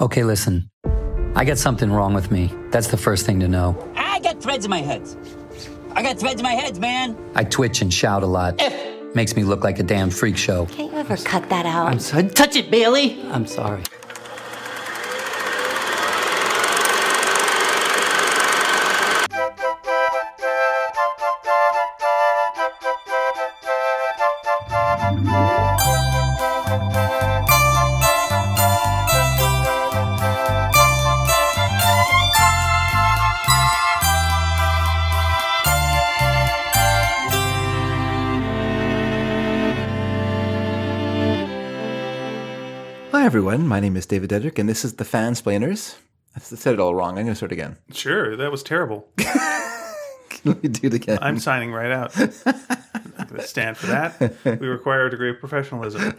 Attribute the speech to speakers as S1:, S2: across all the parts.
S1: Okay, listen. I got something wrong with me. That's the first thing to know.
S2: I got threads in my head. I got threads in my head, man.
S1: I twitch and shout a lot.
S3: Eh.
S1: Makes me look like a damn freak show.
S4: Can't you ever cut that out?
S3: I'm sorry. Touch it, Bailey.
S1: I'm sorry.
S5: Hi, everyone. My name is David Dedrick, and this is the Fansplainers. I said it all wrong. I'm going to start again.
S6: Sure, that was terrible.
S5: Let me do it again.
S6: I'm signing right out. I'm not gonna stand for that. We require a degree of professionalism.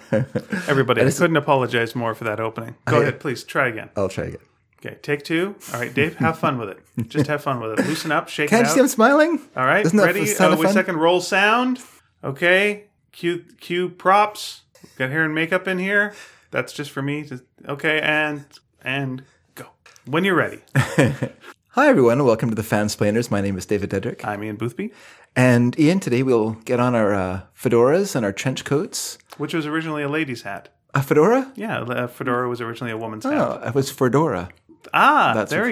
S6: Everybody, I couldn't apologize more for that opening. Go ahead, please try again.
S5: I'll try again.
S6: Okay, take two. All right, Dave, have fun with it. Just have fun with it. Loosen up, shake
S5: Can't
S6: it
S5: you
S6: out.
S5: see I'm smiling?
S6: All right,
S5: Isn't that
S6: ready?
S5: the sound
S6: Uh,
S5: of
S6: we
S5: fun?
S6: second roll sound. Okay, cue cue props. Got hair and makeup in here. That's just for me. Just- okay, and and go when you're ready.
S5: Hi, everyone. Welcome to the Fansplainers. My name is David Dedrick.
S6: I'm Ian Boothby,
S5: And Ian, today we'll get on our uh, fedoras and our trench coats.
S6: which was originally a lady's hat.
S5: A fedora?
S6: Yeah, a fedora was originally a woman's hat.
S5: Oh, it was fedora.
S6: Ah,
S5: That's
S6: there
S5: what-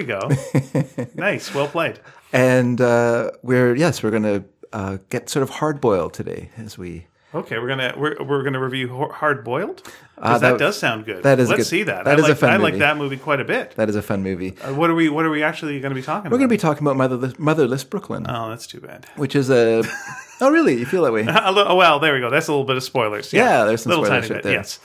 S6: you go. nice, well played.
S5: And uh, we're, yes, we're going to uh, get sort of hard boiled today as we.
S6: Okay, we're gonna we're, we're gonna review Hard Boiled
S5: Ah,
S6: because that,
S5: that-
S6: does sound good.
S5: that is a
S6: Let's
S5: good-
S6: see that.
S5: that
S6: I
S5: is a
S6: like,
S5: fun
S6: I like
S5: movie.
S6: that movie quite a bit.
S5: That is a fun movie.
S6: Uh, what are we What are we actually going to be talking
S5: We're
S6: about?
S5: going to be talking about Motherless, Motherless Brooklyn,
S6: Oh, that's too bad.
S5: which is a. oh, really? You feel that way?
S6: A li- oh, well, there we go. That's a little bit of spoilers. Yeah,
S5: Yeah, there's some
S6: little
S5: spoilers
S6: tiny
S5: right
S6: bit.
S5: there.
S6: Yes,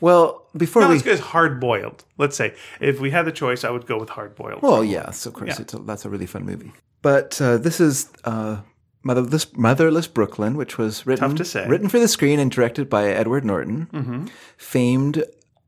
S5: Well, before
S6: not
S5: we.
S6: as good as Hard Boiled. Let's say if we had the choice, I would go with Hard Boiled.
S5: Well, yes, of course.
S6: Yeah.
S5: It's a, that's a really fun movie. But uh, this is uh, Motherless, Motherless Brooklyn, which was written
S6: to say. Mm-hmm.
S5: written for the screen and directed by Edward Norton, famed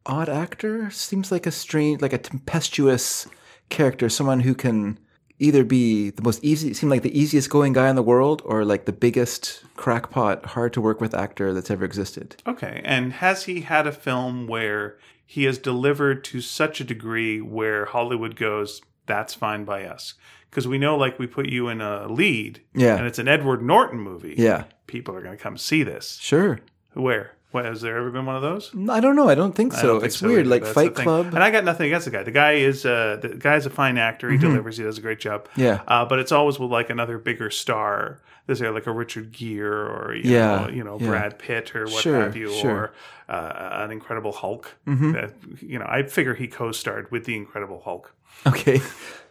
S5: odd actor. Seems like a strange, like a tempestuous character, someone who can either be the most easy, seem like the easiest going guy in the world, or like the biggest crackpot, hard to work with actor that's ever existed.
S6: Okay, and has he had a film where he has delivered to such a degree where Hollywood goes, "That's fine by us"? Because we know, like, we put you in a lead,
S5: Yeah.
S6: and it's an Edward Norton movie.
S5: Yeah,
S6: people are going to come see this.
S5: sure.
S6: Where? What, has there ever been one of those?
S5: I don't know. I don't think so.
S6: I don't think
S5: it's
S6: so
S5: weird,
S6: either.
S5: like
S6: That's
S5: Fight
S6: the thing.
S5: Club.
S6: And I got nothing against the guy. The guy is uh, the guy's a fine actor. He delivers. He does a great job.
S5: Mm-hmm. Yeah.
S6: Uh, but it's always with like another bigger star. This is like a Richard Gere or you
S5: Yeah,
S6: know, you know
S5: yeah.
S6: Brad Pitt or what
S5: Sure,
S6: have you
S5: sure. Mm-hmm.
S6: or uh, an Incredible Hulk. That, you know, I figure he co-starred with the Incredible Hulk.
S5: Okay.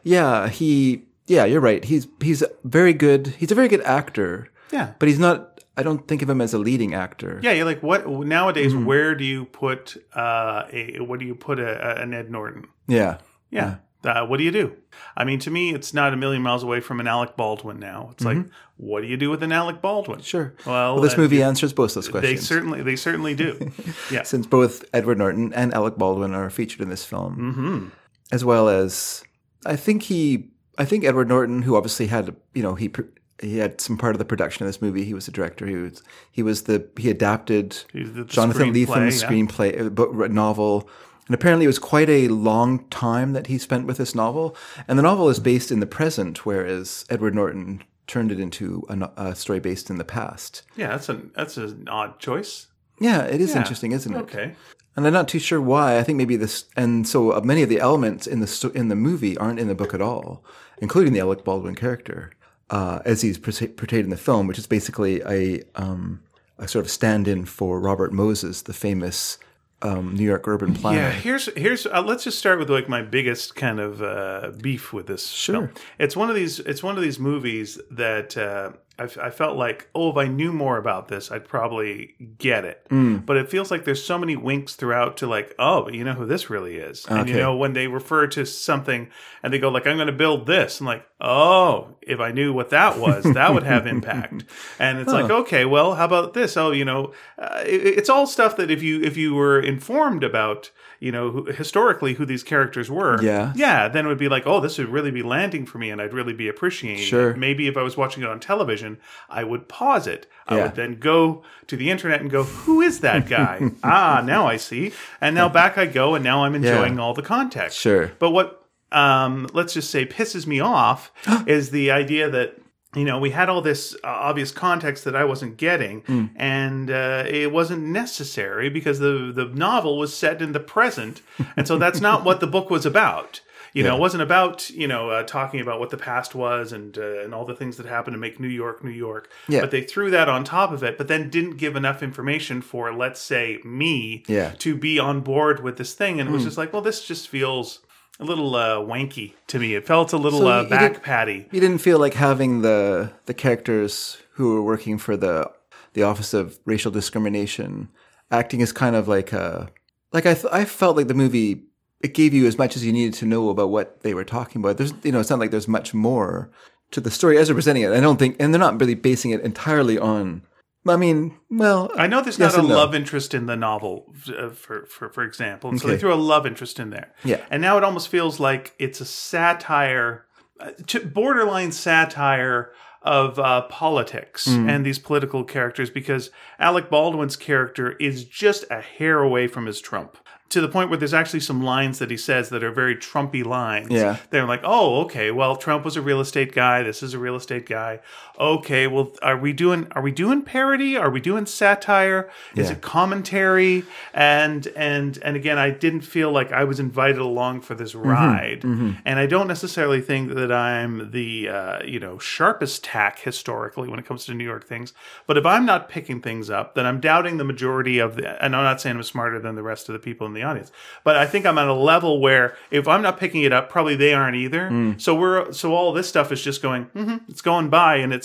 S5: Yeah, he yeah, you're right. He's he's very good. He's a very good actor.
S6: Yeah.
S5: But he's not I don't think of him as a leading actor.
S6: Yeah, you're like what nowadays?
S5: Mm-hmm.
S6: Where do you put uh, a what do you put a, a, an Ed Norton?
S5: Yeah.
S6: Yeah. Uh, what do you do? I mean, to me, it's not a million miles away from an Alec Baldwin now. It's like, what do you do with an Alec Baldwin?
S5: Mm-hmm. Sure.
S6: Well,
S5: this
S6: uh,
S5: movie answers both those
S6: They
S5: questions.
S6: certainly, they certainly do. yeah.
S5: since both Edward Norton and Alec Baldwin are featured in this film. Mm-hmm. As well as I think he I think Edward Norton who obviously had you know he pr- he had some part of the production of this movie. He was the director. He was he was the he adapted
S6: He's the- the
S5: Jonathan Letham's
S6: yeah.
S5: screenplay uh, book novel, and apparently it was quite a long time that he spent with this novel. And the novel is based in the present, whereas Edward Norton turned it into a, no- a story based in the past.
S6: Yeah, that's an that's an odd choice.
S5: Yeah, it is
S6: Yeah.
S5: interesting, isn't it?
S6: Okay.
S5: And I'm not too sure why. I think maybe this, and so uh, many of the elements in the sto- in the movie aren't in the book at all, including the Alec Baldwin character uh, as he's portray- portrayed in the film, which is basically a um, a sort of stand-in for Robert Moses, the famous um, New York urban planner.
S6: Yeah, here's here's uh, let's just start with like my biggest kind of uh, beef with this. Sure, it's one of these it's one of these movies that uh, I, f- I felt like oh if I knew more about this I'd probably get it, but it feels like there's so many winks throughout to like oh you know who this really is and you
S5: Okay.
S6: know when they refer to something and they go like I'm going to build this and like oh if I knew what that was that would have impact and it's like okay well how about this oh you know uh, it, it's all stuff that if you if you were informed about you know, who, historically who these characters were,
S5: Yeah.
S6: yeah, then it would be like, oh, this would really be landing for me, and I'd really be appreciating.
S5: Sure.
S6: It. Maybe if I was watching it on television, I would pause it. I
S5: Yeah.
S6: would then go to the internet and go, who is that guy? ah, now I see. And now back I go, and now I'm enjoying all the context.
S5: Sure.
S6: But what um, let's just say pisses me off is the idea that you know we had all this uh, obvious context that I wasn't getting,
S5: Hmm.
S6: and uh, it wasn't necessary because the the novel was set in the present, and so that's not what the book was about. You know, it wasn't about you know uh, talking about what the past was and uh, and all the things that happened to make New York New York.
S5: Yeah.
S6: But they threw that on top of it, but then didn't give enough information for let's say me
S5: Yeah. Hmm.
S6: to be on board with this thing, and it was just like, well, this just feels a little uh, wanky to me. It felt a little
S5: So
S6: uh,
S5: you
S6: back
S5: did-
S6: patty.
S5: You didn't feel like having the the characters who were working for the the Office of Racial Discrimination acting as kind of like a like I th- I felt like the movie it gave you as much as you needed to know about what they were talking about. There's you know it's not like there's much more to the story as they're presenting it. I don't think, and they're not really basing it entirely on. I mean, well,
S6: I know there's
S5: yes
S6: not a
S5: and no.
S6: love interest in the novel, uh, for for, for example, and so they
S5: Okay.
S6: threw a love interest in there.
S5: Yeah.
S6: and now it almost feels like it's a satire, uh, to borderline satire of uh, politics
S5: Mm.
S6: and these political characters, because Alec Baldwin's character is just a hair away from his Trump. To the point where there's actually some lines that he says that are very Trumpy lines.
S5: Yeah.
S6: They're like, oh, okay, well, Trump was a real estate guy. This is a real estate guy. Okay, well, are we doing are we doing parody? Are we doing satire? Is
S5: Yeah.
S6: it commentary? And and and again, I didn't feel like I was invited along for this
S5: Mm-hmm.
S6: ride, and I don't necessarily think that I'm the uh, you know sharpest tack historically when it comes to New York things. But if I'm not picking things up, then I'm doubting the majority of the. And I'm not saying I'm smarter than the rest of the people in the audience, but I think I'm at a level where if I'm not picking it up, probably they aren't either. So we're so all this stuff is just going. hmm it's going by, and it's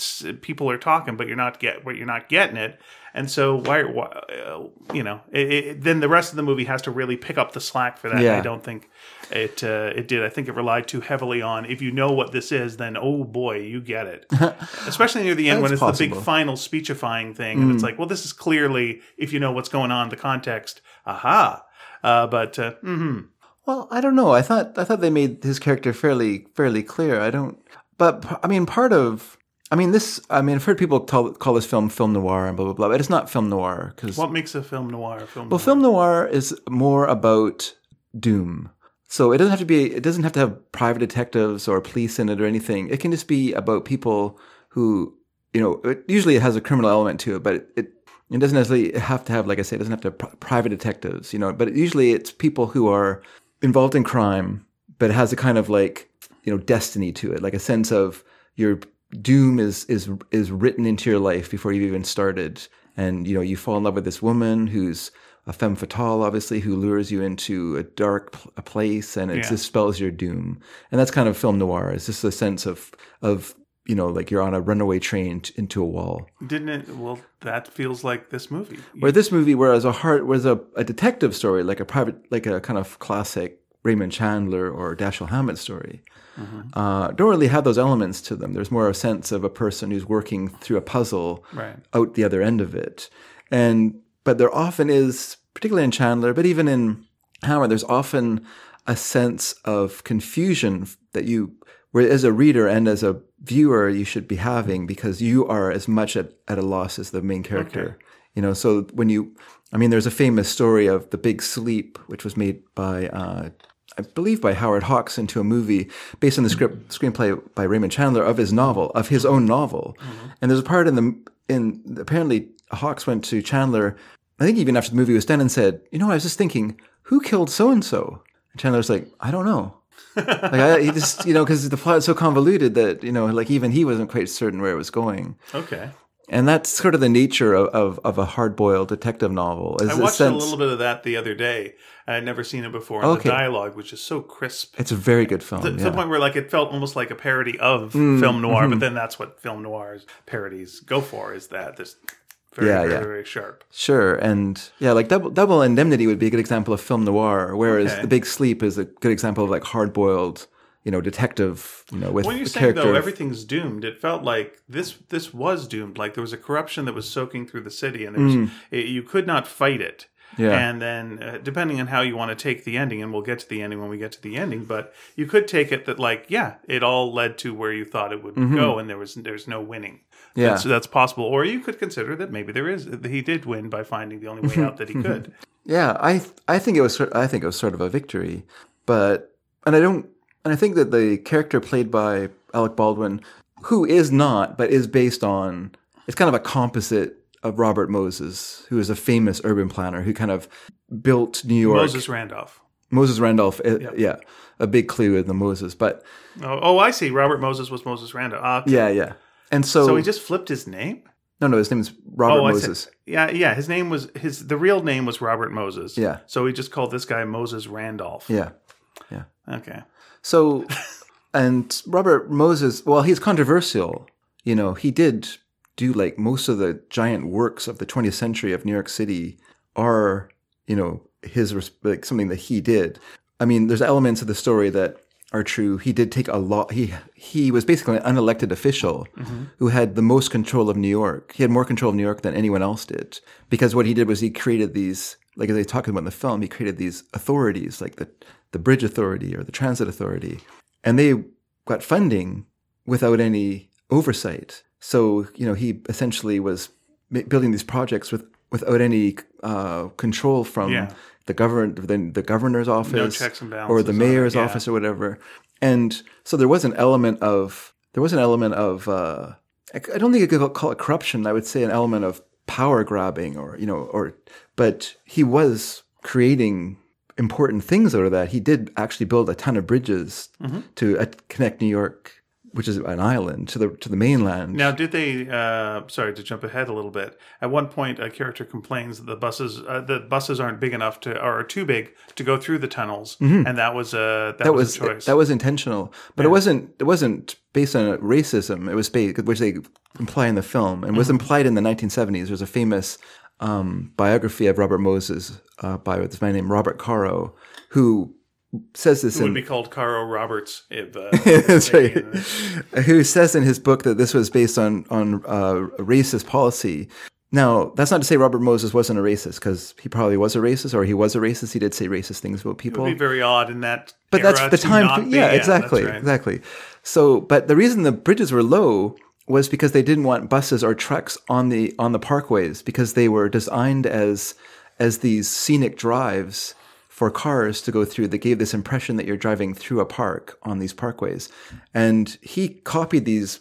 S6: people are talking, but you're not get what you're not getting it. And so why, why uh, you know, it, it, then the rest of the movie has to really pick up the slack for that.
S5: Yeah.
S6: I don't think it uh, it did. I think it relied too heavily on if you know what this is, then oh boy, you get it. Especially near the end when
S5: That's
S6: it's the
S5: possible. Mm.
S6: big final speechifying thing, and it's like, well, this is clearly if you know what's going on, the context. Aha. Uh, but uh, hmm
S5: Well, I don't know. I thought I thought they made his character fairly fairly clear. I don't, but p- I mean, part of I mean this. I mean, I've heard people call, call this film film noir and blah blah blah, but it's not film noir because
S6: what makes a film noir? a Film
S5: well,
S6: noir?
S5: film noir is more about doom. So it doesn't have to be. It doesn't have to have private detectives or police in it or anything. It can just be about people who you know. It usually it has a criminal element to it, but it. it it doesn't necessarily have to have, like I say, it doesn't have to have pri- private detectives, you know. But usually, it's people who are involved in crime, but it has a kind of like you know destiny to it, like a sense of your doom is is is written into your life before you've even started, and you know you fall in love with this woman who's a femme fatale, obviously, who lures you into a dark pl- a place, and it
S6: Yeah.
S5: just spells your doom, and that's kind of film noir. It's just a sense of of you know like you're on a runaway train t- into a wall.
S6: didn't it? Well, that feels like this movie.
S5: Where this movie, whereas a heart was a, a detective story, like a private, like a kind of classic Raymond Chandler or Dashiell Hammett story, uh, don't really have those elements to them. There's more a sense of a person who's working through a puzzle
S6: Right.
S5: out the other end of it, and but there often is, particularly in Chandler, but even in Hammer, there's often a sense of confusion that you, where as a reader and as a viewer, you should be having because you are as much at, at a loss as the main character. You know, so when you, I mean, there's a famous story of The Big Sleep, which was made by, uh, I believe, by Howard Hawks into a movie based on the script screenplay by Raymond Chandler of his novel, of his own novel. And there's a part in the, in apparently Hawks went to Chandler I think even after the movie was done and said, you know, I was just thinking, who killed so and so? And Chandler's like, I don't know. like I, he just, you know, because the plot is so convoluted that you know, like even he wasn't quite certain where it was going.
S6: Okay.
S5: And that's sort of the nature of of, of a hard boiled detective novel. Is
S6: I watched a little bit of that the other day, and I'd never seen it before. And
S5: Okay.
S6: the dialogue was just so crisp.
S5: It's a very good film.
S6: to, to
S5: yeah. Mm, mm-hmm.
S6: the point where like it felt almost like a parody of film noir, but then that's what film noirs parodies go for is that this very
S5: Yeah,
S6: very,
S5: yeah.
S6: very sharp.
S5: Sure, and yeah, like double double indemnity would be a good example of film noir, whereas
S6: Okay.
S5: The Big Sleep is a good example of like hard boiled, you know, detective, you know, with
S6: When you
S5: the
S6: say
S5: character.
S6: though everything's doomed, it felt like this this was doomed. Like there was a corruption that was soaking through the city, and there was it, you could not fight it.
S5: Mm. Yeah.
S6: And then uh, depending on how you want to take the ending, and we'll get to the ending when we get to the ending, but you could take it that like yeah, it all led to where you thought it would go, and there was there's no winning.
S5: Mm-hmm. Yeah.
S6: So that's possible, or you could consider that maybe there is that he did win by finding the only way out that he could.
S5: Yeah, I I think it was sort- I think it was sort of a victory, but and I don't and I think that the character played by Alec Baldwin, who is not but is based on, it's kind of a composite of Robert Moses, who is a famous urban planner who kind of built New York. Moses,
S6: Moses Randolph.
S5: Randolph, uh, yeah, a big clue in the Moses, but
S6: Oh, oh, I see. Robert Moses was Moses Randolph. Ah, okay.
S5: yeah, yeah, and so,
S6: So he just flipped his name.
S5: no, no, his name is Robert
S6: Oh, I see.
S5: Moses.
S6: Yeah, yeah. His name was his. The real name was Robert Moses.
S5: Yeah.
S6: So he just called this guy Moses Randolph.
S5: Yeah,
S6: Okay.
S5: So, and Robert Moses, well, he's controversial. You know, he did do like most of the giant works of the 20th century of New York City are, you know, his res- like something that he did. I mean, there's elements of the story that are true. He did take a lot. He he was basically an unelected official who had the most control of New York. He had more control of New York than anyone else did because what he did was he created these, like they talk about in the film, he created these authorities like the the bridge authority or the transit authority, and they got funding without any oversight. So you know he essentially was ma- building these projects with without any uh, control from
S6: Yeah.
S5: the govern the, the governor's office office
S6: No checks and
S5: or the
S6: balances on it,
S5: mayor's
S6: yeah.
S5: office or whatever. And so there was an element of there was an element of uh, I I don't think I could call it corruption. I would say an element of power grabbing or you know or but he was creating important things out of that. He did actually build a ton of bridges to uh, connect New York, which is an island, to the to the mainland.
S6: Now, did they? Uh, sorry to jump ahead a little bit. At one point, a character complains that the buses uh, the buses aren't big enough to or are too big to go through the tunnels, and that was a that,
S5: Mm-hmm. that
S6: was,
S5: was
S6: a choice.
S5: that was intentional, but it wasn't it wasn't based on racism. It was based, which they imply in the film, and
S6: Mm-hmm.
S5: was implied in the 1970s. There's a famous um, biography of Robert Moses uh, by this man named Robert Caro, who says this
S6: It
S5: in
S6: would be called Caro Roberts if uh,
S5: that's right. Who says in his book that this was based on on uh, racist policy? Now, that's not to say Robert Moses wasn't a racist, because he probably was a racist, or he was a racist. He did say racist things about people.
S6: would be very odd in that.
S5: but that's
S6: era
S5: the
S6: to
S5: time.
S6: not
S5: For,
S6: be-
S5: yeah,
S6: that's
S5: exactly,
S6: right.
S5: exactly. So, but the reason the bridges were low was because they didn't want buses or trucks on the on the parkways because they were designed as as these scenic drives for cars to go through that gave this impression that you're driving through a park on these parkways, and he copied these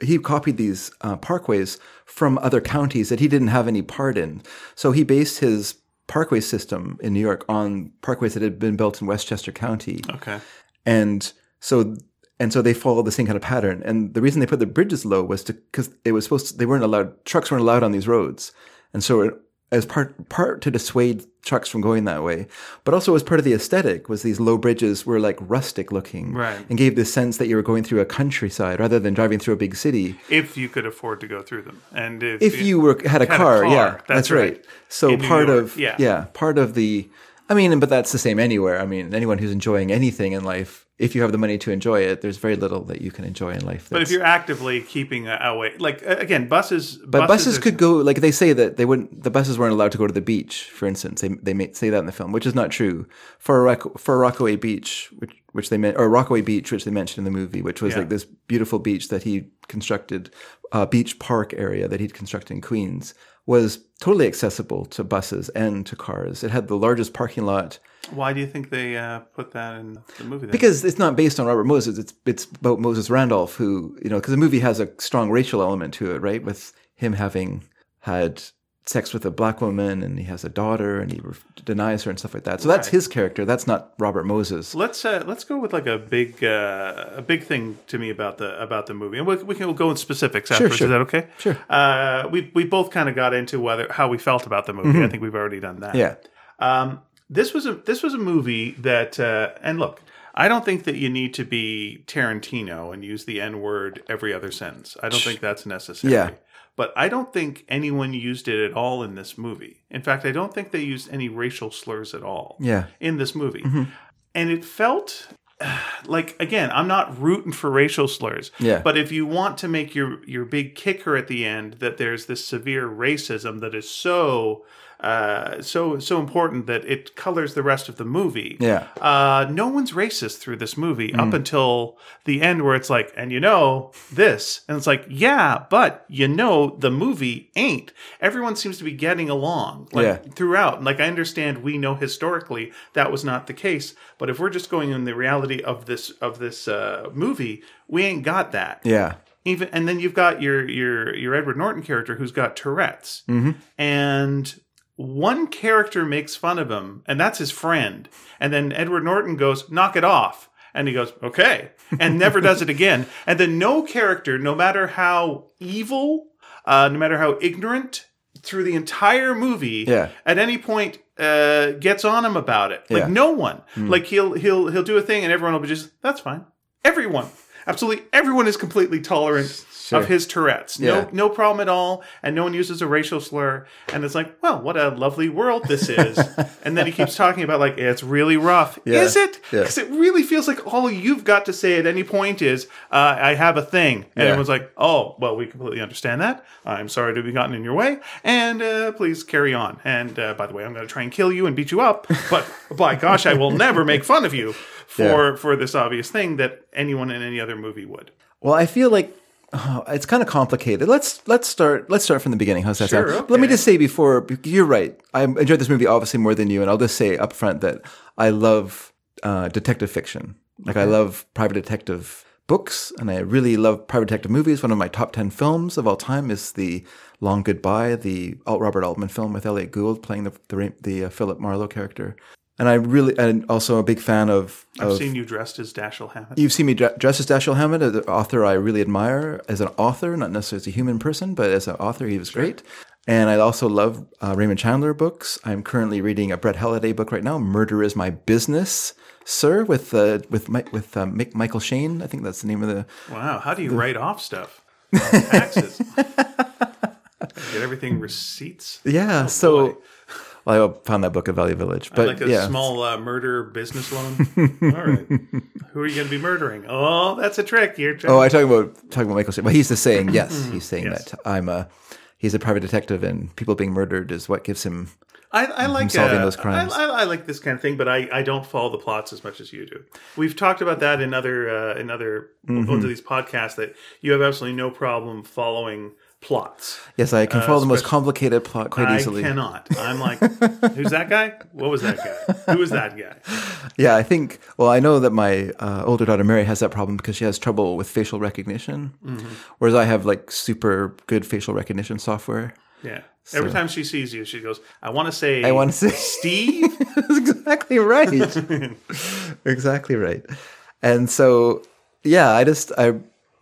S5: he copied these uh, parkways from other counties that he didn't have any part in. So he based his parkway system in New York on parkways that had been built in Westchester County
S6: Okay.
S5: and so and so they follow the same kind of pattern. And the reason they put the bridges low was to because it was supposed to, they weren't allowed trucks weren't allowed on these roads, and so it, as part part to dissuade trucks from going that way, but also as part of the aesthetic was these low bridges were like rustic looking,
S6: Right.
S5: and gave this sense that you were going through a countryside rather than driving through a big city.
S6: If you could afford to go through them, and if,
S5: If you were had a,
S6: Had a
S5: car,
S6: car,
S5: yeah,
S6: that's
S5: that's, right.
S6: right.
S5: So
S6: In New
S5: part
S6: York,
S5: of
S6: yeah.
S5: yeah, part of the. I mean, but that's the same anywhere. I mean, anyone who's enjoying anything in life, if you have the money to enjoy it, there's very little that you can enjoy in life.
S6: But if you're actively keeping a- away, like a- again, buses.
S5: but buses,
S6: are-
S5: could go like they say that they wouldn't. The buses weren't allowed to go to the beach, for instance. They they may say that in the film, which is not true. For Rock, for Rockaway Beach, which which they meant, or Rockaway Beach, which they mentioned in the movie, which was
S6: Yeah.
S5: like this beautiful beach that he constructed, uh, beach park area that he'd constructed in Queens, was totally accessible to buses and to cars. It had the largest parking lot
S6: Why do you think they uh, put that in the movie? Then?
S5: because it's not based on Robert Moses. It's it's about Moses Randolph, who you know, because the movie has a strong racial element to it, right? With him having had sex with a black woman, and he has a daughter, and he re- denies her and stuff like that. So that's his character. That's not Robert Moses.
S6: let's uh, let's go with like a big uh, a big thing to me about the about the movie, and we, we can we'll go in specifics afterwards.
S5: sure.
S6: Is that okay?
S5: Sure.
S6: Uh, we we both kind of got into whether how we felt about the movie. I think we've already done that.
S5: Mm-hmm. Yeah,
S6: Um, this was a this was a movie that uh, and look, I don't think that you need to be Tarantino and use the N word every other sentence. I don't think that's necessary.
S5: Yeah.
S6: But I don't think anyone used it at all in this movie. In fact, I don't think they used any racial slurs at all
S5: Yeah. Mm-hmm.
S6: in this movie. And it felt like again, I'm not rooting for racial slurs.
S5: Yeah.
S6: But if you want to make your your big kicker at the end that there's this severe racism that is so uh, so so important that it colors the rest of the movie.
S5: Yeah. Mm.
S6: Uh, no one's racist through this movie up until the end, where it's like, and you know this, and it's like, yeah, but you know the movie ain't. Everyone seems to be getting along, like
S5: Yeah.
S6: throughout. Like I understand, we know historically that was not the case, but if we're just going in the reality of this of this uh, movie, we ain't got that
S5: Yeah.
S6: even and then you've got your your your Edward Norton character who's got Tourette's,
S5: Mm-hmm.
S6: and one character makes fun of him, and that's his friend, and then Edward Norton goes, "Knock it off." And he goes, okay, and never does it again. And then no character, no matter how evil, uh, no matter how ignorant, through the entire movie,
S5: Yeah.
S6: at any point uh, gets on him about it. Like
S5: Yeah.
S6: no one.
S5: Hmm.
S6: Like he'll he'll he'll do a thing, and everyone will be just that's fine. Everyone, absolutely everyone is completely tolerant of his Tourette's.
S5: Yeah.
S6: No no problem at all, and no one uses a racial slur. And it's like, well, what a lovely world this is. and then he keeps talking about like it's really rough.
S5: Yeah.
S6: Is it?
S5: Yeah.
S6: Because it really feels like all you've got to say at any point is, uh, "I have a thing," and
S5: Yeah.
S6: everyone's like, "Oh, well, we completely understand that. I'm sorry to be gotten in your way, and uh, please carry on." And uh, by the way, I'm going to try and kill you and beat you up, but by gosh, I will never make fun of you for for this obvious thing that anyone in any other movie would.
S5: Well, I feel like oh, it's kind of complicated. Let's let's start let's start from the beginning. How's that
S6: Sure,
S5: sound? Let me
S6: okay.
S5: just say before you're right. I enjoyed this movie obviously more than you, and I'll just say up front that I love uh, detective fiction. Like I love private detective books, and I really love private detective movies. One of my top ten films of all time is the Long Goodbye, the Alt Robert Altman film with Elliot Gould playing the the, Ra- the uh, Philip Marlowe character. And I really, and also a big fan of.
S6: I've
S5: of
S6: seen you dressed as Dashiell Hammett.
S5: You've seen me dre- dressed as Dashiell Hammett, an author I really admire as an author, not necessarily as a human person, but as an author, he was great. And I also love uh, Raymond Chandler books. I'm currently reading a Brett Halliday book right now, "Murder Is My Business," sir, with uh, with Mi- with uh, Mick- Michael Shane. I think that's the name of the.
S6: Wow, how do you write off stuff? Taxes. Get everything receipts.
S5: Yeah, so Oh, well, I found that book at Valley Village, but
S6: like a
S5: yeah,
S6: small uh, murder business loan. All right, who are you going to be murdering? Oh, that's a trick. You're
S5: Oh, I talk about talking about Michael. Shea- Well, he's the saying. Yes, he's saying
S6: Mm-hmm. Yes.
S5: that I'm a. He's a private detective, and people being murdered is what gives him.
S6: I, I like
S5: solving
S6: uh,
S5: those crimes.
S6: I, I, I like this kind of thing, but I, I don't follow the plots as much as you do. We've talked about that in other uh, in other
S5: Mm-hmm.
S6: ones of these podcasts that you have absolutely no problem following plots.
S5: Yes, I can follow the most complicated plot quite
S6: Uh, I
S5: easily.
S6: cannot. I'm like, who's that guy? What was that guy? Who was that guy?
S5: Yeah, I think. Well, I know that my uh, older daughter Mary has that problem because she has trouble with facial recognition,
S6: Mm-hmm.
S5: whereas I have like super good facial recognition software.
S6: Yeah. Every time she sees you, she goes, "I want to say,
S5: I want to say
S6: Steve."
S5: That's exactly right. exactly right. And so, yeah, I just I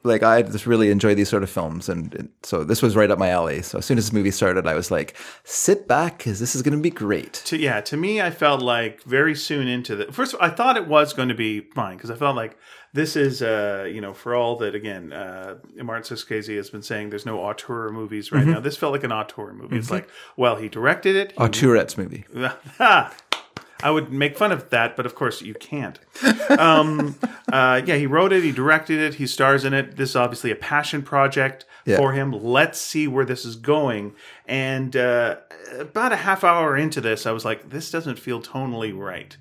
S5: like I just really enjoy these sort of films, and, and so this was right up my alley. So as soon as this movie started, I was like, sit back because this is going to be great.
S6: to yeah to me i felt like very soon into the first of all, i thought it was going to be fine because i felt like this is uh you know for all that again uh martin scorsese has been saying there's no auteur movies right now this felt like an auteur movie it's like well he directed it
S5: A Tourette's movie.
S6: Ha! I would make fun of that, but of course you can't. Um, uh, yeah, he wrote it, he directed it, he stars in it. This is obviously a passion project
S5: Yeah.
S6: for him. Let's see where this is going. And uh, about a half hour into this, I was like, this doesn't feel tonally right.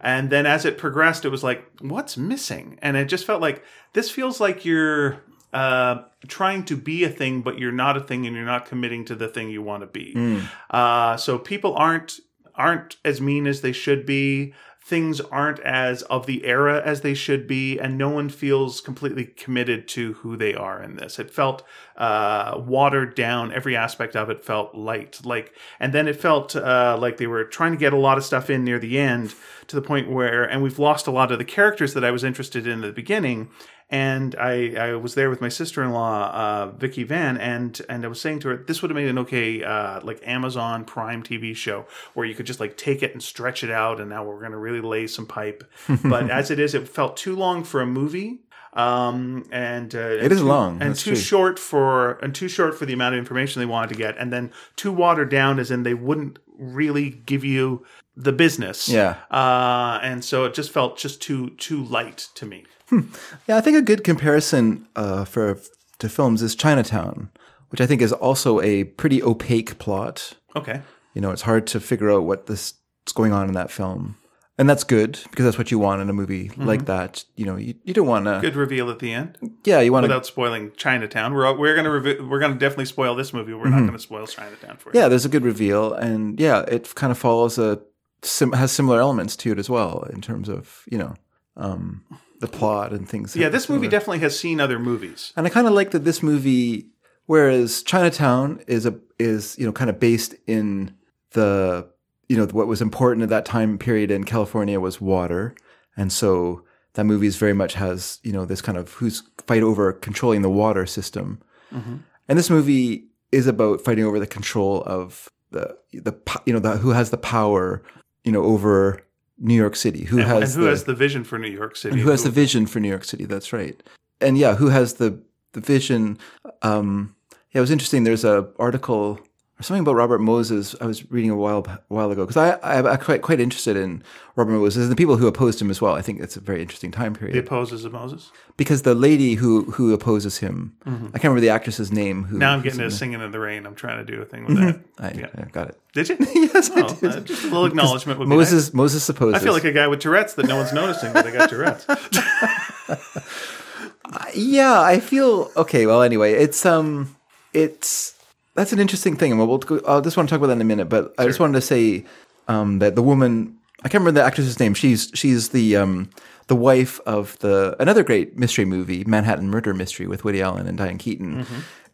S6: And then as it progressed, it was like, what's missing? And it just felt like this feels like you're uh, trying to be a thing, but you're not a thing, and you're not committing to the thing you want to be. Uh, so people aren't aren't as mean as they should be. Things aren't as of the era as they should be, and no one feels completely committed to who they are in this. It felt uh, watered down. Every aspect of it felt light, like, and then it felt uh, like they were trying to get a lot of stuff in near the end to the point where, and we've lost a lot of the characters that I was interested in at the beginning and I, I was there with my sister in law, uh, Vicky Van, and and I was saying to her, this would have made an okay uh, like Amazon Prime TV show where you could just like take it and stretch it out, and now we're going to really lay some pipe. but as it is, it felt too long for a movie. Um and uh, it
S5: is long,
S6: and
S5: that's
S6: too
S5: true.
S6: short for and too short for the amount of information they wanted to get, and then too watered down as in they wouldn't really give you the business.
S5: Yeah.
S6: uh, and so it just felt just too too light to me.
S5: Yeah, I think a good comparison uh, for to films is Chinatown, which I think is also a pretty opaque plot.
S6: Okay,
S5: You know, it's hard to figure out what this what's going on in that film. And that's good because that's what you want in a movie like that. You know, you, you don't want to.
S6: Mm-hmm. Good reveal at the end
S5: Yeah, you want to
S6: without spoiling Chinatown. We're we're gonna revi- we're gonna definitely spoil this movie. We're not gonna spoil Chinatown for you.
S5: Mm-hmm. yeah there's a good reveal and yeah it kind of follows a sim- has similar elements to it as well in terms of you know um the plot and things
S6: Yeah, this movie definitely has seen other movies.
S5: and i kind of like that this movie whereas chinatown is a is you know kind of based in the you know what was important at that time period in california was water and so that movie is very much has you know this kind of who's fight over controlling the water system
S6: Mm-hmm.
S5: and this movie is about fighting over the control of the the po- you know the, who has the power you know over New York City, who
S6: And-
S5: has
S6: and who
S5: the,
S6: has the vision for New York City?
S5: and who has the vision for New York City. That's right. And yeah, who has the the vision? Um, yeah, it was interesting. There's a article or something about Robert Moses I was reading a while while ago because I I- I'm quite quite interested in Robert Moses and the people who opposed him as well. I think it's a very interesting time period
S6: the opposes of Moses.
S5: because the lady who who opposes him, I can't remember the actress's name. Who
S6: Mm-hmm. Now I'm getting to singing in the rain. I'm trying to do a thing with that.
S5: Mm-hmm. I, I got it.
S6: Did you? yes, I did. just a little acknowledgement Oh, uh, would be nice.
S5: Moses Moses supposes.
S6: I feel like a guy with Tourette's that no one's noticing that they got Tourette's.
S5: yeah, I feel okay. Well, anyway, it's um, it's that's an interesting thing, and we'll, we'll go, I just want to talk about that in a minute. But I just wanted to say um that the woman I can't remember the actress's name. She's she's the um the wife of the another great mystery movie, Manhattan Murder Mystery, with Woody Allen and Diane Keaton,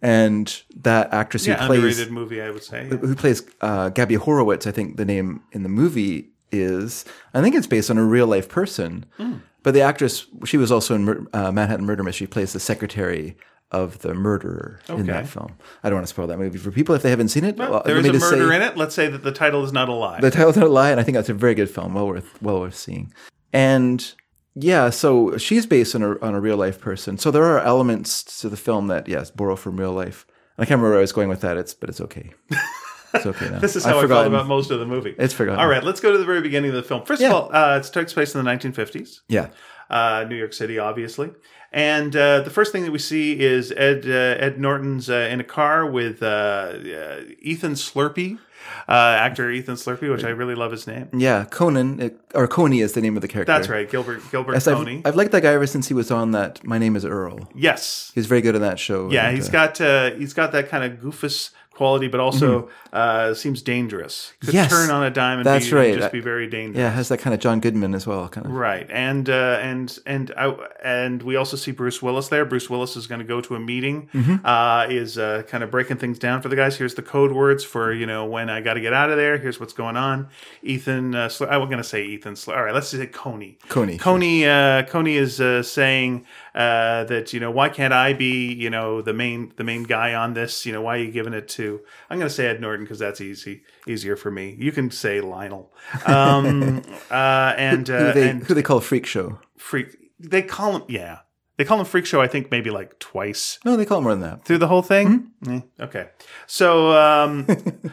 S5: and that actress
S6: Mm-hmm. yeah,
S5: who plays
S6: underrated movie, I would say.
S5: who plays uh, Gabby Horowitz, I think the name in the movie is, I think it's based on a real life person.
S6: Hmm.
S5: But the actress, she was also in Mur- uh, Manhattan Murder Mystery, plays the secretary of the murderer in
S6: Okay.
S5: that film. I don't want to spoil that movie for people if they haven't seen it. well,
S6: there
S5: let
S6: is
S5: me
S6: a
S5: just say-
S6: murder in it. Let's say that the title is not a lie.
S5: the title's not a lie, and I think that's a very good film, well worth well worth seeing. And yeah, so she's based on a on a real life person. So there are elements to the film that yes borrow from real life. And I can't remember where I was going with that. It's but it's okay. It's okay now.
S6: this is
S5: I've
S6: how I felt
S5: forgotten.
S6: about most of the movie.
S5: It's forgotten.
S6: All right, let's go to the very beginning of the film. First
S5: Yeah.
S6: of all, uh, it takes place in the 1950s.
S5: Yeah.
S6: uh, New York City, obviously. And uh, the first thing that we see is Ed uh, Ed Norton's uh, in a car with uh, uh, Ethan Slurpee, uh, actor Ethan Slurpee, which I really love his name.
S5: Yeah, Conan uh, or Coney is the name of the character.
S6: That's right, Gilbert Gilbert
S5: Yes,
S6: Tony.
S5: I've, I've liked that guy ever since he was on that. My name is Earl.
S6: yes,
S5: He's very good in that show.
S6: yeah,
S5: and,
S6: he's
S5: uh,
S6: got uh, he's got that kind of goofus quality, but also uh, seems dangerous. Could
S5: Mm-hmm. Yes.
S6: turn on a dime and
S5: That's
S6: be,
S5: right.
S6: just be very dangerous.
S5: Yeah, has that kind of John Goodman as well. Kind of.
S6: Right, and uh, and and I, and we also see Bruce Willis there. Bruce Willis is going to go to a meeting. Uh, is uh, kind of breaking things down for the guys. Here's the code words for you know when I got to get out of there. Here's what's going on. Ethan, uh, Sl- I was going to say Ethan. Sl- All right, let's say Coney.
S5: Coney,
S6: Coney. Uh, Coney is uh, saying uh, that you know why can't I be you know the main the main guy on this? You know why are you giving it to? I'm going to say Ed Norton because that's easy easier for me. You can say Lionel. Um, uh, and
S5: Who
S6: uh,
S5: they
S6: and
S5: who they call Freak Show?
S6: freak. They call him yeah. They call him freak show. I think maybe like twice
S5: No, they call him more than that.
S6: through the whole thing. Eh, okay, so um,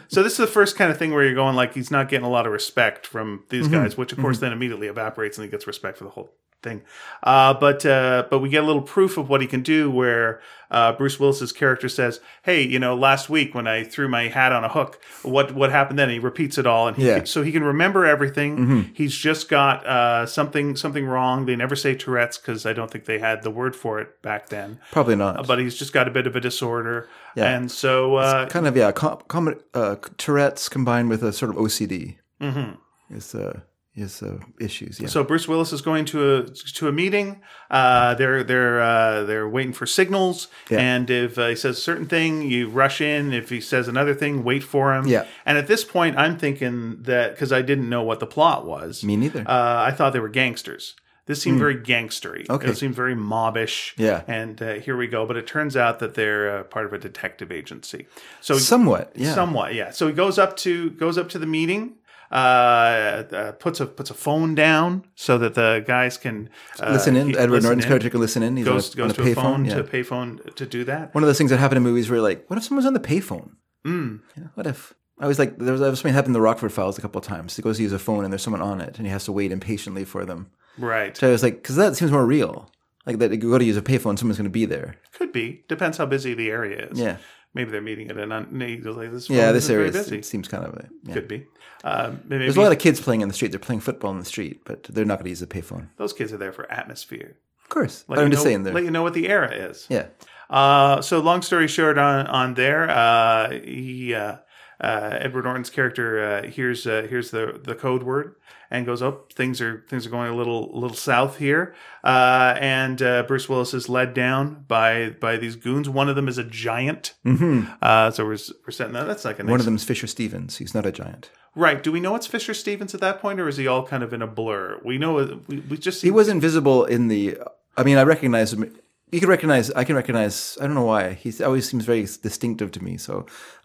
S6: so this is the first kind of thing where you're going like he's not getting a lot of respect from these guys, which of course then immediately evaporates and he gets respect for the whole thing. Uh, but uh, but we get a little proof of what he can do where uh, Bruce Willis's character says, "Hey, you know, last week when I threw my hat on a hook, what what happened then?" And he repeats it all, and he,
S5: Yeah.
S6: so he can remember everything. He's just got uh, something something wrong. They never say Tourette's because I don't think they had the word for it back then
S5: Probably not.
S6: but he's just got a bit of a disorder,
S5: Yeah.
S6: and so uh,
S5: kind of yeah, com- com- uh, Tourette's combined with a sort of OCD mm-hmm. is uh, is uh, issues. Yeah.
S6: so Bruce Willis is going to a to a meeting. Uh, they're they're uh, they're waiting for signals, and if uh, he says a certain thing, you rush in. If he says another thing, wait for him.
S5: Yeah.
S6: And at this point, I'm thinking that because I didn't know what the plot was.
S5: Me neither. Hmm.
S6: Uh, I thought they were gangsters. This seemed very gangstery.
S5: Okay.
S6: It seemed very mobbish.
S5: Yeah.
S6: And uh, here we go. But it turns out that they're uh, part of a detective agency. So
S5: Somewhat. Yeah.
S6: somewhat yeah so he goes up to goes up to the meeting uh, uh puts a puts a phone down so that the guys can uh,
S5: listen in.
S6: he-
S5: Edward
S6: listen
S5: Norton's
S6: in.
S5: character can listen in. He's on
S6: goes
S5: on
S6: goes to a
S5: payphone,
S6: phone
S5: yeah.
S6: to a payphone to do that
S5: one of those things that happen in movies where you're like, what if someone's on the payphone? Mm. What if? I was like, there was, there was something happened in the Rockford Files a couple of times. He goes to use a phone and there's someone on it and he has to wait impatiently for them.
S6: right
S5: So I was like, because that seems more real. Like that you go to use a payphone, someone's going to be there.
S6: could be depends how busy the area is
S5: Yeah.
S6: Maybe they're meeting at an un- this
S5: Yeah,
S6: one
S5: this
S6: is very
S5: area is-
S6: busy.
S5: it seems kind of. A, yeah.
S6: could be. Um, maybe
S5: There's a lot of kids playing in the street. They're playing football in the street, but they're not going to use a payphone.
S6: those kids are there for atmosphere.
S5: Of course,
S6: Let
S5: I'm
S6: you
S5: just
S6: know-
S5: saying there.
S6: Let you know what the era is.
S5: yeah,
S6: Uh, so long story short, on on there, uh, he uh, uh, Edward Norton's character uh, hears uh, hears the the code word and goes, "Oh, things are things are going a little little south here." Uh, and uh, Bruce Willis is led down by by these goons. One of them is a giant. Uh, so we're s- we're setting that. That's like a nice
S5: Mm-hmm. one of them is Fisher Stevens. He's not a giant.
S6: right. Do we know it's Fisher Stevens at that point, or is he all kind of in a blur? We know uh, we, we just
S5: He was invisible in the. I mean, I recognize him. You can recognize. I can recognize. I don't know why. He always seems very distinctive to me. So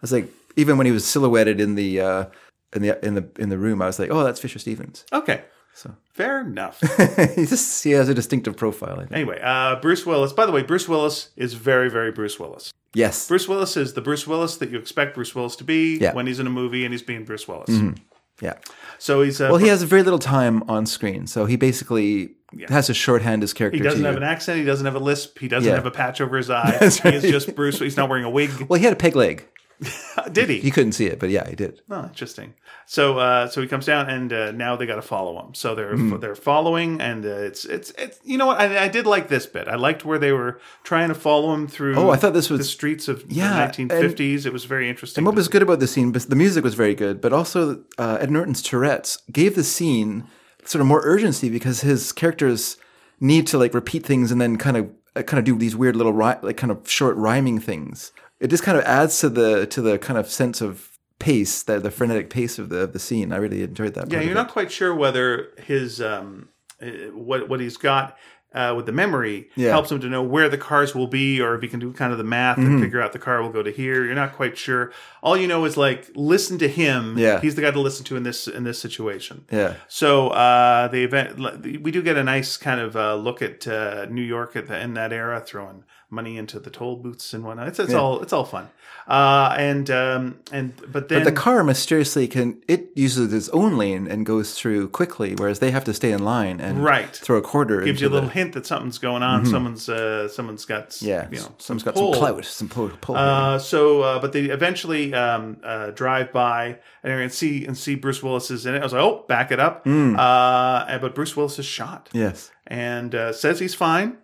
S5: I was like, even when he was silhouetted in the uh, in the in the in the room, I was like, oh, that's Fisher Stevens.
S6: okay. So fair enough.
S5: he just he has a distinctive profile. I think.
S6: Anyway, uh, Bruce Willis. By the way, Bruce Willis is very, very Bruce Willis.
S5: Yes.
S6: Bruce Willis is the Bruce Willis that you expect Bruce Willis to be
S5: Yeah.
S6: when he's in a movie and he's being Bruce Willis.
S5: Yeah.
S6: So he's uh,
S5: Well, he has very little time on screen, so he basically has to shorthand his character.
S6: he doesn't
S5: to
S6: have
S5: you.
S6: an accent. He doesn't have a lisp. He doesn't
S5: Yeah.
S6: have a patch over his eye.
S5: That's
S6: He is
S5: right.
S6: just Bruce. He's not wearing a wig.
S5: Well, he had a peg leg.
S6: Did he?
S5: You couldn't see it, but yeah, he did.
S6: Oh, interesting. So, uh, so he comes down, and uh, now they got to follow him. So they're
S5: Mm-hmm.
S6: they're following, and uh, it's it's it's. You know what? I, I did like this bit. I liked where they were trying to follow him through.
S5: Oh, I thought this was-
S6: the streets of
S5: Yeah,
S6: the 1950s. It was very interesting.
S5: And what
S6: to
S5: was good about the scene, but the music was very good, but also uh, Ed Norton's Tourette's gave the scene sort of more urgency because his characters need to like repeat things and then kind of uh, kind of do these weird little ri- like kind of short rhyming things. It just kind of adds to the to the kind of sense of pace, the, the frenetic pace of the of the scene. I really enjoyed that.
S6: Yeah,
S5: part of
S6: you're
S5: it.
S6: not quite sure whether his um, eh, what what he's got uh, with the memory
S5: Yeah.
S6: helps him to know where the cars will be, or if he can do kind of the math
S5: Mm-hmm.
S6: and figure out the car will go to here. You're not quite sure. All you know is like listen to him.
S5: Yeah.
S6: he's the guy to listen to in this in this situation.
S5: Yeah.
S6: So uh, the event we do get a nice kind of uh, look at uh, New York at the, in that era, throwing money into the toll booths and whatnot. It's, it's all it's all fun. Uh, and um, and but then
S5: But the car mysteriously can it uses its own lane and goes through quickly, whereas they have to stay in line and
S6: Right.
S5: throw a quarter. into
S6: gives you a little
S5: the, Mm-hmm.
S6: hint that something's going on. Someone's uh, someone's got
S5: yeah.
S6: you know
S5: someone's got
S6: pull.
S5: some clout, some pull. pull.
S6: Uh, so, uh, but they eventually um, uh, drive by and, and see and see Bruce Willis is in it. I was like, oh, back it up.
S5: Mm.
S6: Uh, and- but Bruce Willis is shot
S5: yes,
S6: and uh, says he's fine.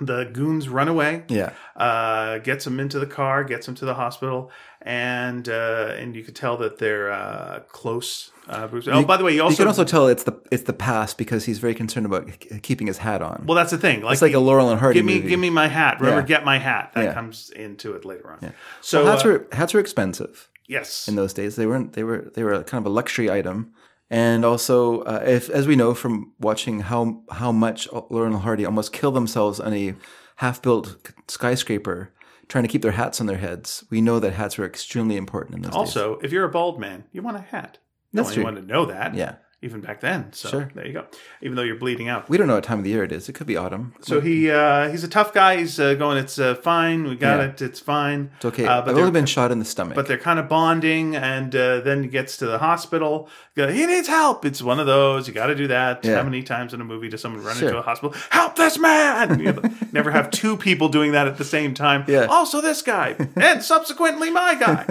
S6: The goons run away.
S5: yeah.
S6: Uh, gets him into the car, gets him to the hospital, and uh, and you could tell that they're uh, close. Uh, Bruce. Oh, by the way, you also,
S5: you can also tell it's the it's the past because he's very concerned about k- keeping his hat on.
S6: well, that's the thing.
S5: it's like a Laurel and Hardy
S6: give me
S5: movie.
S6: give me my hat. Remember,
S5: Yeah.
S6: get my hat. That
S5: Yeah.
S6: comes into it later on. So
S5: Well, hats
S6: uh,
S5: were hats were expensive
S6: yes,
S5: in those days. They weren't. They were they were kind of a luxury item. And also, uh, if as we know from watching how how much Laurel and Hardy almost kill themselves on a half built skyscraper trying to keep their hats on their heads, we know that hats were extremely important in those days.
S6: also, if you're a bald man, you want a hat. You
S5: That's
S6: only
S5: true.
S6: want to know that.
S5: Yeah.
S6: Even back then. So
S5: Sure.
S6: there you go. Even though you're bleeding out.
S5: we don't know what time of the year it is. It could be autumn.
S6: So he uh, he's a tough guy. He's uh, going. It's uh, fine. We got
S5: Yeah.
S6: it. It's fine. It's
S5: okay,
S6: Uh, but
S5: I've only
S6: they're,
S5: been shot in the stomach.
S6: but they're kind of bonding, and uh, then he gets to the hospital. Go, he needs help. It's one of those. You got to do that.
S5: Yeah.
S6: How many times in a movie does someone run
S5: Sure.
S6: into a hospital? Help this man! You know, never have two people doing that at the same time.
S5: Yeah.
S6: Also this guy, and subsequently my guy.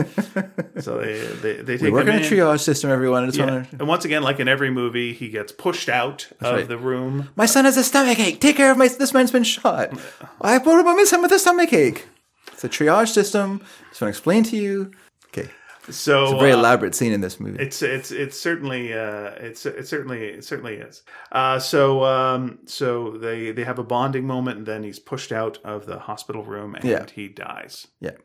S6: so they they, they take
S5: we work
S6: him
S5: in a
S6: in.
S5: triage system, everyone. It's
S6: Yeah.
S5: on
S6: And once again, like in every movie, he gets pushed out of
S5: right.
S6: the room.
S5: My son has a stomach ache. Take care of my. This man's been shot. I brought him him with a stomach ache. It's a triage system. Just want to explain to you. Okay,
S6: So
S5: very
S6: uh,
S5: elaborate scene in this movie.
S6: It's it's it's certainly uh, it's it certainly it certainly is. Uh, so um, so they they have a bonding moment, and then he's pushed out of the hospital room, and
S5: Yeah.
S6: he dies.
S5: Yeah,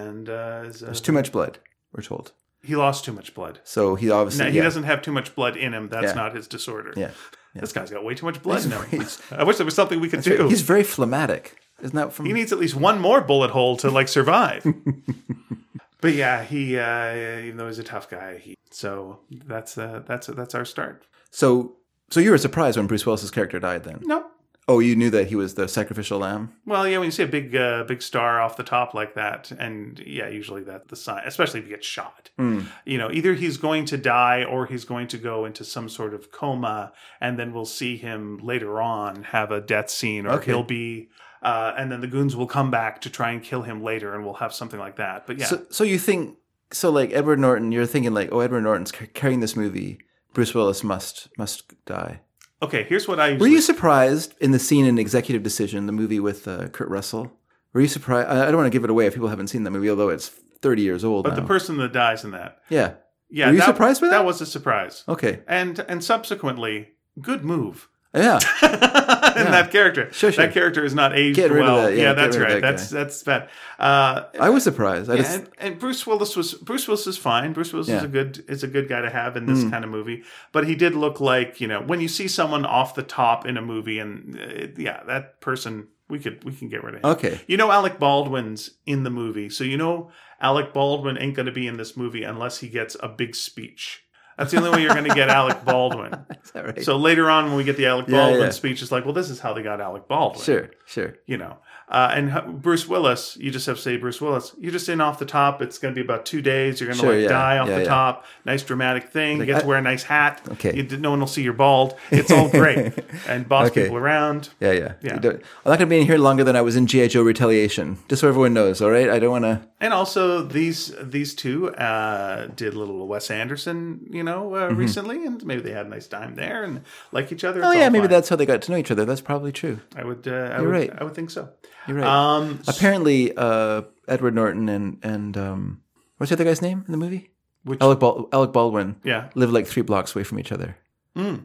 S6: And uh, is, uh,
S5: there's too much blood. We're told.
S6: he lost too much blood.
S5: So he obviously
S6: Now, he
S5: yeah.
S6: doesn't have too much blood in him. That's
S5: Yeah.
S6: not his disorder.
S5: Yeah.
S6: This guy's got way too much blood in him.
S5: He's-
S6: I wish there was something we could do.
S5: He's very phlegmatic. Isn't that from?
S6: he needs at least one more bullet hole to like survive. but yeah, he uh, even though he's a tough guy, he so that's uh, that's that's our start.
S5: so so you were surprised when Bruce Willis's character died then?
S6: No,
S5: Oh, you knew that he was the sacrificial lamb.
S6: Well, yeah, when you see a big, uh, big star off the top like that, and yeah, usually that's the sign, especially if you get shot.
S5: Hmm.
S6: You know, either he's going to die or he's going to go into some sort of coma, and then we'll see him later on have a death scene, or
S5: Okay.
S6: he'll be. uh, and then the goons will come back to try and kill him later, and we'll have something like that. But yeah,
S5: So, so you think so? Like Edward Norton, you're thinking like, oh, Edward Norton's ca- carrying this movie. Bruce Willis must must die.
S6: okay. Here's what I
S5: Were
S6: usually
S5: you surprised in the scene in Executive Decision, the movie with uh, Kurt Russell? Were you surprised? I I don't want to give it away if people haven't seen that movie, although it's 30 years old
S6: but
S5: now.
S6: the person that dies in that.
S5: yeah.
S6: Yeah,
S5: Oh. Were you
S6: that,
S5: surprised by that?
S6: That was a surprise.
S5: Okay.
S6: And and subsequently, good move.
S5: Yeah.
S6: in that character.
S5: Sure, sure.
S6: That character is not aged
S5: Get rid of
S6: well.
S5: that, yeah,
S6: Yeah,
S5: get
S6: that's
S5: rid of
S6: right.
S5: that
S6: that's that's bad. Uh,
S5: I was surprised. I
S6: yeah,
S5: just,
S6: and, and Bruce Willis was Bruce Willis is fine. Bruce Willis
S5: Yeah. Mm.
S6: is a good is a good guy to have in this kind of movie. But he did look like you know when you see someone off the top in a movie, and uh, yeah, that person we could we can get rid of him.
S5: okay.
S6: You know Alec Baldwin's in the movie, so you know Alec Baldwin ain't going to be in this movie unless he gets a big speech. That's the only way you're going to get Alec Baldwin.
S5: Is that right?
S6: So later on, when we get the Alec
S5: Yeah,
S6: Baldwin
S5: yeah.
S6: speech, it's like, well, this is how they got Alec Baldwin.
S5: sure, sure.
S6: You know, uh, and h- Bruce Willis, you just have to say Bruce Willis. You're just in off the top. It's going to be about two days. You're going to
S5: Sure,
S6: like
S5: yeah,
S6: die off
S5: yeah,
S6: the
S5: yeah.
S6: top. Nice dramatic thing. you get
S5: I-
S6: to wear a nice hat.
S5: Okay.
S6: You, no one will see you're bald. It's all great. and boss
S5: Okay.
S6: people around.
S5: Yeah, yeah.
S6: Yeah.
S5: You don't- I'm not going to be in here longer than I was in G.I. Joe Retaliation, just so everyone knows, all right? I don't want to.
S6: And also these these two uh, did a little Wes Anderson, you know, uh, recently, and maybe they had a nice time there and like each other.
S5: Mm-hmm. Oh,
S6: It's
S5: yeah,
S6: all
S5: maybe
S6: fine.
S5: that's how they got to know each other. That's probably true.
S6: I would. Uh, I would,
S5: right.
S6: I would think so.
S5: You're right.
S6: Um,
S5: Apparently, uh, Edward Norton and, and um, what's the other guy's name in the movie?
S6: Which-
S5: Alec, Bal- Alec Baldwin.
S6: yeah. Mm.
S5: live like three blocks away from each other.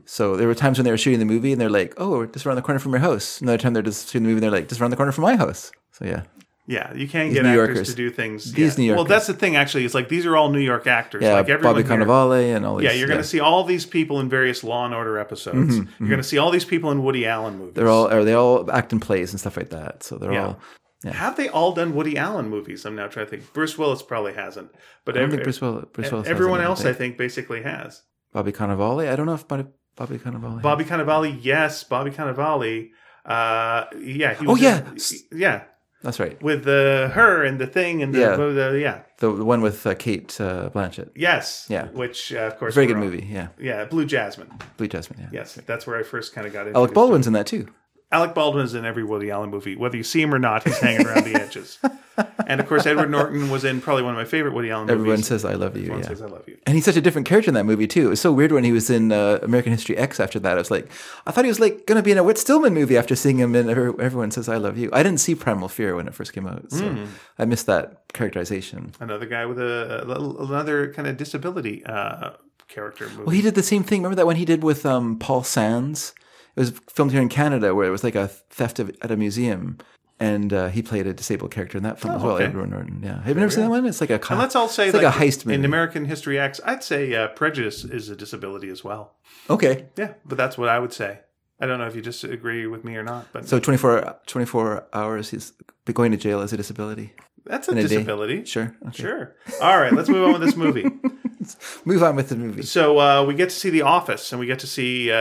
S5: So there were times when they were shooting the movie and they're like, oh, we're just around the corner from your house. Another time they're just shooting the movie and they're like, just around the corner from my house. So yeah.
S6: Yeah, you can get
S5: New
S6: actors
S5: Yorkers.
S6: to do things.
S5: These
S6: yeah.
S5: New
S6: Well,
S5: Yorkers.
S6: that's the thing. Actually, it's like these are all New York actors.
S5: Yeah.
S6: like everyone
S5: Bobby
S6: here-
S5: Cannavale and all these.
S6: Yeah, you're going to see all these people in various Law and Order episodes. You're going to see all these people in Woody Allen movies.
S5: Mm-hmm, They're all, or they all act in plays and stuff like that. So they're
S6: Yeah.
S5: all,
S6: Have they all done Woody Allen movies? I'm now trying to think. Bruce Willis probably hasn't, but
S5: I don't
S6: every-
S5: think Bruce Willis, Bruce Willis has
S6: everyone
S5: them,
S6: else, I think, basically has.
S5: Bobby Cannavale. I don't know if Bobby, Bobby Cannavale.
S6: Bobby Cannavale, yes, Bobby Cannavale. Uh, yeah. He
S5: Oh,
S6: was
S5: yeah.
S6: in- yeah,
S5: That's right.
S6: with the her and the thing and the,
S5: Yeah.
S6: the- yeah,
S5: The, the one with uh, Kate uh, Blanchett.
S6: yes,
S5: Yeah.
S6: Which uh, of course,
S5: Very good
S6: we're all-
S5: movie. Yeah.
S6: Yeah, Blue Jasmine.
S5: Blue Jasmine. Yeah.
S6: Yes, that's where I first kind of got into
S5: Alec Baldwin's in that too.
S6: Alec Baldwin's in every Woody Allen movie, whether you see him or not. He's hanging around the edges. And of course, Edward Norton was in probably one of my favorite Woody Allen
S5: Everyone
S6: movies.
S5: says I love you.
S6: Everyone
S5: yeah.
S6: says I love you.
S5: And he's such a different character in that movie too. It was so weird when he was in uh, American History X. After that, I was like, I thought he was like going to be in a Whit Stillman movie after seeing him in Every- Everyone Says I Love You. I didn't see Primal Fear when it first came out, so
S6: Hmm.
S5: I missed that characterization.
S6: Another guy with a, a- another kind of disability uh, character movie.
S5: Well, he did the same thing. Remember that one he did with um, Paul Sands? It was filmed here in Canada, where it was like a theft of, at a museum, and uh, he played a disabled character in that film as well.
S6: Oh, okay.
S5: Edward Norton. Yeah, have you never seen that one? It's like a.
S6: and let's all say
S5: it's like, a heist movie.
S6: in American History X. I'd say uh, prejudice is a disability as well.
S5: okay,
S6: Yeah, but that's what I would say. I don't know if you disagree with me or not, but
S5: so 24, 24 hours. He's going to jail as a disability.
S6: that's a
S5: a day.
S6: disability.
S5: Sure. Okay.
S6: Sure. All right, let's move on with this movie.
S5: Move on with the movie.
S6: So uh, we get to see the office, and we get to see uh,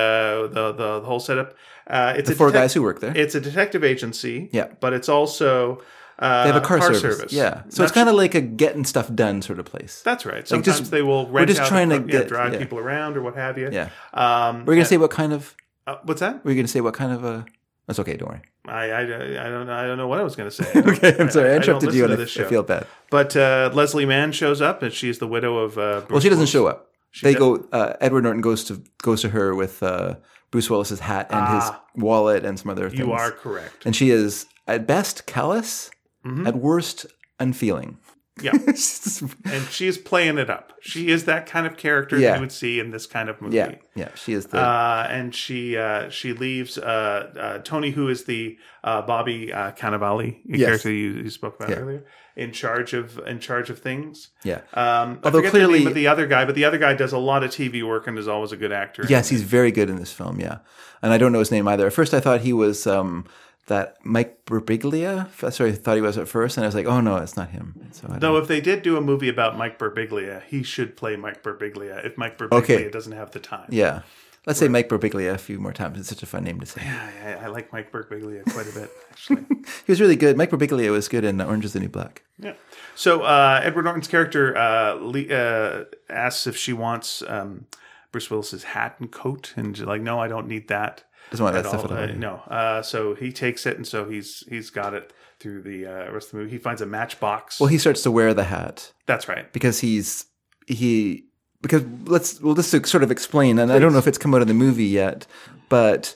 S6: the, the the whole setup. Uh, it's
S5: The
S6: a
S5: four
S6: detec-
S5: guys who work there.
S6: It's a detective agency.
S5: Yeah.
S6: but it's also uh,
S5: they have a car, service. Yeah. So it's kind of like a getting stuff done sort of place.
S6: that's right.
S5: like
S6: Sometimes
S5: just-
S6: they will
S5: we're
S6: rent
S5: just
S6: out
S5: trying
S6: the
S5: to
S6: car- yeah,
S5: get-
S6: drive
S5: yeah.
S6: people around or what have you.
S5: yeah.
S6: Um,
S5: We're going to say what kind of.
S6: uh, what's that?
S5: We're going to say what kind of a. That's okay. Don't worry.
S6: I, I, I don't know. I don't know what I was going to say.
S5: Okay. I'm sorry. I
S6: don't
S5: interrupted you
S6: listen
S5: and
S6: to
S5: I,
S6: this
S5: I
S6: show.
S5: feel bad.
S6: But uh, Leslie Mann shows up, and she's the widow of. Uh,
S5: Well,
S6: Bruce
S5: she doesn't
S6: Willis.
S5: show up. they
S6: doesn't-
S5: go. Uh, Edward Norton goes to goes to her with uh, Bruce Willis's hat and his wallet and some other things.
S6: Ah. You are correct.
S5: And she is at best callous,
S6: Mm-hmm.
S5: at worst unfeeling.
S6: Yeah.
S5: She's-
S6: and she's playing it up. She is that kind of character
S5: Yeah.
S6: that you would see in this kind of movie.
S5: yeah. Yeah. She is the.
S6: Uh, and she uh, she leaves uh, uh, Tony, who is the uh, Bobby uh, Cannavale
S5: Yes.
S6: character you, you spoke about earlier, in charge of in charge of things.
S5: yeah.
S6: Um,
S5: Although
S6: I forget the
S5: clearly-
S6: name of the other guy, but the other guy does a lot of TV work and is always a good actor.
S5: Yes, he's very good in this film. Yeah, and I don't know his name either. At first, I thought he was um, that Mike Birbiglia. That's what I thought he was at first, and I was like, oh no, it's not him. So I don't-
S6: Though if they did do a movie about Mike Birbiglia, he should play Mike Birbiglia if Mike Birbiglia
S5: Okay.
S6: doesn't have the time.
S5: yeah, let's say Mike Birbiglia a few more times. It's such a fun name to say.
S6: I, I- I like Mike Birbiglia quite a bit, actually.
S5: He was really good. Mike Birbiglia was good in Orange Is the New Black.
S6: Yeah. So uh, Edward Norton's character uh, le- uh, asks if she wants um, Bruce Willis's hat and coat, and she's like, "No, I don't need that."
S5: Doesn't want that
S6: at
S5: stuff
S6: all.
S5: at all,
S6: Uh,
S5: yeah.
S6: no. Uh, so he takes it, and so he's he's got it through the uh, rest of the movie. He finds a matchbox.
S5: Well, he starts to wear the hat
S6: That's right.
S5: because he's he because let's well just to sort of explain, and I don't know if it's come out in the movie yet, but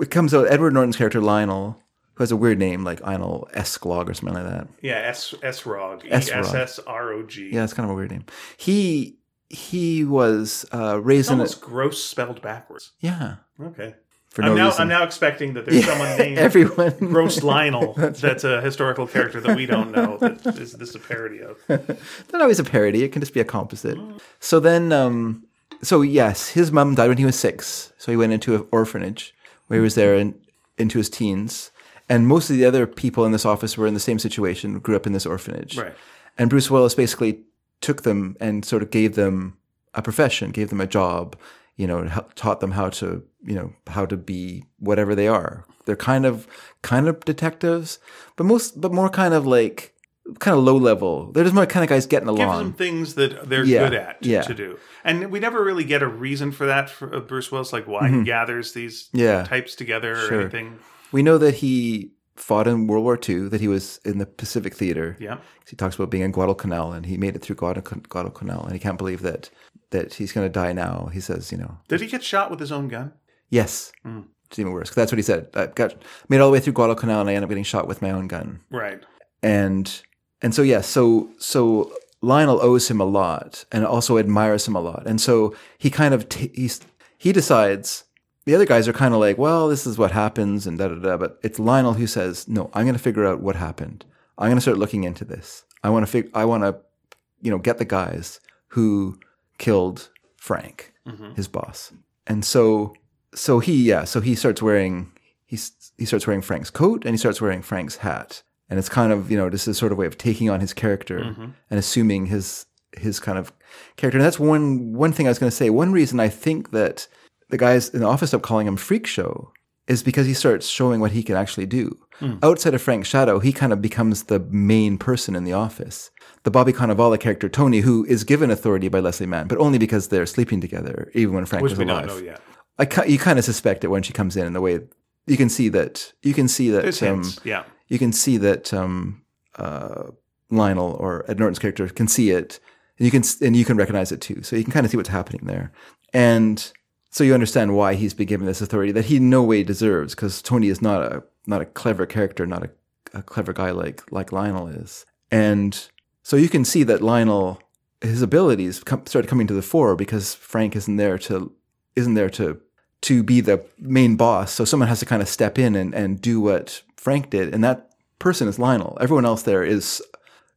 S5: it comes out Edward Norton's character Lionel, who has a weird name like Lionel Esklog or something like that.
S6: Yeah, S S Rog. E S
S5: S-Rog.
S6: S R O G.
S5: Yeah, it's kind of a weird name. He he was uh, raised
S6: It's
S5: in a,
S6: almost gross spelled backwards.
S5: yeah
S6: Okay.
S5: for
S6: I'm
S5: no
S6: now
S5: reason.
S6: I'm now expecting that there's someone named
S5: Everyone
S6: Gross Lionel that's, a historical character that we don't know that is this a parody of.
S5: not always a parody. It can just be a composite. So then, um, so yes, his mom died when he was six. So he went into an orphanage where he was there in, into his teens. And most of the other people in this office were in the same situation, grew up in this orphanage.
S6: Right.
S5: And Bruce Willis basically took them and sort of gave them a profession, gave them a job, you know, hel- taught them how to, you know, how to be whatever they are. They're kind of kind of detectives, but most but more kind of like kind of low level. They're just more kind of guys getting
S6: Give
S5: along.
S6: them things that they're
S5: Yeah,
S6: good at
S5: yeah.
S6: to do, and we never really get a reason for that for uh, Bruce Willis, like why he gathers these
S5: Mm-hmm. Yeah.
S6: types together
S5: Sure.
S6: or anything.
S5: we know that he fought in World War II, that he was in the Pacific Theater.
S6: Yeah,
S5: He talks about being in Guadalcanal and he made it through Guadalcan- Guadalcanal and he can't believe that that he's going to die now. He says, you know,
S6: did he get shot with his own gun?
S5: Yes. It's even worse. 'cause That's what he said. I got made it all the way through Guadalcanal and I ended up getting shot with my own gun.
S6: Right.
S5: And and so yeah, so so Lionel owes him a lot and also admires him a lot. And so he kind of t- he's he decides the other guys are kind of like, well, this is what happens and da da da. But it's Lionel who says, no, I'm going to figure out what happened. I'm going to start looking into this. I want to fig- I want to you know, get the guys who killed Frank, his boss. And so, so he, yeah, so he starts wearing, he, s- he starts wearing Frank's coat and he starts wearing Frank's hat. And it's kind of, you know, this is sort of way of taking on his character and assuming his, his kind of character. And that's one, one thing I was going to say. One reason I think that the guys in the office stop calling him freak show is because he starts showing what he can actually do.
S6: Hmm.
S5: Outside of Frank Shadow, he kind of becomes the main person in the office. The Bobby Cannavale character, Tony, who is given authority by Leslie Mann, but only because they're sleeping together, even when Frank
S6: Which
S5: was
S6: we
S5: alive.
S6: don't know yet.
S5: I ki- you kind of suspect it when she comes in, and the way you can see that you can see that
S6: There's
S5: um,
S6: hints. Yeah.
S5: you can see that um, uh, Lionel or Ed Norton's character can see it, and you can and you can recognize it too. So you can kind of see what's happening there, and so you understand why he's been given this authority that he in no way deserves because Tony is not a not a clever character, not a, a clever guy like like Lionel is, and so you can see that Lionel his abilities come, start coming to the fore because Frank isn't there to isn't there to to be the main boss. So someone has to kind of step in and, and do what Frank did. And that person is Lionel. Everyone else there is,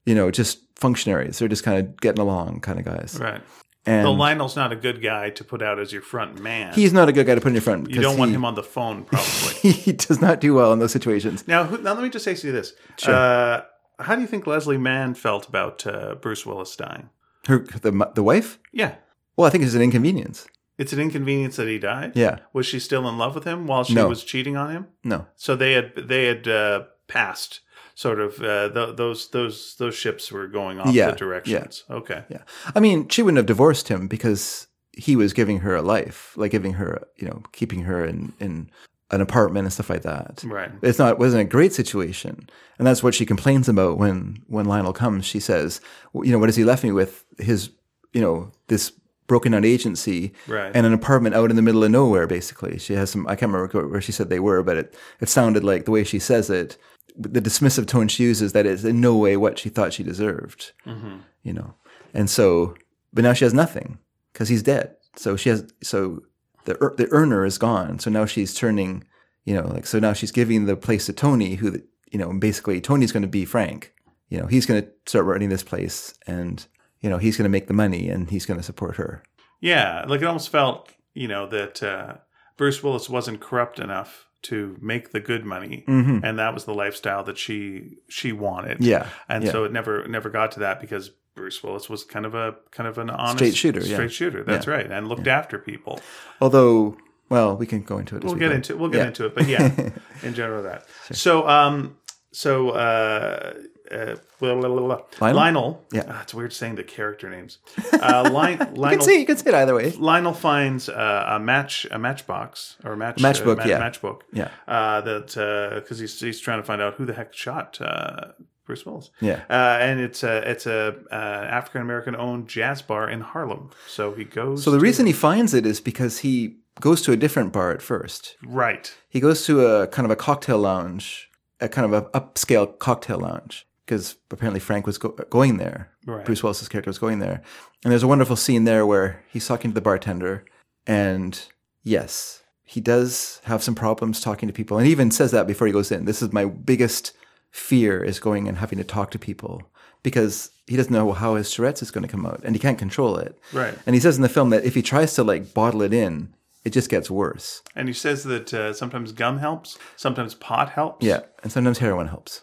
S5: you know, just functionaries. They're just kind of getting along kind of guys.
S6: Right.
S5: And
S6: Though Lionel's not a good guy to put out as your front man.
S5: he's not a good guy to put in your front.
S6: you don't want him on the phone, probably.
S5: He does not do well in those situations.
S6: Now, who, now let me just say to you this. Uh, how do you think Leslie Mann felt about uh, Bruce Willis dying?
S5: Her, the, mu- the wife?
S6: Yeah.
S5: Well, I think it's an inconvenience.
S6: It's an inconvenience that he died.
S5: Yeah.
S6: Was she still in love with him while she
S5: No.
S6: was cheating on him?
S5: No.
S6: So they had they had uh, passed sort of uh, th- those those those ships were going off
S5: Yeah,
S6: the directions. Okay.
S5: Yeah. I mean, she wouldn't have divorced him because he was giving her a life, like giving her, you know, keeping her in, in an apartment and stuff like that.
S6: Right.
S5: it's not it wasn't a great situation and that's what she complains about when when lionel comes she says "Well, you know what has he left me with his you know this broken down agency
S6: Right.
S5: and an apartment out in the middle of nowhere basically she has some i can't remember where she said they were but it it sounded like the way she says it the dismissive tone she uses that is in no way what she thought she deserved
S6: Mm-hmm.
S5: you know and so but now she has nothing because he's dead so she has so the ear- the earner is gone so now she's turning you know like so now she's giving the place to tony who the- you know basically tony's going to be frank you know he's going to start running this place and you know he's going to make the money and he's going to support her
S6: Yeah. Like it almost felt you know that uh, Bruce Willis wasn't corrupt enough to make the good money, and that was the lifestyle that she she wanted.
S5: Mm-hmm. yeah
S6: and
S5: yeah.
S6: so it never never got to that because Bruce Willis was kind of a kind of an honest
S5: Straight shooter, yeah.
S6: Straight shooter, that's right, and looked after people.
S5: although well we can go into it as
S6: We'll
S5: we
S6: get
S5: go.
S6: into we'll get
S5: Yeah.
S6: into it, but yeah, in general that. So um, so uh, uh, blah, blah, blah, blah.
S5: Lionel?
S6: Lionel.
S5: Yeah.
S6: Ah, it's weird saying the character names. Uh, Lion, Lionel.
S5: You can say you can say it either way.
S6: Lionel finds uh, a match, a matchbox or a match,
S5: Matchbook,
S6: uh, ma-
S5: yeah.
S6: matchbook,
S5: Yeah.
S6: uh, that because he's he's trying to find out who the heck shot uh, Bruce Willis,
S5: Yeah.
S6: uh, and it's a it's a uh, African American owned jazz bar in Harlem, so he goes.
S5: So the reason he finds it is because he goes to a different bar at first.
S6: right,
S5: He goes to a kind of a cocktail lounge, a kind of a upscale cocktail lounge, because apparently Frank was go- going there.
S6: Right.
S5: Bruce Willis's character was going there, and there's a wonderful scene there where he's talking to the bartender, and yes, he does have some problems talking to people, and he even says that before he goes in. This is my biggest fear is going and having to talk to people because he doesn't know how his Tourette's is going to come out, and he can't control it.
S6: Right.
S5: And he says in the film that if he tries to like bottle it in, it just gets worse.
S6: and he says that uh, sometimes gum helps, sometimes pot helps.
S5: Yeah, and sometimes heroin helps.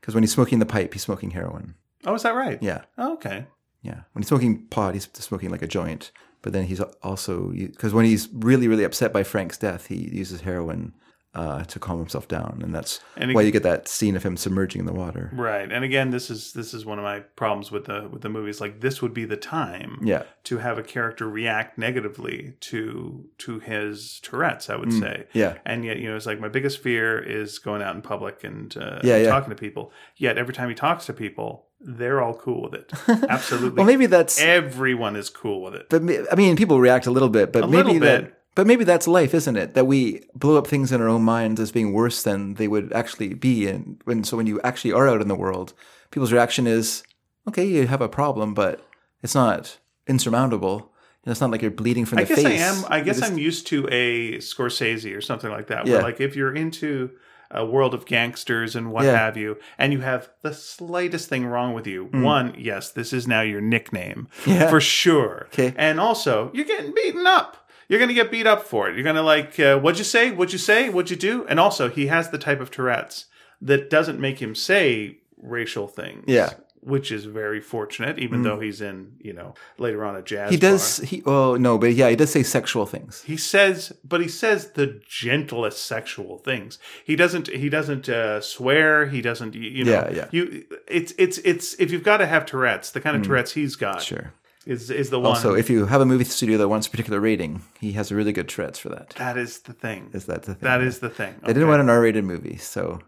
S5: Because when he's smoking the pipe, he's smoking heroin.
S6: Oh, is that right?
S5: Yeah,
S6: Oh, okay.
S5: yeah. When he's smoking pot, he's smoking like a joint. But then he's also because when he's really, really upset by Frank's death, he uses heroin uh, to calm himself down, and that's
S6: And it-
S5: why you get that scene of him submerging in the water.
S6: Right, and again, this is this is one of my problems with the with the movies. Like this would be the time,
S5: Yeah.
S6: to have a character react negatively to to his Tourette's. I would say,
S5: Mm. yeah.
S6: And yet, you know, it's like my biggest fear is going out in public and uh,
S5: Yeah, yeah.
S6: talking to people. Yet every time he talks to people, they're all cool with it. Absolutely,
S5: Well, maybe that's.
S6: everyone is cool with it.
S5: But ma- I mean, people react a little bit, but
S6: A
S5: maybe
S6: little
S5: that.
S6: bit.
S5: But maybe that's life, isn't it? That we blow up things in our own minds as being worse than they would actually be, and when so when you actually are out in the world, people's reaction is, okay, you have a problem, but it's not insurmountable. And it's not like you're bleeding from
S6: I
S5: the
S6: guess
S5: face.
S6: I am. I
S5: You
S6: guess
S5: just-
S6: I'm used to a Scorsese or something like that.
S5: Yeah.
S6: Where like if you're into a world of gangsters and what
S5: Yeah.
S6: have you, and you have the slightest thing wrong with you, one, yes, this is now your nickname
S5: Hmm. Yeah.
S6: for sure.
S5: 'Kay.
S6: And also, you're getting beaten up. You're gonna get beat up for it. You're gonna like, uh, what'd you say? What'd you say? What'd you do? And also, he has the type of Tourette's that doesn't make him say racial things.
S5: Yeah. Hmm.
S6: Which is very fortunate, even though he's in, you know, later on a jazz.
S5: He
S6: bar.
S5: does. He. Oh no, but yeah, he does say sexual things.
S6: He says, but he says the gentlest sexual things. He doesn't. He doesn't uh, swear. He doesn't. You, you know.
S5: Yeah, yeah.
S6: You. It's. It's. It's. If you've got to have Tourette's, the kind of Tourette's he's got
S5: Sure.
S6: is is the one.
S5: Also, if you have a movie studio that wants a particular rating, he has a really good Tourette's for that.
S6: that is the thing.
S5: Is that the thing?
S6: that is the thing.
S5: They didn't want an R-rated movie, so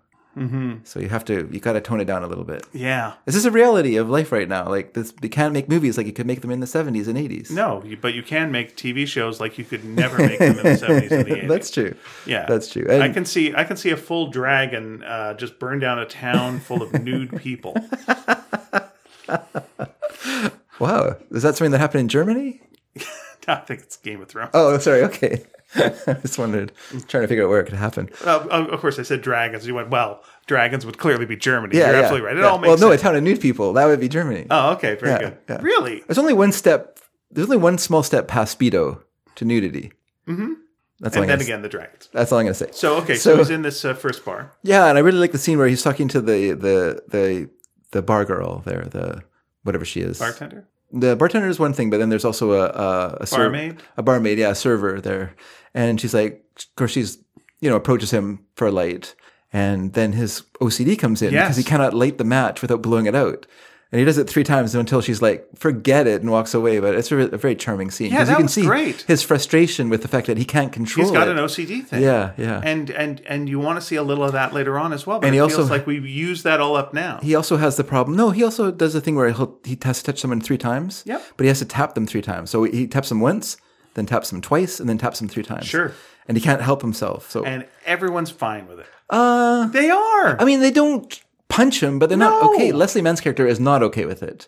S6: Mm-hmm.
S5: so you have to you got to tone it down a little bit.
S6: Yeah.
S5: Is this a reality of life right now? Like this, you can't make movies like you could make them in the seventies and eighties.
S6: No, you- but you can make TV shows like you could never make them in the seventies and the eighties.
S5: that's true.
S6: Yeah,
S5: that's true.
S6: I
S5: And-
S6: can see I can see a full dragon uh, just burn down a town full of nude people.
S5: Wow, is that something that happened in Germany?
S6: I think it's Game of Thrones.
S5: Oh, sorry. Okay, I just wondered, trying to figure out where it could happen.
S6: Uh, of of course, I said dragons. You went well. Dragons would clearly be Germany.
S5: Yeah,
S6: You're
S5: yeah,
S6: absolutely right. It
S5: yeah.
S6: all makes
S5: well, no,
S6: sense.
S5: a town of nude people. That would be Germany.
S6: oh, okay, very
S5: Yeah,
S6: good.
S5: yeah.
S6: Really?
S5: There's only one step. There's only one small step past speedo to nudity. Mm-hmm. That's all. I'm
S6: And then
S5: gonna-
S6: again, the dragons.
S5: that's all I'm going to say.
S6: So okay, so,
S5: So-
S6: he's in this uh, first bar.
S5: Yeah, and I really like the scene where he's talking to the the the the bar girl there, the whatever she is.
S6: Bartender.
S5: The bartender is one thing, but then there's also a a, a ser-
S6: Barmaid?
S5: a barmaid, yeah, a server there, and she's like, of course, she's you know approaches him for light, and then his OCD comes in
S6: Yes.
S5: because he cannot light the match without blowing it out. And he does it three times until she's like, "Forget it," and walks away. But it's a, re- a very charming scene
S6: Yeah,
S5: you
S6: that
S5: can
S6: was
S5: see
S6: great.
S5: his frustration with the fact that he can't control.
S6: He's got
S5: it.
S6: an OCD thing.
S5: Yeah, yeah.
S6: And and and you want to see a little of that later on as well. But
S5: And
S6: and
S5: he
S6: it
S5: also-
S6: feels like we use that all up now.
S5: He also has the problem. No, he also does the thing where he'll, he has to touch someone three times.
S6: Yep.
S5: But he has to tap them three times. So he taps them once, then taps them twice, and then taps them three times.
S6: Sure.
S5: And he can't help himself. So
S6: and everyone's fine with it. Uh, they are.
S5: I mean, they don't punch him, but they're not
S6: No.
S5: okay. Leslie Mann's character is not okay with it.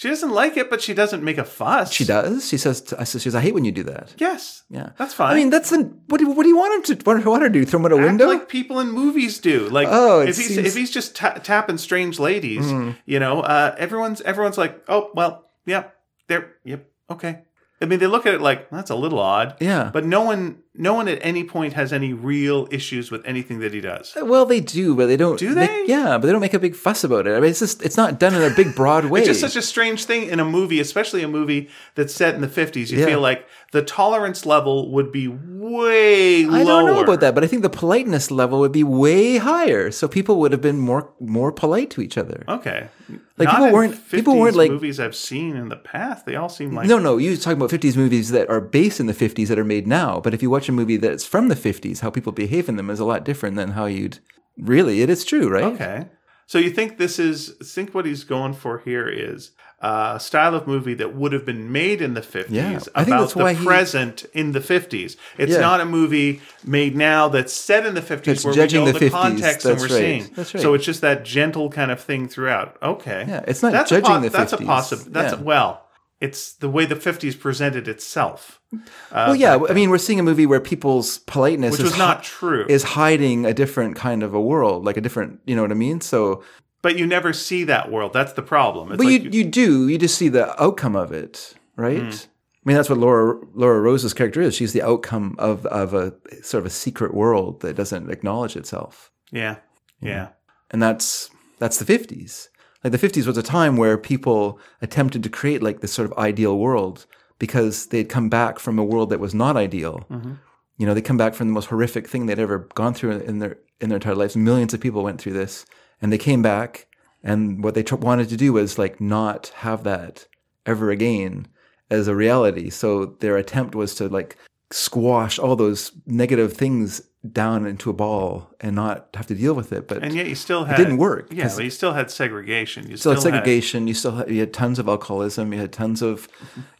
S6: she doesn't like it, but she doesn't make a fuss.
S5: She does. She says, to, I says, she says, I hate when you do that.
S6: Yes.
S5: Yeah.
S6: That's fine.
S5: I mean, that's the what do, what do you want him to what do you want her to do? Throw him out a window?
S6: Act like people in movies do. Like,
S5: Oh, it
S6: if he's
S5: seems- Mm-hmm.
S6: if he's just ta- tapping strange ladies, you know, uh, everyone's everyone's like, oh well, yep, they're yep, okay. I mean, they look at it like that's a little odd,
S5: Yeah.
S6: but no one no one at any point has any real issues with anything that he does.
S5: Well, they do, but they don't.
S6: Do they?
S5: yeah, but they don't make a big fuss about it. I mean, it's just it's not done in a big broad way.
S6: It's just such a strange thing in a movie, especially a movie that's set in the 50s. You
S5: Yeah.
S6: feel like the tolerance level would be way lower.
S5: I don't know about that, but I think the politeness level would be way higher, so people would have been more more polite to each other.
S6: Okay.
S5: Like,
S6: Not
S5: people
S6: in
S5: weren't- people weren't,
S6: 50s
S5: like-
S6: movies I've seen in the past. They all seem like
S5: No, no, you're talking about 50s movies that are based in the 50s that are made now. But if you watch a movie that's from the 50s, how people behave in them is a lot different than how you'd really. It is true, right?
S6: Okay. So you think this is think what he's going for here is a style of movie that would have been made in the 50s
S5: Yeah,
S6: about
S5: I think that's
S6: the
S5: why he-
S6: present in the 50s. It's
S5: Yeah.
S6: not a movie made now that's set in the 50s
S5: That's
S6: where
S5: judging
S6: we know
S5: the
S6: the,
S5: 50s.
S6: context
S5: That's
S6: and we're
S5: right.
S6: seeing.
S5: That's right.
S6: So it's just that gentle kind of thing throughout. Okay.
S5: Yeah, it's not
S6: that's
S5: judging
S6: a,
S5: the
S6: That's a
S5: 50s.
S6: possible that's
S5: Yeah.
S6: well, it's the way the 50s presented itself.
S5: Well, yeah. I mean, we're seeing a movie where people's politeness
S6: Uh,
S5: is
S6: Which was not true.
S5: is hiding a different kind of a world, like a different. You know what I mean? So,
S6: But you never see that world. That's the problem. It's
S5: but
S6: like Hmm.
S5: you, you do. You just see the outcome of it, right? I mean, that's what Laura Laura Rose's character is. She's the outcome of of a sort of a secret world that doesn't acknowledge itself.
S6: Yeah. Yeah.
S5: and that's that's the 50s like the 50s was a time where people attempted to create like this sort of ideal world because they'd come back from a world that was not ideal
S6: Mm-hmm.
S5: you know they come back from the most horrific thing they'd ever gone through in their in their entire lives millions of people went through this and they came back and what they tr- wanted to do was like not have that ever again as a reality so their attempt was to like squash all those negative things down into a ball and not have to deal with it but
S6: And yet you still had
S5: didn't work,
S6: Yeah,
S5: 'cause-
S6: but you still had segregation. You
S5: So
S6: still,
S5: it's segregation. You still had, you had tons of alcoholism. You had tons of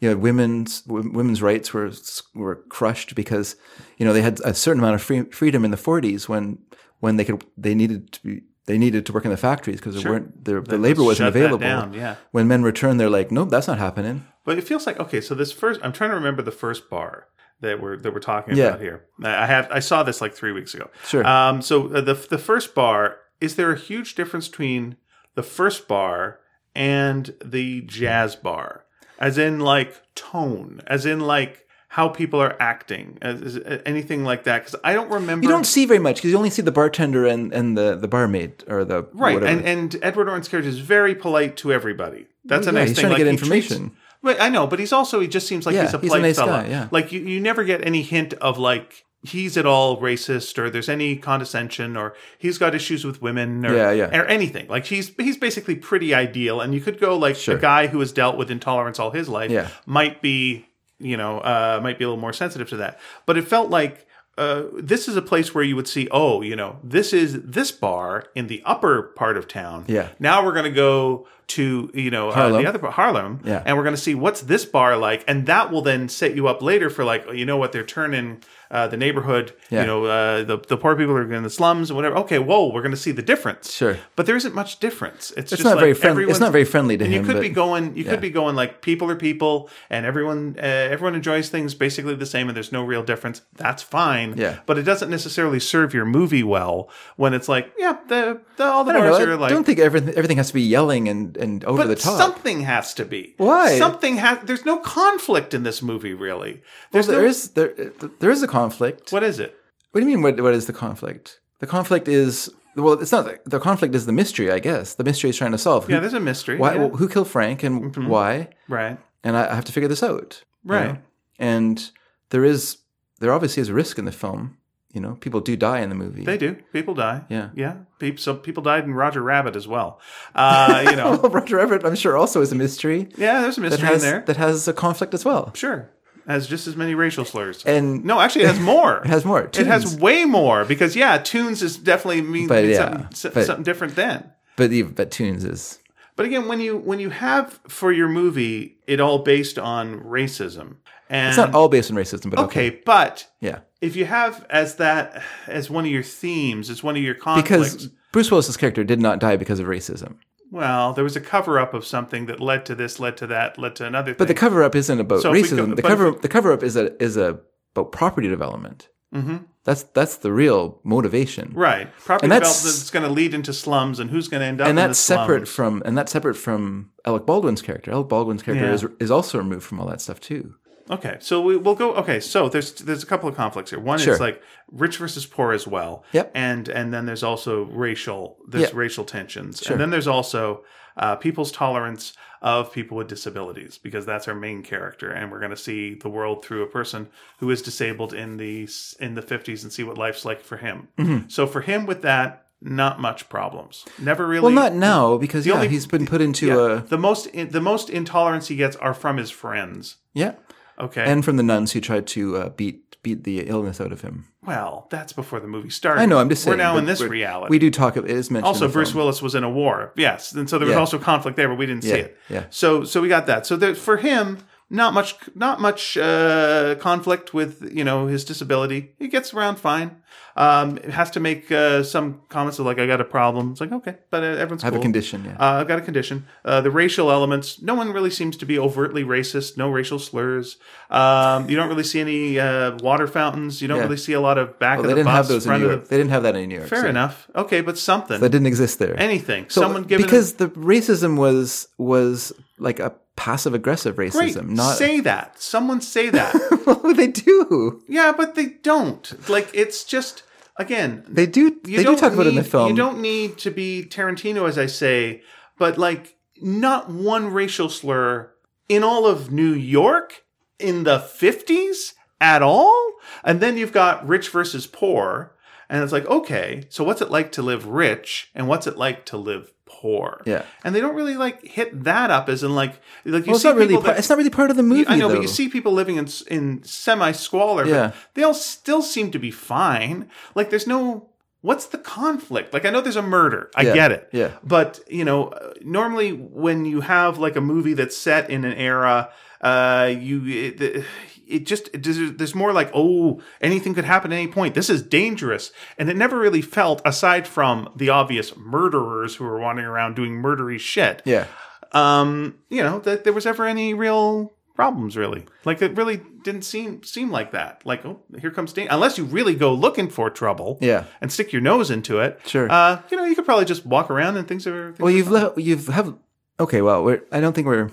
S5: you know women's w- women's rights were were crushed because you know they had a certain amount of free, freedom in the 40s when when they could they needed to be they needed to work in the factories because there weren't the, the labor wasn't
S6: shut that
S5: available.
S6: down, yeah.
S5: When men returned, they're like, nope, that's not happening.
S6: Had, but it feels like okay. So this first, I'm trying to remember the first bar that we're that we're talking
S5: Yeah.
S6: about here. I I have I saw this like three weeks ago.
S5: Sure.
S6: Um. So uh, the the first bar is there a huge difference between the first bar and the jazz bar, as in like tone, as in like how people are acting, as, as- anything like that? Because I don't remember.
S5: You don't see very much because you only see the bartender and, and the, the barmaid or the
S6: Right,
S5: whatever.
S6: and and Edward Norton's character is very polite to everybody. That's a
S5: Yeah,
S6: nice
S5: he's
S6: thing.
S5: trying to
S6: like,
S5: get
S6: he treats-
S5: information.
S6: Right, I know, but he's also he just seems like
S5: Yeah,
S6: he's a
S5: he's a
S6: polite
S5: nice
S6: fella.
S5: guy, yeah.
S6: Like you, you never get any hint of like he's at all racist or there's any condescension or he's got issues with women or,
S5: Yeah, yeah.
S6: or anything. Like he's he's basically pretty ideal, and you could go like
S5: Sure.
S6: a guy who has dealt with intolerance all his life
S5: Yeah.
S6: might be you know uh, might be a little more sensitive to that. But it felt like. Uh, this is a place where you would see, oh, you know, this is this bar in the upper part of town.
S5: Yeah.
S6: Now we're going to go to, you know, uh,
S5: Harlem.
S6: the other bar, Harlem.
S5: Yeah.
S6: And we're going to see what's this bar like. And that will then set you up later for like, oh, you know what, they're turning uh, the neighborhood,
S5: Yeah.
S6: you know, uh, the, the poor people are in the slums and whatever. Okay, whoa, we're going to see the difference.
S5: Sure.
S6: But there isn't much difference. It's,
S5: it's
S6: just
S5: not
S6: like
S5: very friendly. It's
S6: everyone's-
S5: not very friendly to
S6: and
S5: him.
S6: you could
S5: but
S6: be going. You
S5: yeah.
S6: could be going like people are people, and everyone uh, everyone enjoys things basically the same, and there's no real difference. That's fine.
S5: Yeah.
S6: But it doesn't necessarily serve your movie well when it's like, yeah, the, the all the
S5: I don't,
S6: bars
S5: know,
S6: are
S5: I
S6: like.
S5: don't think everything, everything has to be yelling and, and over
S6: but
S5: the top.
S6: something has to be.
S5: Why?
S6: Something has. There's no conflict in this movie, really.
S5: Well,
S6: There's
S5: there
S6: no,
S5: is there there is a conflict. What,
S6: What is it?
S5: do you mean? What what is the conflict? The conflict is well, it's not the, the conflict is the mystery, I guess. The mystery is trying to solve. Who,
S6: Yeah, there's a mystery.
S5: why,
S6: yeah.
S5: who killed Frank and why?
S6: right.
S5: And I, I have to figure this out. you
S6: Right.
S5: know? And there is there obviously is a risk in the film. You know, people do die in the movie.
S6: They do. People die.
S5: Yeah.
S6: Yeah. People. Some people died in Roger Rabbit as well. Uh, you know.
S5: Well, Roger Everett, I'm sure, also is a mystery
S6: yeah. There's a
S5: that
S6: mystery
S5: has
S6: in there.
S5: that has a conflict as well.
S6: Sure. Has just as many racial slurs.
S5: And
S6: no, actually, it has more.
S5: it has more.
S6: It has
S5: Tunes.
S6: way more because yeah, tunes is definitely mean
S5: But,
S6: means
S5: yeah,
S6: something, so-
S5: but-
S6: something different then.
S5: but the, but tunes is
S6: But again, when you when you have for your movie it all based on racism, and
S5: it's not all based on racism, but okay,
S6: okay, but
S5: yeah.
S6: if you have as that as one of your themes, as one of your conflicts,
S5: Because Bruce Willis's character did not die because of racism.
S6: well, there was a cover up of something that led to this, led to that, led to another.
S5: But the
S6: thing.
S5: cover up isn't about
S6: So if we
S5: racism.
S6: go-
S5: the
S6: but
S5: cover
S6: if
S5: the cover up is a is a about property development.
S6: Mhm.
S5: That's that's the real motivation,
S6: right property
S5: and that's-
S6: development is going to lead into slums, and who's going to end up
S5: And
S6: in the
S5: that's separate
S6: slums.
S5: from and that's separate from Alec Baldwin's character. Alec Baldwin's character
S6: Yeah.
S5: is is also removed from all that stuff too.
S6: Okay, so we, we'll go. Okay, so there's there's a couple of conflicts here. One
S5: Sure.
S6: is like rich versus poor as well.
S5: Yep.
S6: And and then there's also racial there's
S5: Yeah.
S6: racial tensions, and then there's also uh, people's tolerance of people with disabilities because that's our main character, and we're going to see the world through a person who is disabled in the s- in the 50s and see what life's like for him.
S5: Mm-hmm.
S6: So for him with that, not much problems. Never really.
S5: Well, not now because yeah,
S6: only-
S5: he's been put into
S6: Yeah.
S5: a
S6: the most in, the most intolerance he gets are from his friends.
S5: yeah,
S6: Okay.
S5: and from the nuns who tried to uh, beat beat the illness out of him.
S6: Well, that's before the movie started.
S5: I know. I'm just saying.
S6: We're now
S5: but
S6: in this
S5: we're-
S6: reality.
S5: We do talk of it is mentioned.
S6: also,
S5: in the
S6: Bruce
S5: film.
S6: Willis was in a war. Yes, and so there was
S5: Yeah.
S6: also conflict there, but we didn't see
S5: Yeah,
S6: it.
S5: yeah.
S6: So, so we got that. So there, for him, not much, not much uh, conflict with you know his disability. He gets around fine. Um, has to make uh, some comments of like, "I got a problem." It's like, okay, but uh, everyone's
S5: I have
S6: cool.
S5: a condition. Yeah.
S6: Uh, I've got a condition. Uh, the racial elements. No one really seems to be overtly racist. No racial slurs. Um, you don't really see any uh, water fountains. You don't
S5: Yeah.
S6: really see a lot of back
S5: well,
S6: of
S5: they
S6: the
S5: didn't
S6: bus,
S5: have those in
S6: front
S5: New
S6: of
S5: York.
S6: the.
S5: They didn't have that in New York.
S6: Fair
S5: so
S6: enough. Okay, but something.
S5: That didn't exist there.
S6: anything.
S5: So,
S6: Someone giving
S5: because the racism was was like a passive aggressive
S6: a, great.
S5: racism. Not
S6: say that. Someone say that.
S5: well, they do.
S6: yeah, but they don't. Like it's just again.
S5: They do.
S6: you
S5: they do
S6: don't
S5: talk about it in the
S6: need-
S5: film.
S6: You don't need to be Tarantino, as I say, but like not one racial slur in all of New York in the 50s at all. And then you've got rich versus poor. And it's like, okay, so what's it like to live rich and what's it like to live poor?
S5: Yeah.
S6: And they don't really like hit that up as in like, like you
S5: Well, it's
S6: see
S5: not really.
S6: people
S5: Part,
S6: that-
S5: it's not really part of the movie.
S6: I know,
S5: though.
S6: but you see people living in in semi squalor.
S5: Yeah.
S6: but they all still seem to be fine. Like there's no what's the conflict? Like I know there's a murder. I
S5: Yeah,
S6: get it.
S5: yeah.
S6: But you know, uh, normally when you have like a movie that's set in an era, uh, you it, it just it, there's- there's more like oh anything could happen at any point. This is dangerous, and it never really felt aside from the obvious murderers who were wandering around doing murdery shit
S5: Yeah.
S6: um, you know, that there was ever any real problems really. Like it really didn't seem seem like that. Like, oh, here comes danger. Unless you really go looking for trouble,
S5: Yeah.
S6: and stick your nose into it.
S5: Sure.
S6: Uh, you know, you could probably just walk around and things are. Things
S5: Well,
S6: are
S5: you've
S6: fine.
S5: left. You've have. Okay. Well, we're. I don't think we're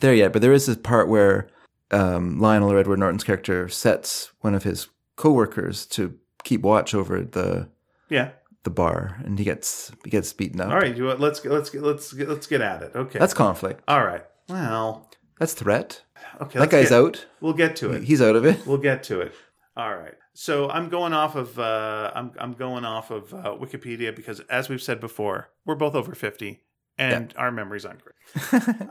S5: there yet, but there is this part where um, Lionel or Edward Norton's character sets one of his coworkers to keep watch over the
S6: yeah.
S5: the bar, and he gets he gets beaten up.
S6: All right, you want- let's let's let's let's get at it. Okay.
S5: That's conflict.
S6: all right. Well,
S5: That's threat.
S6: okay.
S5: that
S6: let's
S5: guy's
S6: get-
S5: out.
S6: We'll get to it.
S5: He's out of it.
S6: We'll get to it. All right. So I'm going off of uh, I'm I'm going off of uh, Wikipedia because, as we've said before, we're both over fifty, and our memories aren't great.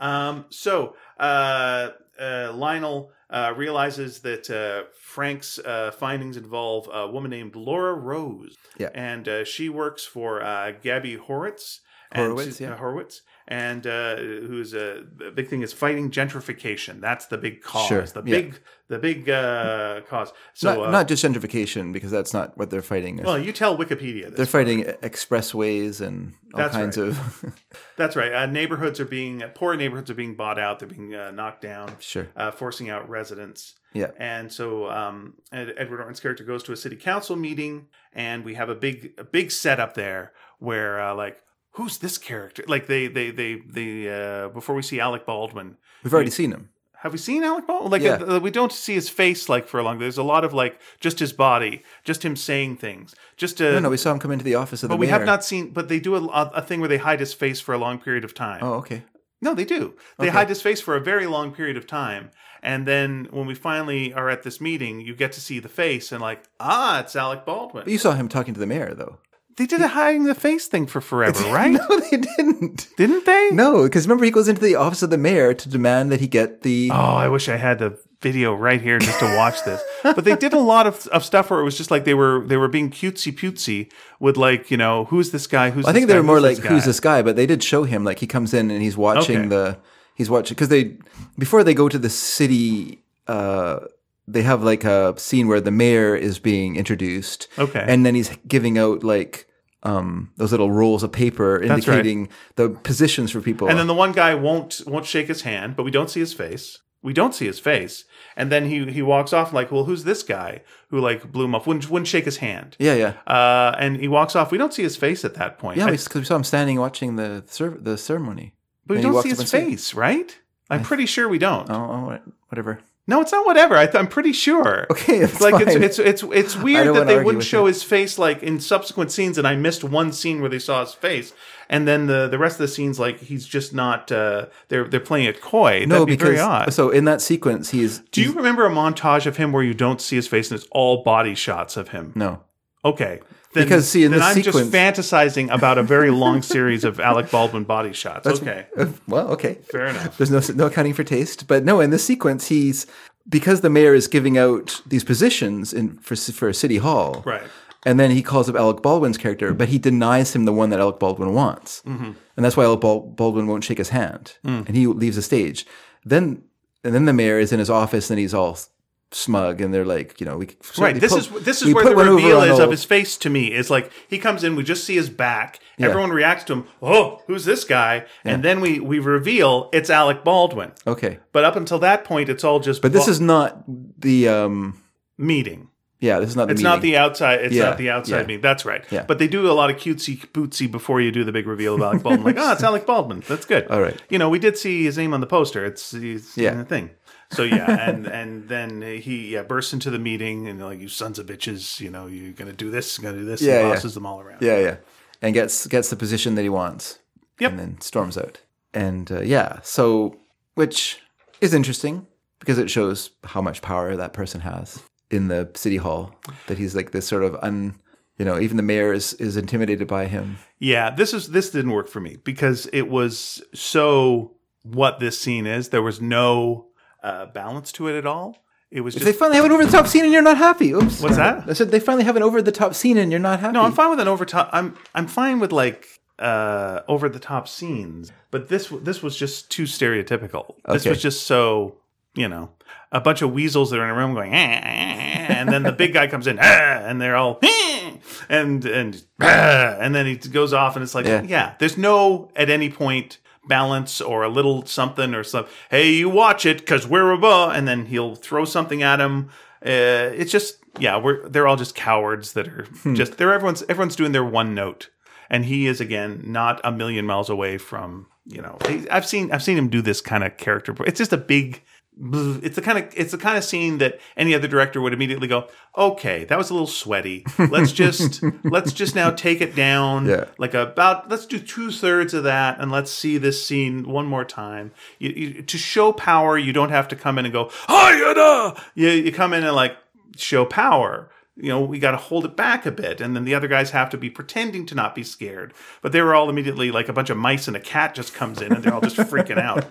S6: um, so uh, uh, Lionel uh, realizes that uh, Frank's uh, findings involve a woman named Laura Rose,
S5: Yeah.
S6: and uh, she works for uh, Gabby Horitz. and
S5: Horowitz,
S6: she's-
S5: yeah.
S6: uh, Horowitz, and uh, who's a the big thing is fighting gentrification. That's the big cause.
S5: Sure,
S6: The
S5: yeah.
S6: big the big uh, cause. So
S5: Not,
S6: uh,
S5: not just gentrification, because that's not what they're fighting.
S6: well, you tell Wikipedia
S5: they're
S6: this.
S5: fighting expressways and all
S6: That's
S5: kinds
S6: right.
S5: of.
S6: That's right. Uh, neighborhoods are being poor. Neighborhoods are being bought out. They're being uh, knocked down.
S5: Sure.
S6: Uh, forcing out residents.
S5: yeah.
S6: And so um, Ed- Edward Norton's character goes to a city council meeting, and we have a big, a big setup there where, uh, like, who's this character? Like, they, they, they, they. Uh, before we see Alec Baldwin,
S5: We've already seen him.
S6: Have we seen Alec Baldwin? Like
S5: Yeah.
S6: uh, we don't see his face like for a long. There's a lot of like just his body, just him saying things, just uh
S5: No, no, we saw him come into the office of the
S6: but we have
S5: mayor.
S6: not seen. But they do a, a thing where they hide his face for a long period of time.
S5: Oh, okay.
S6: No, they do. They
S5: Okay.
S6: hide his face for a very long period of time, and then when we finally are at this meeting, you get to see the face, and like, ah, it's Alec Baldwin.
S5: But you saw him talking to the mayor, though.
S6: they did a hiding the face thing for forever, right?
S5: No, they didn't.
S6: Didn't they?
S5: No, because remember he goes into the office of the mayor to demand that he get the.
S6: Oh, I wish I had the video right here just to watch this. but they did a lot of, of stuff where it was just like they were they were being cutesy putesy with like you know who's this guy who's
S5: I think they
S6: this guy,
S5: were more like
S6: guy?
S5: who's this guy, but they did show him like he comes in and he's watching
S6: Okay.
S5: the he's watching because they before they go to the city. uh they have like a scene where the mayor is being introduced.
S6: Okay.
S5: And then he's giving out like um those little rolls of paper
S6: right.
S5: indicating the positions for people.
S6: and then the one guy won't won't shake his hand, but we don't see his face. We don't see his face, and then he he walks off like, well, who's this guy who like blew him up? Wouldn't wouldn't shake his hand.
S5: yeah, yeah.
S6: Uh, and he walks off. We don't see his face at that point.
S5: Yeah,
S6: I-
S5: we, 'cause we saw him standing watching the cer- the ceremony.
S6: but we
S5: And he
S6: don't
S5: walks
S6: see
S5: up
S6: his
S5: and sees-
S6: face, right? I'm pretty sure we don't.
S5: Oh, oh, whatever.
S6: No, it's not whatever. I th- I'm pretty sure.
S5: Okay, that's
S6: like
S5: fine.
S6: it's it's it's it's
S5: I
S6: weird
S5: don't
S6: that
S5: wanna
S6: they
S5: argue
S6: wouldn't
S5: with
S6: show
S5: you.
S6: his face like in subsequent scenes, and I missed one scene where they saw his face, and then the the rest of the scenes like he's just not. Uh, they're they're playing it coy.
S5: No,
S6: That'd be very odd.
S5: because so in that sequence he's.
S6: Do you remember a montage of him where you don't see his face and it's all body shots of him?
S5: No.
S6: Okay. Then,
S5: Because, see, in
S6: then
S5: this
S6: I'm just
S5: sequence-
S6: fantasizing about a very long series of Alec Baldwin body shots. okay.
S5: Well, okay.
S6: Fair enough.
S5: There's no no accounting for taste, but no. In this sequence, he's because the mayor is giving out these positions in for for city hall,
S6: Right.
S5: And then he calls up Alec Baldwin's character, but he denies him the one that Alec Baldwin wants,
S6: Mm-hmm.
S5: and that's why Alec Bal- Baldwin won't shake his hand,
S6: Mm.
S5: and he leaves the stage. Then and then the mayor is in his office, and he's all smug, and they're like, you know, we
S6: Right.
S5: we
S6: This
S5: put-
S6: is this is
S5: we
S6: where
S5: put
S6: the
S5: one over
S6: reveal
S5: on
S6: is of
S5: old-
S6: his face to me. Is like he comes in, we just see his back. Everyone reacts to him. Oh, who's this guy? And then we we reveal it's Alec Baldwin.
S5: Okay,
S6: But up until that point, it's all just.
S5: Oh. but this is not the um
S6: meeting.
S5: yeah, this is not the
S6: It's
S5: meeting.
S6: not the outside. It's
S5: Yeah,
S6: not the outside
S5: yeah.
S6: meeting. That's right.
S5: Yeah.
S6: But they do a lot of cutesy bootsy before you do the big reveal of Alec Baldwin. like, oh, it's Alec Baldwin. That's good.
S5: All right.
S6: You know, we did see his name on the poster. It's he's
S5: Yeah.
S6: in the thing. So yeah, and and then he yeah bursts into the meeting and like you sons of bitches, you know, you're gonna do this, you're gonna do this.
S5: Yeah,
S6: and
S5: yeah.
S6: bosses them all around.
S5: Yeah, yeah. And gets gets the position that he wants.
S6: Yep.
S5: And then storms out. And uh, yeah, so which is interesting because it shows how much power that person has in the city hall. That he's like this sort of un, you know, even the mayor is is intimidated by him.
S6: Yeah, this is this didn't work for me because it was so what this scene is. There was no uh, balance to it at all. It was just
S5: They finally have an over the top scene and you're not happy. Oops.
S6: What's that?
S5: I said they finally have an over the top scene and you're not happy.
S6: No, I'm fine with an over top. I'm I'm fine with like uh over the top scenes, but this w- this was just too stereotypical. This
S5: Okay.
S6: was just so you know a bunch of weasels that are in a room going, "Eh, eh, eh," and then the big guy comes in, "Eh," and they're all, "Eh," and and "Eh," and then he goes off, and it's like,
S5: Yeah.
S6: yeah. there's no at any point balance or a little something or something. Hey, you watch it because we're above, and then he'll throw something at him. Uh, it's just yeah, we're they're all just cowards that are just they're everyone's everyone's doing their one note, and he is again not a million miles away from you know he- I've seen I've seen him do this kind of character. It's just a big. bzz. It's the kind of it's the kind of scene that any other director would immediately go, okay, that was a little sweaty. Let's just let's just now take it down
S5: Yeah.
S6: like about let's do two thirds of that and let's see this scene one more time you, you, to show power you don't have to come in and go hi you, you come in and like show power you know we got to hold it back a bit and then the other guys have to be pretending to not be scared but they were all immediately like a bunch of mice and a cat just comes in and they're all just freaking out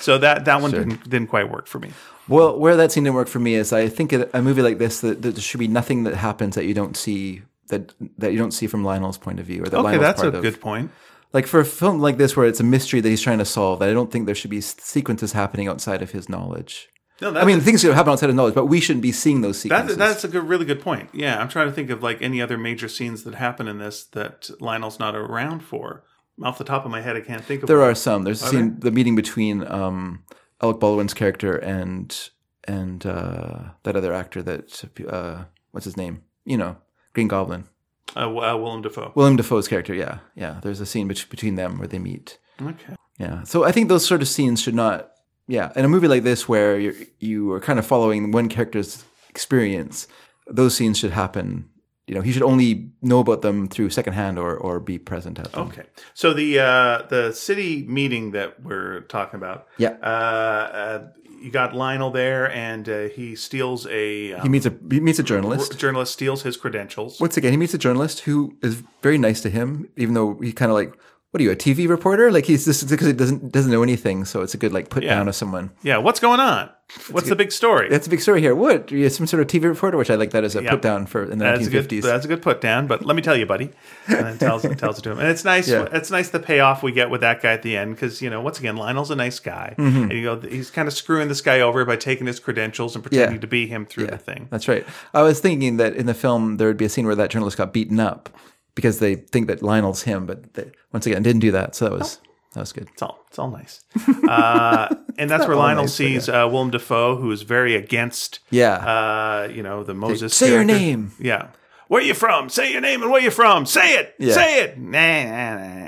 S6: so that that one didn't, didn't quite work for me
S5: Well, where that scene didn't work for me is I think in a movie like this that, that there should be nothing that happens that you don't see that that you don't see from Lionel's point of view or that
S6: okay
S5: Lionel's
S6: that's a
S5: part of.
S6: good point
S5: Like for a film like this where it's a mystery that he's trying to solve, I don't think there should be s- sequences happening outside of his knowledge.
S6: no,
S5: I
S6: that's
S5: mean, things should happen outside of knowledge, but we shouldn't be seeing those
S6: That's
S5: sequences.
S6: that's a good, really good point. Yeah, I'm trying to think of like any other major scenes that happen in this that Lionel's not around for. Off the top of my head, I can't think of.
S5: there
S6: one.
S5: are some. There's a scene, the meeting between um, Alec Baldwin's character and and uh, that other actor that uh, what's his name? You know, Green Goblin.
S6: uh, Wi- uh, Willem Dafoe.
S5: Willem Dafoe's character, yeah, yeah. There's a scene bet- between them where they meet.
S6: okay.
S5: Yeah, so I think those sort of scenes should not. Yeah, in a movie like this where you're, you are kind of following one character's experience, those scenes should happen. You know, he should only know about them through secondhand or or be present at them.
S6: Okay. So the uh, the city meeting that we're talking about.
S5: Yeah.
S6: Uh, uh, you got Lionel there, and uh, he steals a um,
S5: He meets a he meets a
S6: r-
S5: journalist.
S6: journalist steals his credentials.
S5: Once again, he meets a journalist who is very nice to him, even though he kind of like, what are you, a TV reporter? Like he's just because he doesn't doesn't know anything, so it's a good like put down of someone.
S6: Yeah. What's going on? What's the big story?
S5: That's a big story here. What? You're some sort of TV reporter, which I like that as a
S6: Yeah.
S5: put down for in the
S6: That's a good.
S5: 1950s.
S6: That's a good put down. But let me tell you, buddy. And then tells tells it to him, and it's nice.
S5: Yeah.
S6: It's nice the payoff we get with that guy at the end because you know once again Lionel's a nice guy,
S5: Mm-hmm.
S6: and you know he's kind of screwing this guy over by taking his credentials and pretending
S5: Yeah.
S6: to be him through the thing.
S5: That's right. I was thinking that in the film there would be a scene where that journalist got beaten up because they think that Lionel's him, but they, once again didn't do that. So that was that was good.
S6: It's all it's all nice. uh, and that's where Lionel
S5: nice, but
S6: sees uh, Willem Dafoe, who is very against.
S5: Yeah.
S6: Uh, you know the Moses.
S5: say your
S6: character.
S5: name.
S6: Yeah. Where you from? Say your name and where you from. Say it.
S5: Yeah.
S6: Say it. Nah, nah, nah,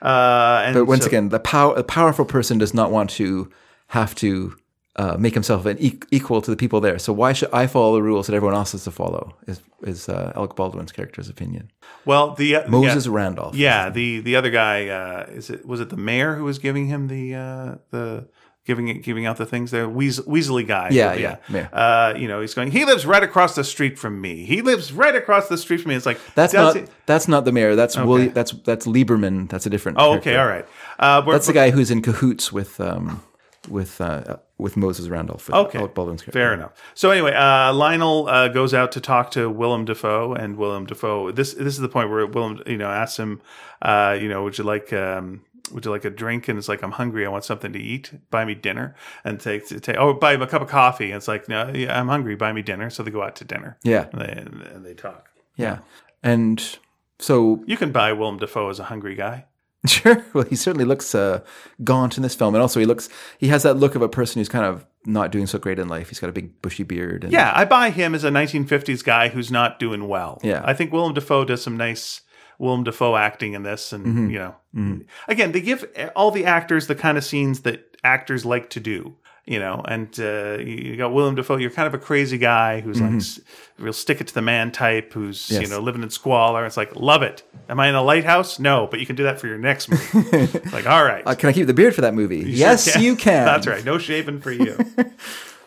S6: nah. Uh, and
S5: but once
S6: so-
S5: again, the power a powerful person does not want to have to uh, make himself an e- equal to the people there. So why should I follow the rules that everyone else has to follow? Is is uh, Alec Baldwin's character's opinion?
S6: Well, the uh,
S5: Moses
S6: yeah.
S5: Randolph.
S6: Yeah, the the other guy uh, is it was it the mayor who was giving him the uh, the giving it giving out the things there Weas- Weasley guy.
S5: Yeah, yeah, mayor.
S6: Uh, you know, he's going. He lives right across the street from me. He lives right across the street from me. It's like
S5: That's
S6: does
S5: not
S6: he-
S5: that's not the mayor. That's William. That's that's Lieberman. That's a different.
S6: oh, okay,
S5: character.
S6: all right. Uh, we're-
S5: That's the guy who's in cahoots with um with uh with Moses Randolph. With
S6: Okay.
S5: Alec Baldwin's character.
S6: Fair enough. So anyway, uh, Lionel uh, goes out to talk to Willem Dafoe, and Willem Dafoe. This this is the point where Willem, you know, asks him, uh, you know, would you like um, would you like a drink? And it's like, I'm hungry. I want something to eat. Buy me dinner. And take take oh, buy him a cup of coffee. And it's like, no, yeah, I'm hungry. Buy me dinner. So they go out to dinner.
S5: Yeah.
S6: and they, and they talk.
S5: Yeah, and so
S6: You can buy Willem Dafoe as a hungry guy.
S5: sure. Well, he certainly looks uh, gaunt in this film, and also he looks he has that look of a person who's kind of not doing so great in life. He's got a big bushy beard. And,
S6: Yeah, I buy him as a 1950s guy who's not doing well.
S5: Yeah.
S6: I think Willem Dafoe does some nice Willem Dafoe acting in this, and
S5: Mm-hmm.
S6: you know, again, they give all the actors the kind of scenes that actors like to do. You know, and uh, you got Willem Dafoe. You're kind of a crazy guy who's like s- real stick it to the man type, who's you
S5: Mm-hmm. Yes.
S6: know living in squalor. It's like love it. Am I in a lighthouse? No, but you can do that for your next movie. It's like all right,
S5: Uh, can I keep the beard for that movie? yes, you can.
S6: That's right. No shaving for you.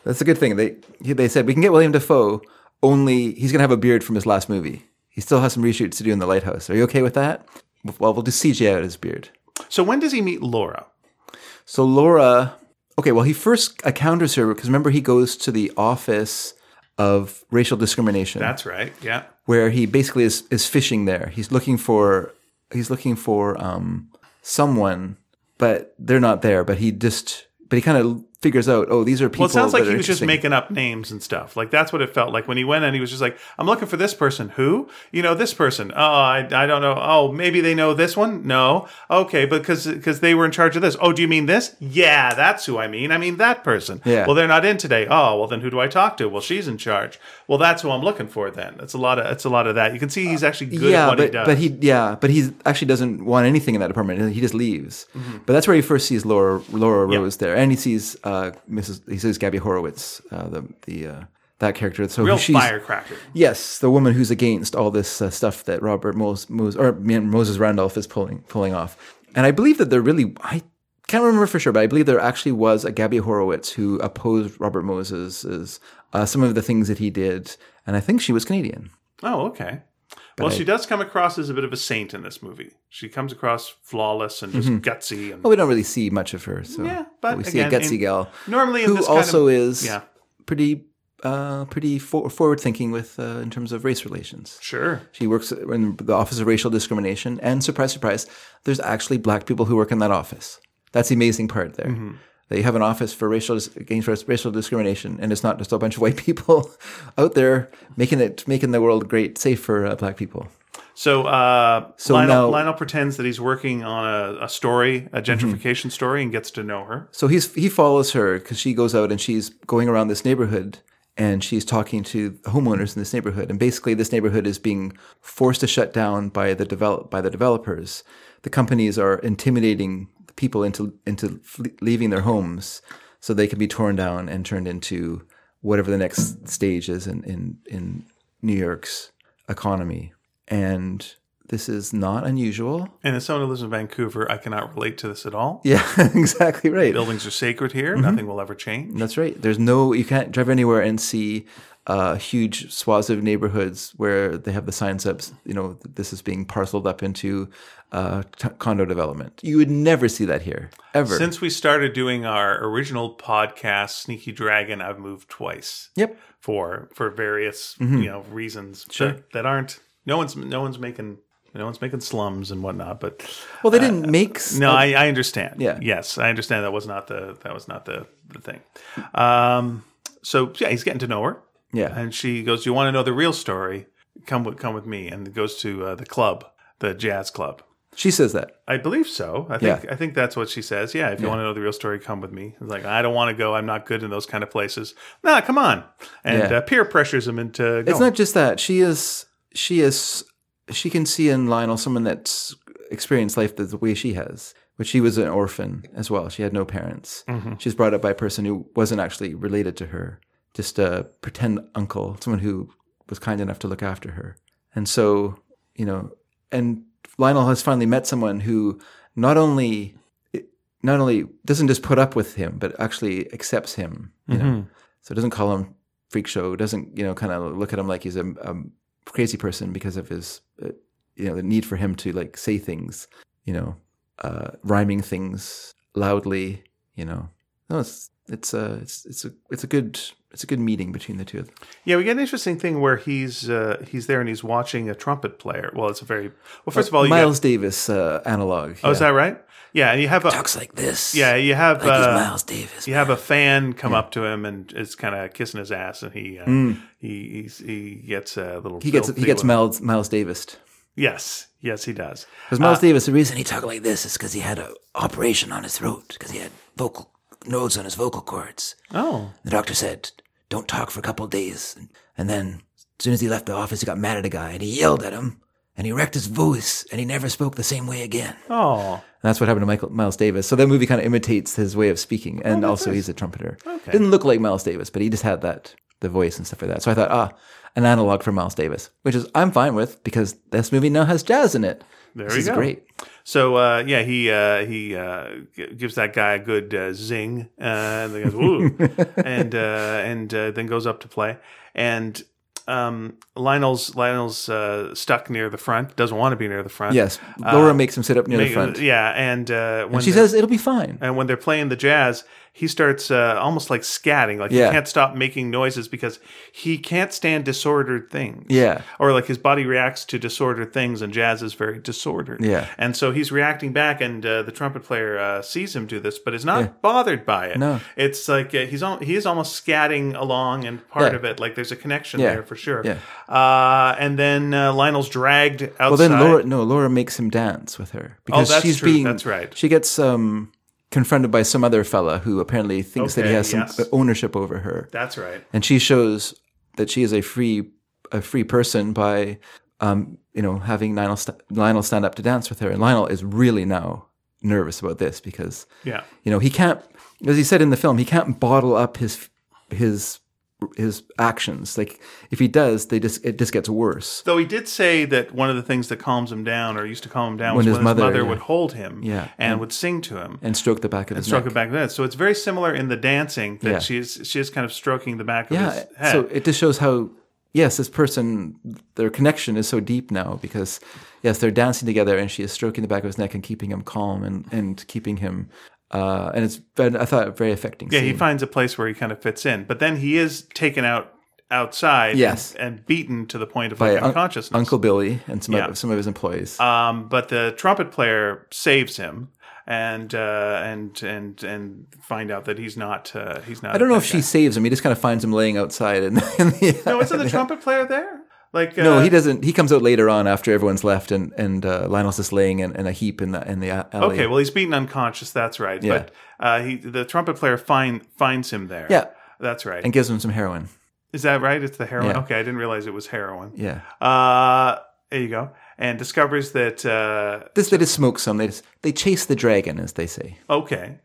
S5: That's a good thing. They they said we can get William Defoe. Only he's gonna have a beard from his last movie. He still has some reshoots to do in the Lighthouse. Are you okay with that? Well, we'll do CGI out his beard.
S6: so when does he meet Laura?
S5: So Laura, okay, well, he first encounters her because remember he goes to the office of racial discrimination,
S6: That's right. Yeah.
S5: where he basically is is fishing there. He's looking for he's looking for um, someone, but they're not there. But he just but he kind of figures out, oh, these are people.
S6: Well, it sounds like
S5: that
S6: he
S5: are
S6: was just
S5: interesting.
S6: making up names and stuff. Like that's what it felt like when he went in. He was just like, "I'm looking for this person. Who? You know, this person. Oh, I, I don't know. Oh, maybe they know this one. No, okay, because because they were in charge of this. Oh, do you mean this? Yeah, that's who I mean. I mean that person.
S5: Yeah.
S6: Well, they're not in today. Oh, well then who do I talk to? Well, she's in charge. Well, that's who I'm looking for. Then it's a lot of it's a lot of that. You can see he's actually good
S5: yeah,
S6: at what
S5: but,
S6: he does.
S5: but he yeah, but he actually doesn't want anything in that apartment. He just leaves.
S6: Mm-hmm.
S5: But that's where he first sees Laura Laura Rose there, and he sees uh, Mrs. He sees Gabby Horowitz, uh, the the uh, that character. So
S6: real
S5: she's,
S6: firecracker.
S5: Yes, the woman who's against all this uh, stuff that Robert Mos- Mos- or man, Moses Randolph is pulling pulling off, and I believe that there really I can't remember for sure, but I believe there actually was a Gabby Horowitz who opposed Robert Moses uh, some of the things that he did, and I think she was Canadian.
S6: Oh, okay. Well, she does come across as a bit of a saint in this movie. She comes across flawless and
S5: Mm-hmm.
S6: just gutsy and
S5: Well, we don't really see much of her, so
S6: Yeah, but
S5: we see a
S6: again,
S5: gutsy
S6: in-
S5: gal
S6: normally in
S5: who
S6: this kind
S5: also
S6: of-
S5: is
S6: yeah.
S5: pretty uh, pretty for- forward thinking with uh, in terms of race relations.
S6: Sure.
S5: She works in the Office of Racial Discrimination, and surprise, surprise, there's actually black people who work in that office. That's the amazing part there.
S6: Mm-hmm.
S5: They have an office for racial dis- against rac- racial discrimination, and it's not just a bunch of white people out there making it making the world great, safe for uh, black people.
S6: So, uh,
S5: So
S6: Lionel,
S5: now- Mm-hmm.
S6: Lionel pretends that he's working on a, a story, a gentrification story, and gets to know her.
S5: So he's he follows her because she goes out and she's going around this neighborhood and she's talking to homeowners in this neighborhood and basically this neighborhood is being forced to shut down by the develop by the developers. The companies are intimidating people into into fle- leaving their homes so they can be torn down and turned into whatever the next stage is in in, in New York's economy. And this is not unusual.
S6: And as someone who lives in Vancouver, I cannot relate to this at all.
S5: Yeah, exactly right.
S6: Buildings are sacred here; nothing will ever change.
S5: That's right. There's no you can't drive anywhere and see uh, huge swaths of neighborhoods where they have the signs up. You know, that this is being parceled up into uh, t- condo development. You would never see that here ever.
S6: Since we started doing our original podcast, Sneaky Dragon, I've moved twice.
S5: yep.
S6: For for various you know reasons that, that aren't no one's no one's making no one's making slums and whatnot, but
S5: Well, they didn't make s-
S6: Uh, No, I, I understand.
S5: Yeah.
S6: Yes, I understand. That was not the that was not the the thing. Um. So yeah, he's getting to know her,
S5: yeah.
S6: and she goes, "You want to know the real story? Come with come with me." And goes to uh, the club, the jazz club.
S5: She says that.
S6: I believe so. I think I think that's what she says. Yeah, if you want to know the real story, come with me. It's like I don't want to go. I'm not good in those kind of places. Nah, come on. And
S5: Yeah.
S6: uh, peer pressures him into. Going.
S5: It's not just that. She is. She is. She can see in Lionel someone that's experienced life the, the way she has, but she was an orphan as well. She had no parents. She was brought up by a person who wasn't actually related to her, just a pretend uncle, someone who was kind enough to look after her. And so, you know, and Lionel has finally met someone who not only not only doesn't just put up with him, but actually accepts him. You know,
S6: Mm-hmm.
S5: so doesn't call him freak show. Doesn't you know, kind of look at him like he's a, a crazy person because of his, uh, you know, the need for him to like say things. You know, uh, rhyming things loudly. You know, no, it's it's a it's it's a it's a good it's a good meeting between the two of them.
S6: Yeah, we get an interesting thing where he's uh, he's there and he's watching a trumpet player. Well, it's a very well. First of all, you get-
S5: Miles Davis uh, analog.
S6: oh, is that right? Yeah, and you have a
S1: Talks like this.
S6: yeah, you have
S1: Like he's
S6: uh,
S1: Miles Davis.
S6: you have a fan come up to him and is kind of kissing his ass, and he uh, he he's, he gets a little
S5: Hmm. he gets
S6: filthy
S5: he gets
S6: with-
S5: Miles Miles Davis
S6: Yes, yes, he does.
S5: because Miles Davis the reason
S1: And Uh, he talked like this is because he had an operation on his throat because he had vocal nodes on his vocal cords.
S6: Oh,
S1: The doctor said, "Don't talk for a couple of days." And then, as soon as he left the office, he got mad at a guy and he yelled at him and he wrecked his voice and he never spoke the same way again.
S6: oh,
S5: And that's what happened to Michael, Miles Davis. So that movie kind of imitates his way of speaking,
S6: Oh,
S5: and also he's a trumpeter. Okay. Didn't look like Miles Davis, but he just had that the voice and stuff like that. So I thought, ah, an analog for Miles Davis, which is I'm fine with because this movie now has jazz in it.
S6: there
S5: this
S6: you
S5: is
S6: go.
S5: great.
S6: So uh, yeah, he uh, he uh, g- gives that guy a good uh, zing, uh, and then goes woo, and uh, and uh, then goes up to play. And um, Lionel's Lionel's uh, stuck near the front, doesn't want to be near the front.
S5: Yes, Laura makes him sit up near
S6: Uh, Make-
S5: the front.
S6: Yeah, and uh, when
S5: she
S6: they're-
S5: says it'll be fine.
S6: and when they're playing the jazz, he starts uh, almost like scatting, like
S5: Yeah.
S6: he can't stop making noises because he can't stand disordered things.
S5: Yeah.
S6: or like his body reacts to disordered things, and jazz is very disordered.
S5: Yeah.
S6: and so he's reacting back, and uh, the trumpet player uh, sees him do this, but is not bothered by it.
S5: No.
S6: it's like uh, he's al- he is almost scatting along, and part
S5: Yeah.
S6: of it, like there's a connection
S5: Yeah.
S6: there for sure.
S5: Yeah.
S6: uh, and then uh, Lionel's dragged outside.
S5: Well, then Laura, no, Laura makes him dance with her because
S6: Oh, that's
S5: she's
S6: true.
S5: being.
S6: That's right.
S5: She gets um, confronted by some other fella who apparently thinks that he
S6: Okay,
S5: has some
S6: yes.
S5: ownership over her.
S6: That's right.
S5: and she shows that she is a free a free person by um, you know having Lionel, st- Lionel stand up to dance with her and Lionel is really now nervous about this because
S6: Yeah.
S5: you know he can't as he said in the film he can't bottle up his his his actions like if he does they just it just gets worse
S6: Though he did say that one of the things that calms him down, or used to calm him down, was
S5: When
S6: when
S5: his
S6: his mother,
S5: mother, yeah.
S6: would hold him
S5: Yeah.
S6: and, would sing to him.
S5: and stroke the back of his
S6: Stroke
S5: neck
S6: him back then. So it's very similar in the dancing that
S5: Yeah.
S6: she is she is kind of stroking the back of
S5: yeah
S6: his head.
S5: so it just shows how yes this person their connection is so deep now because yes they're dancing together and she is stroking the back of his neck and keeping him calm and and keeping him uh and it's been i thought a very affecting
S6: yeah,
S5: scene.
S6: he finds a place where he kind of fits in. But then he is taken out outside
S5: Yes.
S6: and, and beaten to the point of
S5: By
S6: like
S5: un-
S6: unconsciousness.
S5: uncle billy and some
S6: Yeah.
S5: of some of his employees
S6: Um, but the trumpet player saves him and uh, and and and find out that he's not uh, he's not
S5: i don't know
S6: a
S5: if
S6: bad
S5: she
S6: guy.
S5: saves him he just kind of finds him laying outside and in the,
S6: No, isn't the trumpet player there? Like uh,
S5: no, he doesn't. He comes out later on after everyone's left, and and uh, Lionel's just laying in, in a heap in the in the a- alley.
S6: Okay, well he's beaten unconscious. That's right.
S5: Yeah.
S6: But uh, he the trumpet player find finds him there.
S5: Yeah.
S6: that's right.
S5: and gives him some heroin.
S6: Is that right? It's the heroin.
S5: Yeah.
S6: Okay, I didn't realize it was heroin.
S5: Yeah,
S6: Uh, there you go. And discovers that uh,
S5: this they just smoke some. They just they chase the dragon, as they say.
S6: okay,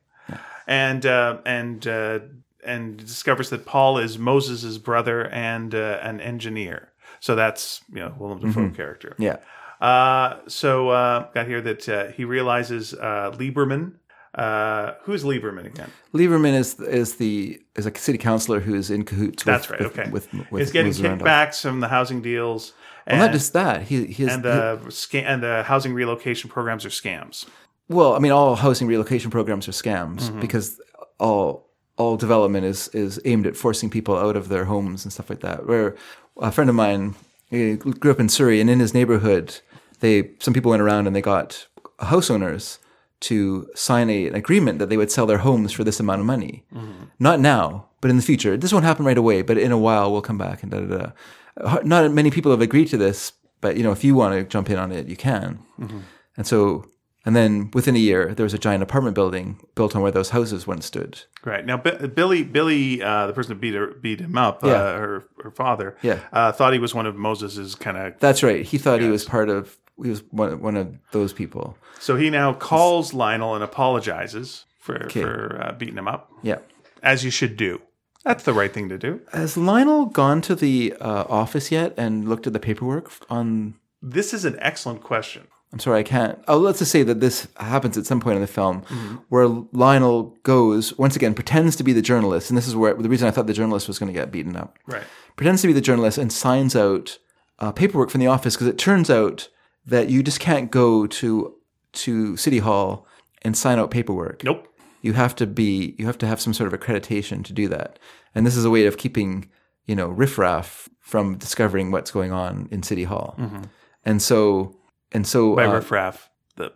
S6: and uh, and uh, and discovers that Paul is Moses' brother and uh, an engineer. So that's you know Willem Dafoe character.
S5: Mm-hmm. Yeah,
S6: Uh, so uh, got here that uh, he realizes uh, Lieberman. Uh, who's Lieberman again?
S5: Lieberman is is the is a city councilor who's in cahoots. with,
S6: That's right.
S5: With,
S6: okay,
S5: with, with
S6: he's getting
S5: Liz Randolph.
S6: kickbacks from the housing deals, and,
S5: Well, not just that. He, he is,
S6: and uh, the sca- and the housing relocation programs are scams.
S5: he- well, I mean, all housing relocation programs are scams because all all development is is aimed at forcing people out of their homes and stuff like that. Where a friend of mine he grew up in Surrey, and in his neighborhood, they some people went around and they got house owners to sign a, an agreement that they would sell their homes for this amount of money. Not now, but in the future. This won't happen right away, but in a while we'll come back and da da da. Uh, Not many people have agreed to this, but you know, if you want to jump in on it, you can. And so, and then within a year, there was a giant apartment building built on where those houses once stood.
S6: Right now, B- Billy, Billy, uh, the person that beat her, beat him up,
S5: Yeah.
S6: uh, her her father,
S5: Yeah.
S6: uh, thought he was one of Moses's kind of.
S5: That's right. He thought he was part of he was one, one of those people.
S6: So he now calls Lionel and apologizes for for uh, beating him up,
S5: Yeah.
S6: as you should do. That's the right thing to do.
S5: Has Lionel gone to the uh, office yet and looked at the paperwork on?
S6: This is an excellent question.
S5: I'm sorry, I can't. Oh, let's just say that this happens at some point in the film where Lionel goes once again pretends to be the journalist, and this is where the reason I thought the journalist was going to get beaten up.
S6: Right.
S5: pretends to be the journalist and signs out uh, paperwork from the office because it turns out that you just can't go to to city hall and sign out paperwork.
S6: Nope.
S5: You have to be you have to have some sort of accreditation to do that, and this is a way of keeping you know riffraff from discovering what's going on in city hall. And so and so
S6: Mm-hmm. By
S5: uh,
S6: riffraff, the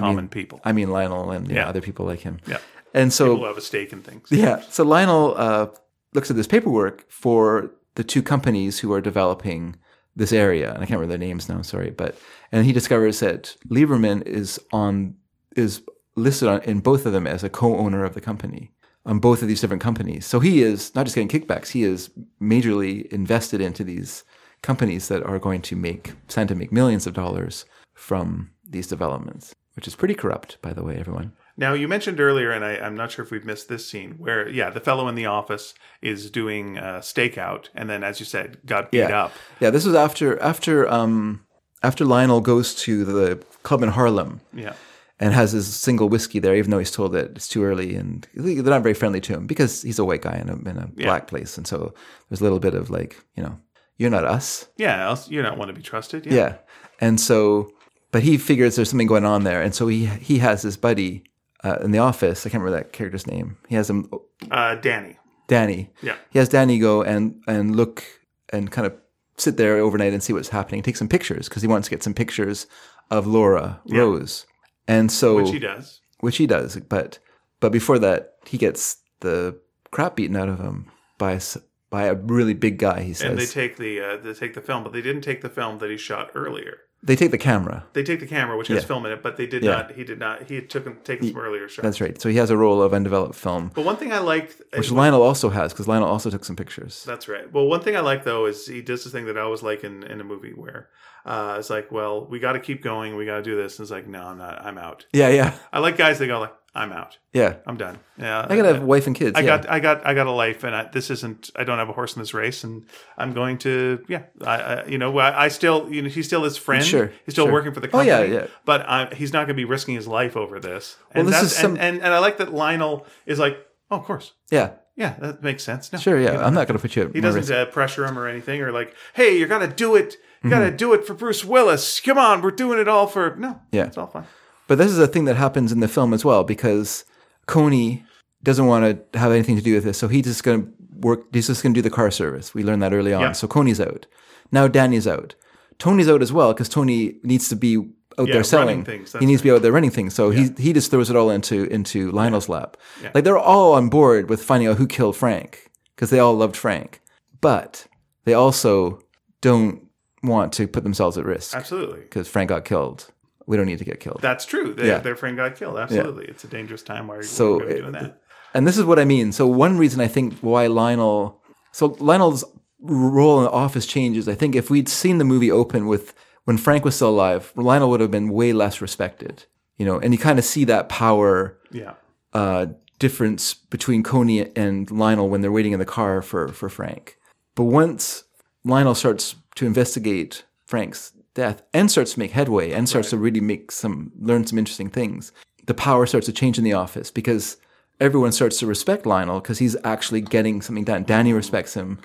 S6: common people.
S5: I mean Lionel and you know,
S6: Yeah.
S5: other people like him.
S6: yeah.
S5: And so
S6: People who have a stake in things.
S5: yeah. So Lionel uh, looks at this paperwork for the two companies who are developing this area, and I can't remember their names now. I'm sorry, but and he discovers that Lieberman is on is listed on, in both of them as a co-owner of the company on both of these different companies. So he is not just getting kickbacks; he is majorly invested into these companies that are going to make Santa make millions of dollars from these developments, which is pretty corrupt, by the way, everyone.
S6: Now you mentioned earlier, and I, I'm not sure if we've missed this scene where, yeah, the fellow in the office is doing uh, stakeout, and then, as you said, got beat up.
S5: Yeah, this was after after um after Lionel goes to the club in Harlem
S6: Yeah.
S5: and has his single whiskey there, even though he's told that it's too early and they're not very friendly to him because he's a white guy in a in a black place, and so there's a little bit of like you know you're not us,
S6: Yeah. Else you don't want to be trusted.
S5: yeah, and so but he figures there's something going on there, and so he he has his buddy uh, in the office. I can't remember that character's name. He has him
S6: Uh, Danny.
S5: Danny.
S6: Yeah.
S5: He has Danny go and and look and kind of sit there overnight and see what's happening. Take some pictures because he wants to get some pictures of Laura Rose. And so
S6: Which he does.
S5: which he does, but but before that he gets the crap beaten out of him by s- by a really big guy. He says
S6: And they take the uh, they take the film, but they didn't take the film that he shot earlier.
S5: They take the camera.
S6: They take the camera, which has film in it, but they did
S5: Yeah.
S6: not. He did not. He had taken taken some earlier shots.
S5: That's right. So he has a roll of undeveloped film,
S6: But one thing I liked, uh,
S5: which Lionel also has because Lionel also took some pictures.
S6: That's right. Well, one thing I like though is he does this thing that I always like in, in a movie where uh, it's like, well, we got to keep going, we got to do this. And it's like, no, I'm not. I'm out.
S5: Yeah, yeah,
S6: I like guys that go like, I'm out.
S5: yeah.
S6: I'm done. Yeah,
S5: I gotta have a wife and kids.
S6: I
S5: yeah.
S6: got, I got, I got a life, and I, this isn't. I don't have a horse in this race, and I'm going to, yeah, I, I you know, I, I still, you know, he's still his friend.
S5: Sure,
S6: he's still
S5: sure.
S6: working for the
S5: Oh,
S6: company.
S5: yeah, yeah.
S6: But I, he's not going to be risking his life over this.
S5: Well,
S6: And
S5: this
S6: that's,
S5: is some-
S6: and, and and I like that Lionel is like, oh, of course,
S5: yeah,
S6: yeah, that makes sense. No,
S5: sure, yeah. I'm not gonna put you. At
S6: he doesn't uh, pressure him or anything, or like, "Hey, you gotta do it. You
S5: Mm-hmm.
S6: gotta do it for Bruce Willis. Come on, we're doing it all for no.
S5: Yeah.
S6: it's all fine.
S5: But this is a thing that happens in the film as well because Coney doesn't want to have anything to do with this, so he's just going to work. He's just going to do the car service. We learned that early on.
S6: Yeah.
S5: So Coney's out. Now Danny's out. Tony's out as well because Tony needs to be out
S6: Yeah,
S5: there selling.
S6: running things,
S5: he
S6: that's
S5: needs to be out there running things. So he he just throws it all into into Lionel's lap. Like they're all on board with finding out who killed Frank because they all loved Frank, but they also don't want to put themselves at risk
S6: Absolutely,
S5: because Frank got killed. We don't need to get killed.
S6: that's true. They,
S5: Yeah.
S6: Their friend got killed. Absolutely, it's a dangerous time. Why are you
S5: So
S6: gonna be doing
S5: it-
S6: that?
S5: And this is what I mean. So one reason I think why Lionel, so Lionel's role in the office changes. I think if we'd seen the movie open with when Frank was still alive, Lionel would have been way less respected. You know, and you kind of see that power
S6: Yeah,
S5: uh, difference between Coney and Lionel when they're waiting in the car for for Frank. But once Lionel starts to investigate Frank's death and starts to make headway and starts to really make some learn some interesting things, the power starts to change in the office because everyone starts to respect Lionel because he's actually getting something done. Danny respects him.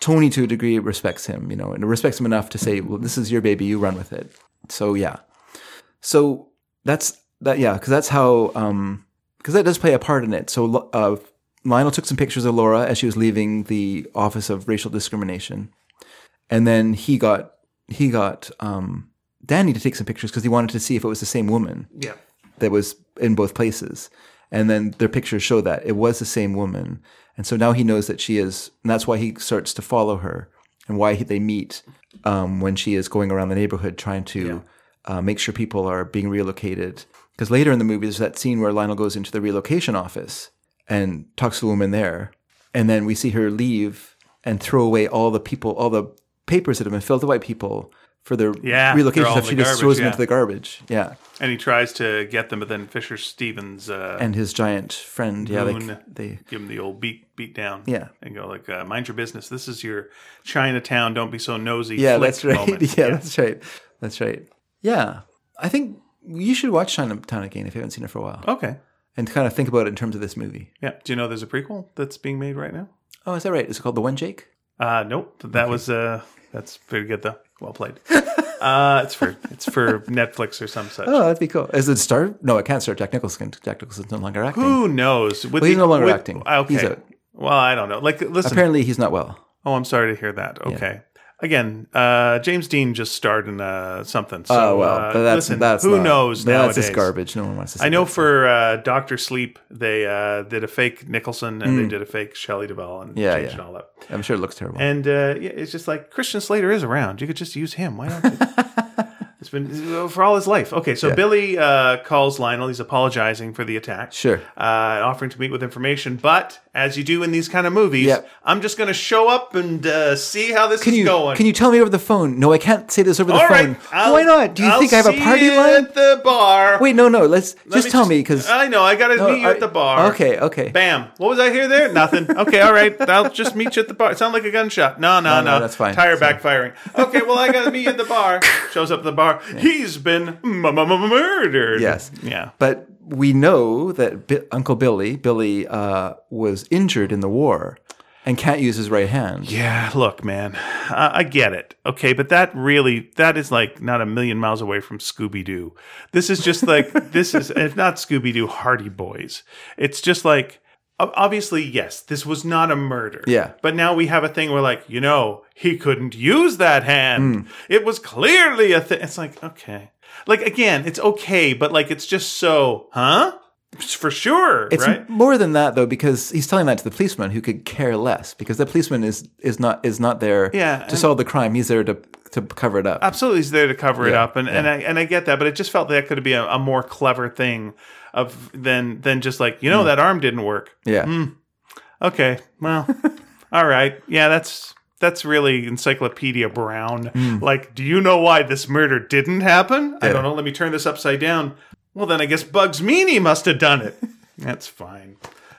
S5: Tony, to a degree, respects him, you know, and respects him enough to say, "Well, this is your baby. You run with it." So yeah, so that's that. Yeah, because that's how um, because that does play a part in it. So uh, Lionel took some pictures of Laura as she was leaving the Office of Racial Discrimination, and then he got he got um, Danny to take some pictures because he wanted to see if it was the same woman
S6: yeah,
S5: that was in both places. And then their pictures show that it was the same woman. And so now he knows that she is, and that's why he starts to follow her and why he, they meet um, when she is going around the neighborhood trying to uh, make sure people are being relocated. Because later in the movie, there's that scene where Lionel goes into the relocation office and talks to the woman there. And then we see her leave and throw away all the people, all the papers that have been filled out by people for their
S6: Yeah, they're
S5: relocation
S6: all
S5: stuff.
S6: in
S5: She
S6: the
S5: just
S6: garbage,
S5: throws them
S6: yeah.
S5: into the garbage. Yeah,
S6: and he tries to get them, but then Fisher Stevens uh,
S5: and his giant friend. Yeah,
S6: Moon.
S5: like they.
S6: give him the old beat beat down.
S5: Yeah.
S6: and go like, uh, "Mind your business. This is your Chinatown. Don't be so nosy."
S5: Yeah,
S6: flick
S5: that's right.
S6: moment.
S5: Yeah, that's right. That's right. Yeah, I think you should watch Chinatown again if you haven't seen it for a while,
S6: Okay.
S5: and kind of think about it in terms of this movie.
S6: Yeah. Do you know there's a prequel that's being made right now?
S5: Oh, is that right? Is it called The One Jake?
S6: Uh, nope. That was uh, that's very good though. Well played. uh, it's for it's for Netflix or some such.
S5: Oh, that'd be cool. Is it Star? No, it can't start. Jack Nicholson. Jack Nicholson's no longer acting.
S6: Who knows? With
S5: Well, he's no longer
S6: with-
S5: acting.
S6: Okay.
S5: He's out.
S6: Well, I don't know. Like, listen.
S5: Apparently, he's not well.
S6: oh, I'm sorry to hear that. Okay. Again, uh, James Dean just starred in uh, something. So,
S5: Oh well,
S6: uh,
S5: but that's
S6: listen,
S5: that's
S6: who
S5: not-
S6: knows
S5: That's
S6: nowadays?
S5: just garbage. No one wants to. See
S6: I know
S5: that.
S6: for uh, Doctor Sleep, they uh, did a fake Nicholson and they did a fake Shelley Duvall and
S5: Mm. Yeah,
S6: changed
S5: yeah.
S6: it all up.
S5: I'm sure it looks terrible.
S6: And uh, yeah, it's just like Christian Slater is around. You could just use him. Why don't you? it's been for all his life. Okay, so Billy uh, calls Lionel. He's apologizing for the attack.
S5: Sure.
S6: Uh, offering to meet with information, but as you do in these kind of movies,
S5: Yep.
S6: I'm just going to show up and uh, see how this
S5: can
S6: is
S5: you
S6: going.
S5: can you tell me over the phone? No, I can't say this over the
S6: All right,
S5: phone.
S6: I'll-
S5: Why not? Do you
S6: I'll
S5: think I have a
S6: see
S5: party
S6: you
S5: line?
S6: at the bar?
S5: Wait, no, no. Let's
S6: Let
S5: just tell me because
S6: I know I got to
S5: No,
S6: meet you
S5: I-
S6: Uh, at the bar.
S5: okay, okay.
S6: Bam. What was I hear there? Nothing. Okay, all right. I'll just meet you at the bar. It sounded like a gunshot. No, no, no.
S5: no, that's fine.
S6: Tire
S5: It's
S6: backfiring. Okay, well I got to meet you at the bar. Shows up at the bar. He's been m- m- m- murdered.
S5: yes,
S6: Yeah.
S5: But we know that Bi- Uncle Billy, Billy, uh, was injured in the war and can't use his right hand.
S6: Yeah, look, man, I, I get it. Okay, but that really, that is like not a million miles away from Scooby Doo. This is just like, this is, if not Scooby Doo, Hardy Boys. It's just like, o- obviously, yes, this was not a murder.
S5: Yeah.
S6: But now we have a thing where, like, you know, he couldn't use that
S5: Hmm.
S6: hand. It was clearly a thing. It's like, okay. Like, again, it's okay, but like, it's just so, huh? For sure,
S5: It's
S6: right?
S5: more than that though, because he's telling that to the policeman who could care less, because the policeman is is not is not there
S6: Yeah,
S5: to
S6: and- Uh,
S5: solve the crime. He's there to to cover it up.
S6: absolutely is there to cover it
S5: Yeah,
S6: up and, and I and I get that, but it just felt that could be a, a more clever thing of than than just like, you know,
S5: Mm.
S6: that arm didn't work.
S5: yeah.
S6: mm, Okay. Well all right. Yeah, that's that's really Encyclopedia Brown. Like, do you know why this murder didn't happen?
S5: Hmm.
S6: I
S5: Yeah.
S6: don't know. Let me turn this upside down. Well then I guess Bugs Meany must have done it. that's fine.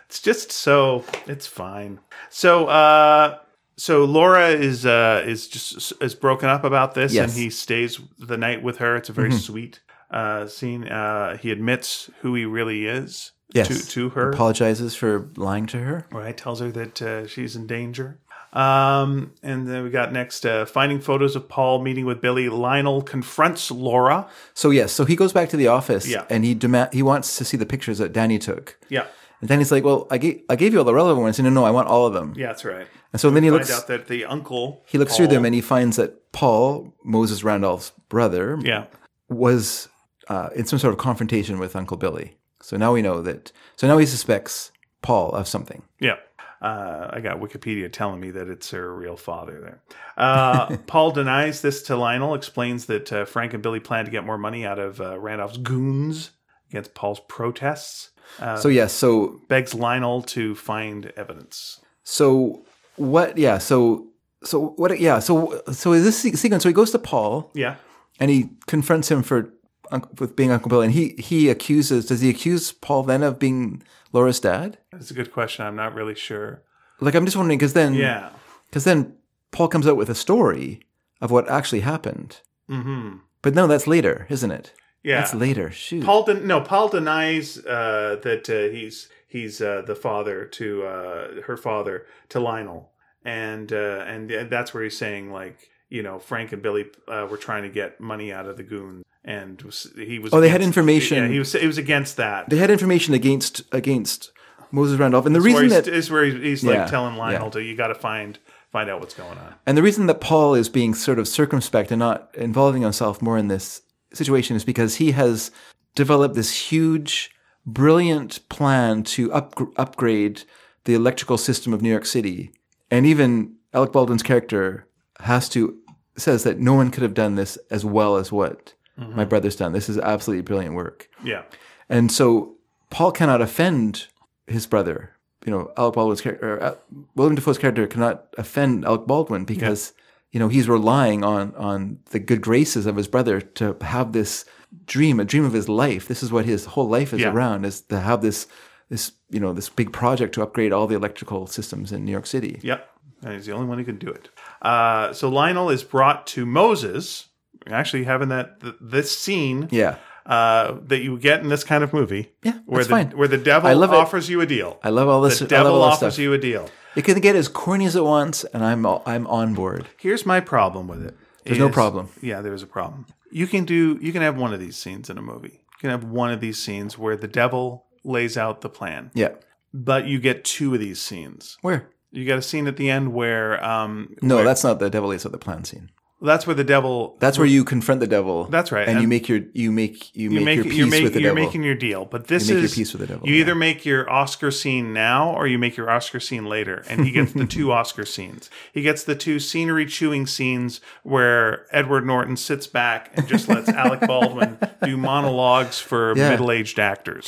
S6: It's just so it's fine. So uh so Laura is uh is just is broken up about this
S5: Yes. Mm-hmm.
S6: and he stays the night with her. It's a very sweet uh scene. Uh he admits who he really is
S5: Yes.
S6: to to her.
S5: Apologizes for lying to her.
S6: right, tells her that uh, she's in danger. Um and then we got next uh finding photos of Paul meeting with Billy. Lionel confronts Laura.
S5: So yes, so he goes back to the office
S6: Yeah.
S5: and he demand he wants to see the pictures that Danny took.
S6: Yeah.
S5: And Danny's like, "Well, I gave I gave you all the relevant ones." And no, no, I want all of them.
S6: Yeah, that's right.
S5: And so then he
S6: Find
S5: looks
S6: out that the uncle
S5: he looks through
S6: Paul-
S5: them and he finds that Paul Moses Randolph's brother
S6: Yeah.
S5: was uh, in some sort of confrontation with Uncle Billy. So now we know that. So now he suspects Paul of something.
S6: Yeah. Uh, I got Wikipedia telling me that it's her real father there. Uh, Paul denies this to Lionel, explains that uh, Frank and Billy plan to get more money out of uh, Randolph's goons against Paul's protests,
S5: so yes, so
S6: begs Lionel to find evidence.
S5: so what? Yeah, so so what? Yeah, so so is this se- sequence? So he goes to Paul
S6: Yeah.
S5: and he confronts him for unc- with being Uncle Billy, and he he accuses. Does he accuse Paul then of being Laura's dad?
S6: That's a good question. I'm not really sure.
S5: Like I'm just wondering because then
S6: Yeah.
S5: because then Paul comes out with a story of what actually happened.
S6: Mm-hmm.
S5: But no, that's later, isn't it?
S6: Yeah.
S5: That's later. Shoot.
S6: Paul den- no Paul denies uh, that uh, he's he's uh, the father to uh, her father to Lionel, and uh, and th- that's where he's saying like you know Frank and Billy uh, were trying to get money out of the goon, and was, he was
S5: Oh, they had
S6: against-
S5: information.
S6: Yeah, he was he was against that.
S5: they had information against against Moses Randolph, and the
S6: Where
S5: reason
S6: he's,
S5: that
S6: is where he's, he's
S5: Yeah,
S6: like telling
S5: yeah.
S6: Lionel to you got to find find out what's going on.
S5: and the reason that Paul is being sort of circumspect and not involving himself more in this situation is because he has developed this huge, brilliant plan to up, upgrade the electrical system of New York City, and even Alec Baldwin's character has to says that no one could have done this as well as what my brother's done. This is absolutely brilliant work.
S6: Yeah,
S5: And so Paul cannot offend his brother. You know, Alec Baldwin's character, or, uh, William Defoe's character cannot offend Alec Baldwin because, you know he's relying on on the good graces of his brother to have this dream a dream of his life this is what his whole life is
S6: Yeah.
S5: around is to have this this you know this big project to upgrade all the electrical systems in new york city
S6: Yep. And he's the only one who can do it. Uh, so Lionel is brought to Moses, actually having that th- this scene
S5: yeah
S6: uh, that you get in this kind of movie.
S5: Yeah,
S6: where
S5: that's
S6: the
S5: fine.
S6: where the devil
S5: I love it.
S6: offers you a deal.
S5: i love all this I
S6: the
S5: love
S6: devil
S5: all this
S6: offers
S5: stuff.
S6: you a deal.
S5: it can get as corny as it wants and i'm all, i'm on board
S6: Here's my problem with it.
S5: There's no problem.
S6: Yeah, there is a problem. You can do you can have one of these scenes in a movie. You can have one of these scenes where the devil lays out the plan.
S5: yeah
S6: But you get two of these scenes.
S5: where
S6: You get a scene at the end where um
S5: no
S6: where-
S5: that's not the devil is of the plan scene
S6: that's where the devil
S5: that's where you confront the devil
S6: That's right.
S5: and, you
S6: And-
S5: make your you make you,
S6: you
S5: make,
S6: make
S5: your peace
S6: you're, make,
S5: with the
S6: you're
S5: devil
S6: making your deal. But this
S5: You make your
S6: is
S5: peace with the devil,
S6: You
S5: yeah.
S6: either make your Oscar scene now or you make your Oscar scene later, and he gets the two Oscar scenes. He gets the two scenery chewing scenes where Edward Norton sits back and just lets Alec Baldwin do monologues for
S5: Yeah.
S6: middle aged actors.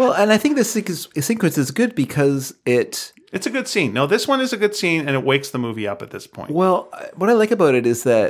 S5: well and i think this sequ- sequence is good because it
S6: It's a good scene. No, this one is a good scene, and it wakes the movie up at this point.
S5: Well, I- what I like about it is that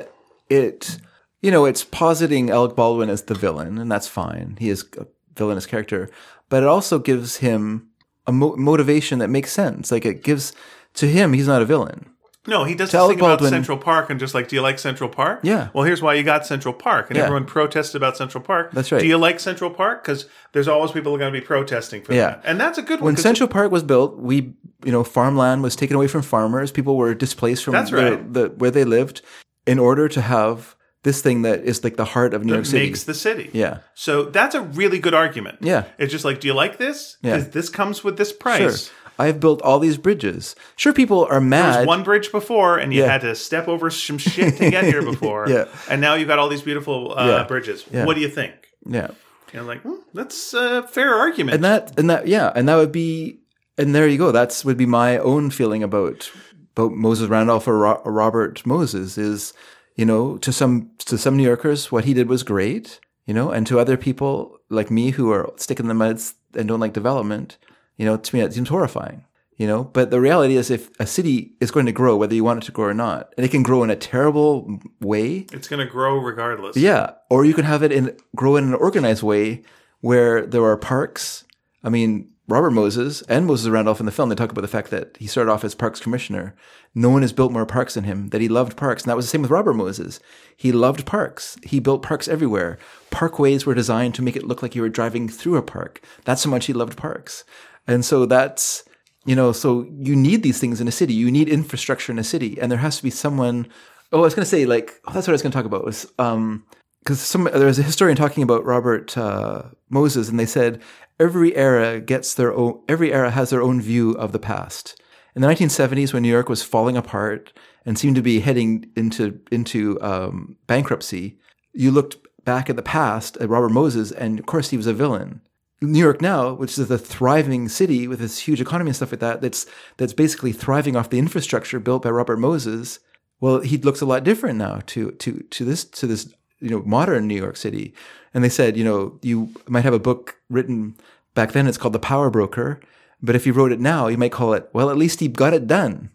S5: it, you know, it's positing Alec Baldwin as the villain, and that's fine. He is a villainous character, but it also gives him a mo- motivation that makes sense. Like it gives to him, he's not a villain.
S6: No, he does this
S5: Tell
S6: thing about
S5: Baldwin-
S6: Central Park and just like, do you like Central Park?
S5: Yeah.
S6: Well, here's why you got Central Park, and
S5: Yeah.
S6: everyone protested about Central Park.
S5: That's right.
S6: Do you like Central Park? Because there's always people going to be protesting for
S5: Yeah.
S6: that, and that's a good one.
S5: When
S6: 'cause
S5: Central Park was built, we, you know, farmland was taken away from farmers. People were displaced from
S6: That's
S5: their-
S6: right.
S5: the, where they lived in order to have this thing that is like the heart of New York
S6: it
S5: City.
S6: makes the city.
S5: yeah.
S6: So that's a really good argument.
S5: Yeah.
S6: It's just like, do you like this?
S5: Yeah.
S6: Because this comes with this price.
S5: Sure. I've built all these bridges. Sure, people are
S6: There was
S5: mad.
S6: one bridge before, and you
S5: Yeah.
S6: had to step over some shit to get here before.
S5: Yeah.
S6: And now you've got all these beautiful uh,
S5: Yeah.
S6: bridges.
S5: Yeah.
S6: What do you think?
S5: yeah.
S6: And I'm like, hmm, that's a fair argument.
S5: and that and that yeah and that would be and there you go that's would be my own feeling about about moses randolph or Ro- or robert moses is you know to some to some new yorkers what he did was great you know and to other people like me who are sticking in the muds and don't like development you know to me that seems horrifying you know but the reality is if a city is going to grow whether you want it to grow or not and it can grow in a terrible way
S6: it's going to grow regardless.
S5: yeah, or you can have it in grow in an organized way where there are parks. I mean, Robert Moses and Moses Randolph in the film they talk about the fact that he started off as parks commissioner. No one has built more parks than him. That he loved parks, and that was the same with Robert Moses. He loved parks. He built parks everywhere. Parkways were designed to make it look like you were driving through a park. That's how much he loved parks, and so that's you know, so you need these things in a city. You need infrastructure in a city, and there has to be someone. Oh, I was going to say like oh, that's what I was going to talk about was um because some there was a historian talking about Robert uh, Moses, and they said every era gets their own every era has their own view of the past. In the 1970s, when New York was falling apart and seemed to be heading into into um, bankruptcy, you looked back at the past at Robert Moses, and of course he was a villain. New York now, which is a thriving city with this huge economy and stuff like that, that's that's basically thriving off the infrastructure built by Robert Moses. Well, he looks a lot different now to to to this to this you know modern New York City. And they said, you know, you might have a book written back then. It's called The Power Broker, but if you wrote it now, you might call it, well, at least he got it done.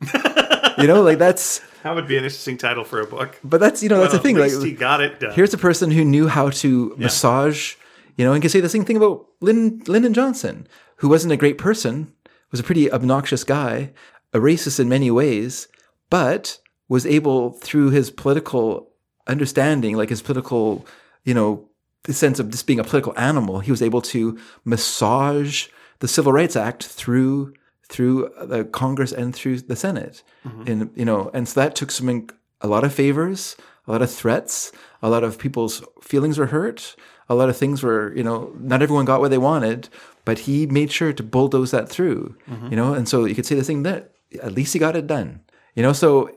S5: you know, like that's
S6: That would be an interesting title for a book.
S5: but that's you know that's
S6: Well,
S5: the thing.
S6: At
S5: Like
S6: least he got it done.
S5: Here's a person who knew how to massage, you know, and can say the same thing about Lynn, Lyndon Johnson, who wasn't a great person, was a pretty obnoxious guy, a racist in many ways, but was able through his political understanding, like his political, you know, the sense of just being a political animal, he was able to massage the Civil Rights Act through through the Congress and through the Senate, and you know, and so that took some inc- a lot of favors, a lot of threats, a lot of people's feelings were hurt, a lot of things were you know, not everyone got what they wanted, but he made sure to bulldoze that through, you know, and so you could say the thing that at least he got it done, you know, so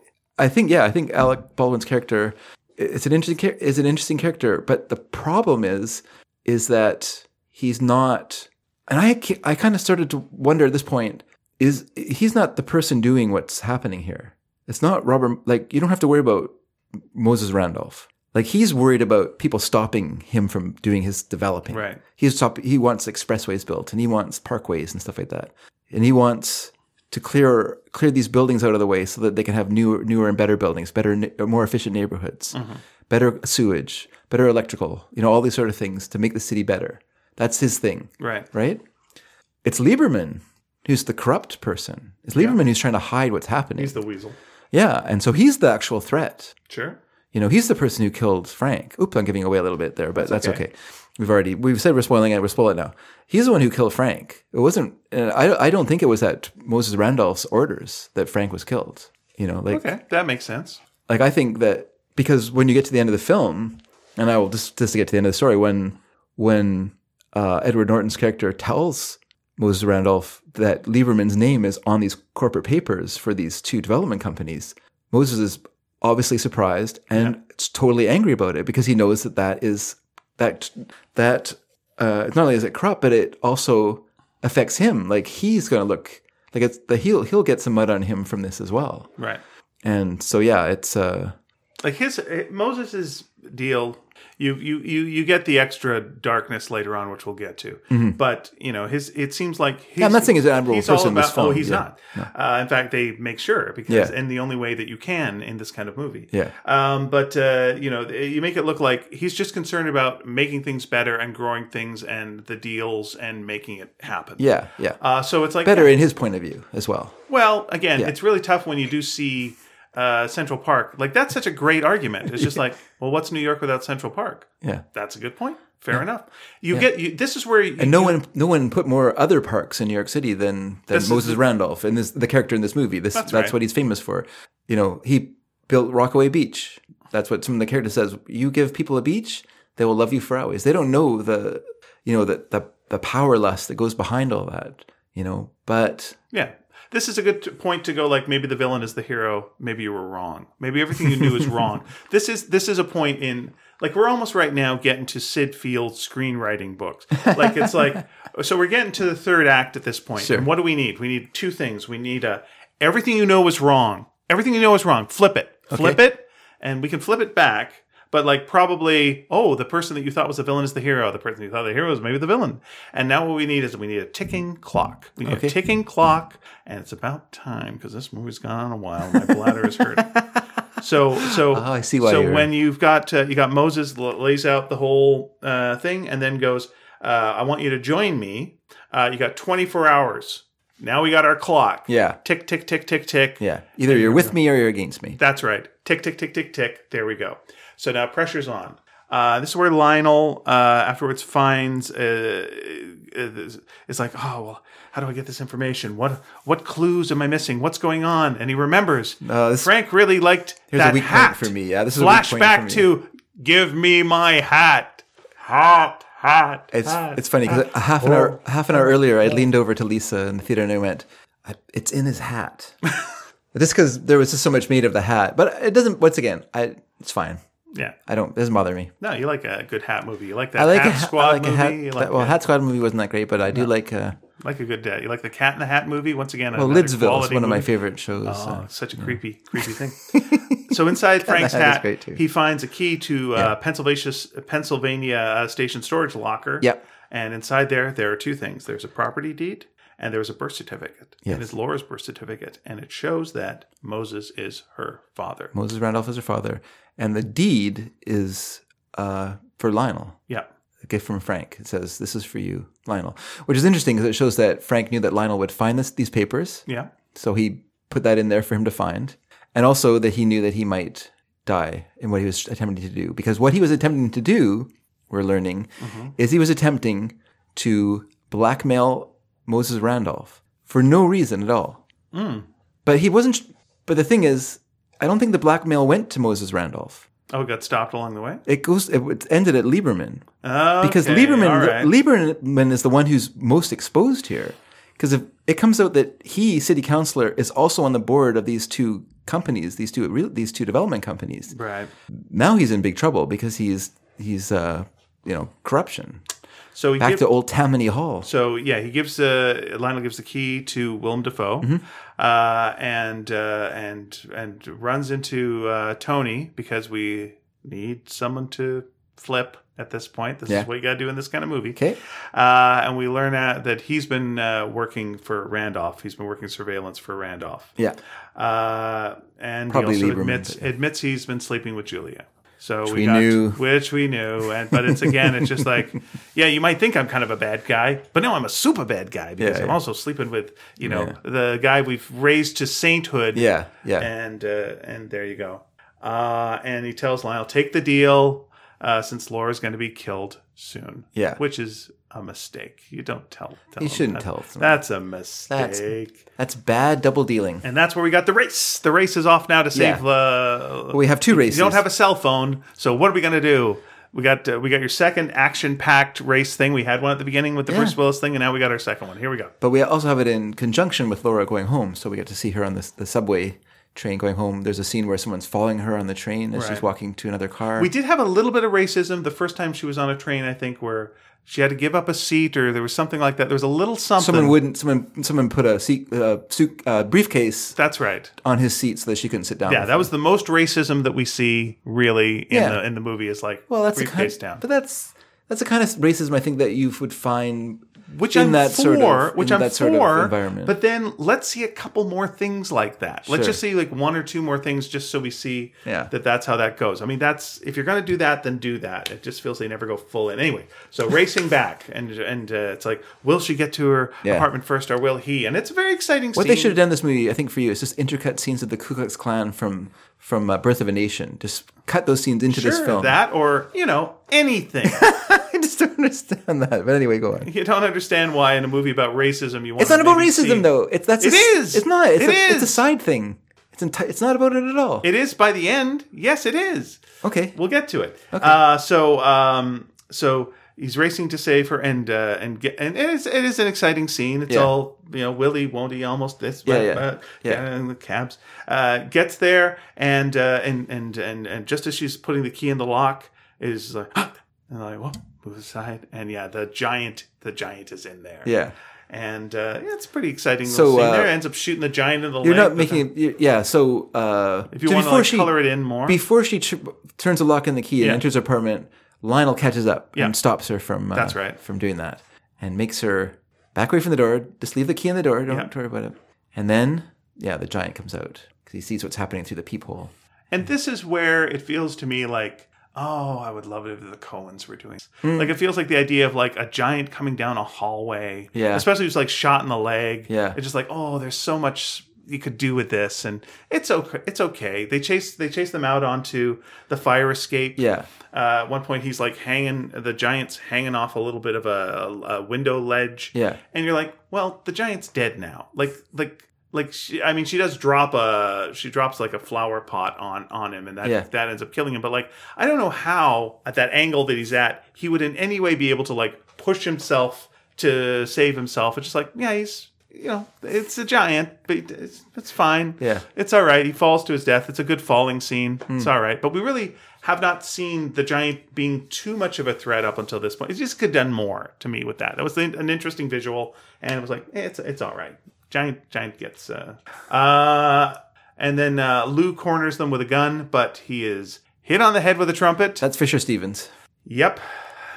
S5: I think yeah, I think Alec Baldwin's character it's an interesting char- is an interesting character, but the problem is is that he's not and I ca- I kind of started to wonder at this point is he's not the person doing what's happening here. It's not Robert like you don't have to worry about Moses Randolph. Like he's worried about people stopping him from doing his developing.
S6: Right.
S5: He's top, he wants expressways built and he wants parkways and stuff like that. And he wants to clear clear these buildings out of the way so that they can have newer newer and better buildings, better ne- more efficient neighborhoods, better sewage, better electrical, you know, all these sort of things to make the city better. That's his thing,
S6: Right.
S5: right? It's Lieberman who's the corrupt person. It's Lieberman who's trying to hide what's happening.
S6: He's the weasel.
S5: yeah, and so he's the actual threat.
S6: Sure.
S5: You know, he's the person who killed Frank. Oops, I'm giving away a little bit there, but that's, okay.
S6: okay.
S5: We've already we've said we're spoiling it. We're spoiling it now. He's the one who killed Frank. It wasn't. And I I don't think it was at Moses Randolph's orders that Frank was killed. You know, like
S6: Okay, that makes sense.
S5: like I think that because when you get to the end of the film, and I will just just to get to the end of the story, when when uh, Edward Norton's character tells Moses Randolph that Lieberman's name is on these corporate papers for these two development companies, Moses is obviously surprised and it's totally angry about it because he knows that that is that that uh, not only is it corrupt, but it also affects him. Like he's going to look like it's the he'll he'll get some mud on him from this as well.
S6: Right.
S5: And so yeah, it's uh
S6: Like his Moses's deal, you you you you get the extra darkness later on, which we'll get to. But you know, his it seems like his,
S5: Mm-hmm. I'm not saying he's an admirable
S6: he's all
S5: person in this
S6: about- Oh,
S5: film,
S6: he's
S5: yeah.
S6: not. Uh, in fact, they make sure because
S5: Yeah.
S6: and the only way that you can in this kind of movie.
S5: Yeah.
S6: Um, but uh, you know, you make it look like he's just concerned about making things better and growing things and the deals and making it happen.
S5: yeah, yeah.
S6: Uh, so it's like
S5: Better in his point of view as well.
S6: Well, again, it's really tough when you do see uh, Central Park. Like that's such a great argument. It's just like, well, what's New York without Central Park?
S5: Yeah.
S6: That's a good point. Fair enough. You get you, this is where you,
S5: And no one no one put more other parks in New York City than, than
S6: This is
S5: Moses
S6: the-
S5: Randolph and this the character in this movie. This that's,
S6: That's right.
S5: what he's famous for. You know, he built Rockaway Beach. That's what some of the character says. You give people a beach, they will love you for always. They don't know the you know the the, the power lust that goes behind all that, you know. But
S6: yeah. This is a good t- point to go like maybe the villain is the hero, maybe you were wrong. Maybe everything you knew is wrong. This is this is a point in like we're almost right now getting to Sid Field screenwriting books. Like it's like so we're getting to the third act at this point. And what do we need? We need two things. We need a everything you know was wrong. Everything you know is wrong. Flip it. Flip it. And we can flip it back. But like probably, oh, the person that you thought was the villain is the hero. The person you thought the hero is maybe the villain. And now what we need is we need a ticking clock. We need a ticking clock, and it's about time because this movie's gone on a while. My bladder is hurting. So, so
S5: Ah, I see why
S6: So
S5: you're-
S6: when you've got uh, you got Moses l- lays out the whole uh, thing, and then goes, uh, "I want you to join me." Uh, you got 24 hours. Now we got our clock.
S5: Yeah.
S6: Tick tick tick tick tick.
S5: yeah, either you're with me or you're against me.
S6: That's right. Tick, tick, tick, tick, tick. There we go. So now pressure's on. Uh, this is where Lionel uh, afterwards finds uh, uh, is like, oh well, how do I get this information? What what clues am I missing? What's going on? And he remembers
S5: Uh, this-
S6: Frank really liked
S5: a
S6: that
S5: weak point
S6: hat
S5: for me. Yeah, this is a weak point for
S6: flashback
S5: me.
S6: to give me my hat, hat, hat.
S5: It's it's funny because
S6: ah.
S5: a half an hour half an hour earlier, I leaned over to Lisa in the theater and I went, "I- "It's in his hat." just because there was just so much made of the hat, but it doesn't. Once again, I it's fine.
S6: yeah.
S5: I don't. It doesn't bother me.
S6: No, you like a good hat movie. You like that
S5: I like
S6: Hat
S5: a hat,
S6: Squad
S5: I like
S6: movie.
S5: a hat.
S6: You
S5: that-
S6: like
S5: well,
S6: a-
S5: Hat Squad movie wasn't that great, but I do like uh,
S6: like a good day. You like the Cat in the Hat movie once again.
S5: well,
S6: another
S5: Lidsville is
S6: quality
S5: one of my
S6: movie.
S5: favorite shows.
S6: Oh,
S5: uh,
S6: such a creepy, creepy thing. so inside Frank's
S5: hat is
S6: hat,
S5: great too.
S6: he finds a key to uh, Pennsylvania Pennsylvania uh, station storage locker.
S5: Yep.
S6: And inside there, there are two things. There's a property deed and there's a birth certificate.
S5: Yes.
S6: And it's Laura's birth certificate, and it shows that Moses is her father.
S5: Moses Randolph is her father, and the deed is uh, for Lionel.
S6: Yeah.
S5: a gift from Frank. It says, "This is for you, Lionel," which is interesting because it shows that Frank knew that Lionel would find this these papers.
S6: Yeah.
S5: So he put that in there for him to find. And also that he knew that he might die in what he was attempting to do. Because what he was attempting to do, we're learning, is he was attempting to blackmail Moses Randolph for no reason at all. But he wasn't, but the thing is, I don't think the blackmail went to Moses Randolph.
S6: Oh, it got stopped along the way.
S5: It goes, it ended at Lieberman
S6: Okay,
S5: because
S6: all
S5: Lieberman
S6: right.
S5: Lieberman is the one who's most exposed here because if it comes out that he city councilor is also on the board of these two companies these two real- these two development companies
S6: right.
S5: now he's in big trouble because he's he's uh you know corruption
S6: So he
S5: back
S6: give-
S5: to old Tammany Hall
S6: So yeah, he gives the Lionel gives the key to Willem Dafoe,
S5: Mm-hmm.
S6: uh, and uh, and and runs into uh, Tony because we need someone to flip at this point. This
S5: Yeah.
S6: is what you got to do in this kind of movie.
S5: Okay.
S6: Uh, and we learn uh, that he's been uh, working for Randolph. He's been working surveillance for Randolph.
S5: Yeah.
S6: Uh, and
S5: Probably
S6: he also
S5: Lieberman,
S6: admits
S5: but-
S6: admits he's been sleeping with Julia. So we,
S5: we
S6: got,
S5: knew.
S6: which we knew, and but it's again, it's just like, yeah, you might think I'm kind of a bad guy, but no, I'm a super bad guy because
S5: Yeah,
S6: I'm
S5: yeah.
S6: also sleeping with you know the guy we've raised to sainthood.
S5: Yeah. Yeah.
S6: and uh, and there you go. Uh, and he tells Lionel, take the deal, uh, since Laura's going to be killed soon.
S5: Yeah.
S6: which is a mistake. You don't tell. tell
S5: You
S6: him
S5: shouldn't
S6: that.
S5: tell someone.
S6: That's a mistake.
S5: That's bad double dealing.
S6: And that's where we got the race. The race is off now to save.
S5: Yeah.
S6: Uh,
S5: We have two races.
S6: You don't have a cell phone, so what are we gonna do? We got uh, we got your second action-packed race thing. We had one at the beginning with the Bruce Willis thing, and now we got our second one. Here we go.
S5: But we also have it in conjunction with Laura going home. So we get to see her on the, the subway train going home. There's a scene where someone's following her on the train as
S6: Right.
S5: she's walking to another car.
S6: We did have a little bit of racism the first time she was on a train. I think where she had to give up a seat, or there was something like that. There was a little something.
S5: someone wouldn't. Someone someone put a seat, uh, suit, uh, briefcase
S6: That's right.
S5: on his seat so that she couldn't sit down.
S6: Yeah,
S5: with
S6: that
S5: him.
S6: was the most racism that we see really in
S5: Yeah.
S6: the in the movie. Is like
S5: well. That's the kind.
S6: briefcase down.
S5: But that's that's the kind of racism I think that you would find
S6: which
S5: in
S6: I'm
S5: that
S6: for,
S5: sort of
S6: which
S5: in
S6: I'm
S5: that
S6: for,
S5: sort of environment.
S6: But then let's see a couple more things like that. Let's just see like one or two more things, just so we see
S5: Yeah.
S6: that that's how that goes. I mean, that's if you're going to do that, then do that. It just feels they never go full in. Anyway, so racing back, and and uh, it's like, will she get to her
S5: Yeah.
S6: apartment first, or will he? And it's a very exciting.
S5: What they should have done this movie, I think, for you is just intercut scenes of the Ku Klux Klan from from uh, Birth of a Nation. Just cut those scenes into this
S6: Sure,
S5: film.
S6: that or you know anything.
S5: I just don't understand that. But anyway, go on.
S6: you don't understand why in a movie about racism you want.
S5: It's not
S6: to
S5: about
S6: maybe
S5: racism
S6: see-
S5: though. It's that's
S6: It
S5: a,
S6: is.
S5: It's not. It's
S6: It
S5: a, It's a
S6: is.
S5: side thing. It's enti- It's not about it at all.
S6: It is by the end. Yes, it is.
S5: okay.
S6: We'll get to it. Uh, so, um, so he's racing to save her, and uh, and get, and it is it is an exciting scene. It's
S5: Yeah.
S6: all you know, Willie, won't he? Almost this,
S5: Yeah, yeah.
S6: uh,
S5: Yeah.
S6: down in the cabs. Uh, gets there, and uh, and and and and just as she's putting the key in the lock, is like, and like, whoa, move aside, and yeah, the giant, the giant is in there.
S5: yeah.
S6: and uh, yeah, it's a pretty exciting.
S5: So,
S6: little scene
S5: uh,
S6: there ends up shooting the giant in the.
S5: You're
S6: leg,
S5: not
S6: but
S5: making.
S6: then-
S5: it- you- yeah. So uh,
S6: If you
S5: so
S6: want to
S5: before
S6: like,
S5: she
S6: color it in more,
S5: before she tr- turns the lock in the key
S6: Yeah.
S5: and enters her apartment, Lionel catches up
S6: Yeah.
S5: and stops her from. Uh,
S6: That's right.
S5: From doing that and makes her back away from the door. Just leave the key in the door. Don't
S6: Yeah.
S5: worry about it. And then yeah, the giant comes out because he sees what's happening through the peephole.
S6: And this is where it feels to me like, oh, I would love it if the Coens were doing. this.
S5: Hmm.
S6: Like it feels like the idea of like a giant coming down a hallway.
S5: Yeah.
S6: Especially who's like shot in the leg.
S5: Yeah.
S6: It's just like, oh, there's so much you could do with this, and it's okay. It's okay. They chase they chase them out onto the fire escape.
S5: Yeah.
S6: Uh, at one point, he's like hanging, the giant's hanging off a little bit of a, a window ledge.
S5: Yeah.
S6: And you're like, well, the giant's dead now. Like, like, like, she, I mean, she does drop a, she drops like a flower pot on, on him and that,
S5: Yeah.
S6: that ends up killing him. But like, I don't know how at that angle that he's at, he would in any way be able to like push himself to save himself. It's just like, yeah, he's, you know, it's a giant, but it's, it's fine
S5: Yeah.
S6: it's all right. He falls to his death. It's a good falling scene. It's all right. But we really have not seen the giant being too much of a threat up until this point. It just could have done more to me with that. That was an an interesting visual, and it was like eh, it's it's all right. Giant giant gets uh, uh and then uh, Lou corners them with a gun, but he is hit on the head with a trumpet.
S5: That's Fisher Stevens.
S6: Yep,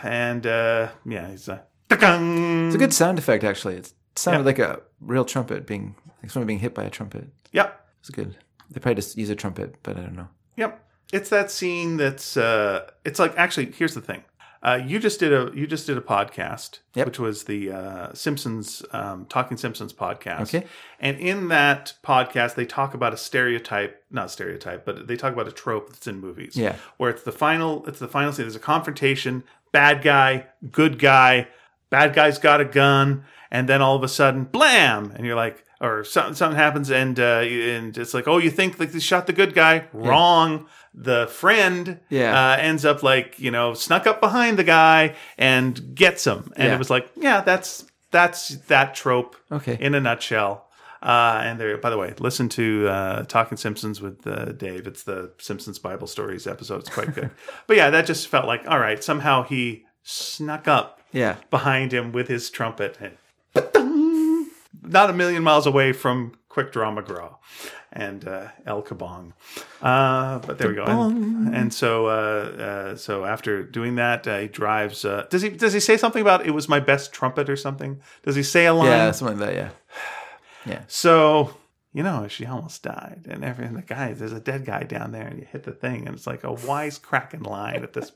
S6: and uh, yeah, he's uh,
S5: It's a good
S6: Hmm.
S5: sound effect, actually. It sounded like a real trumpet being like someone being hit by a trumpet.
S6: yep.
S5: It's good. They probably just use a trumpet, but I don't know.
S6: Yep. It's that scene that's uh it's like actually here's the thing. Uh, you just did a you just did a podcast,
S5: Yep.
S6: which was the uh, Simpsons um, Talking Simpsons podcast.
S5: Okay.
S6: And in that podcast, they talk about a stereotype, not stereotype, but they talk about a trope that's in movies.
S5: Yeah.
S6: Where it's the final it's the final scene. There's a confrontation, bad guy, good guy, bad guy's got a gun, and then all of a sudden, blam, and you're like, or something, something happens, and uh, and it's like, oh, you think like they shot the good guy? Wrong. The friend
S5: Yeah.
S6: uh, ends up like you know snuck up behind the guy and gets him, and
S5: Yeah.
S6: it was like, yeah, that's that's that trope
S5: Okay.
S6: in a nutshell. Uh, and there, by the way, listen to uh, Talking Simpsons with uh, Dave. It's the Simpsons Bible Stories episode. It's quite good. but yeah, that just felt like all right. Somehow he snuck up
S5: Yeah.
S6: behind him with his trumpet and not a million miles away from Quick Draw McGraw and uh, El Kabong. Uh, but there we go. And, and so, uh, uh, so after doing that, uh, he drives. Uh, does he? Does he say something about it was my best trumpet or something? Does he say a line?
S5: Yeah, something like that. Yeah.
S6: So, you know, she almost died. And every and the guy, there's a dead guy down there, and you hit the thing, and it's like a wise cracking line at this.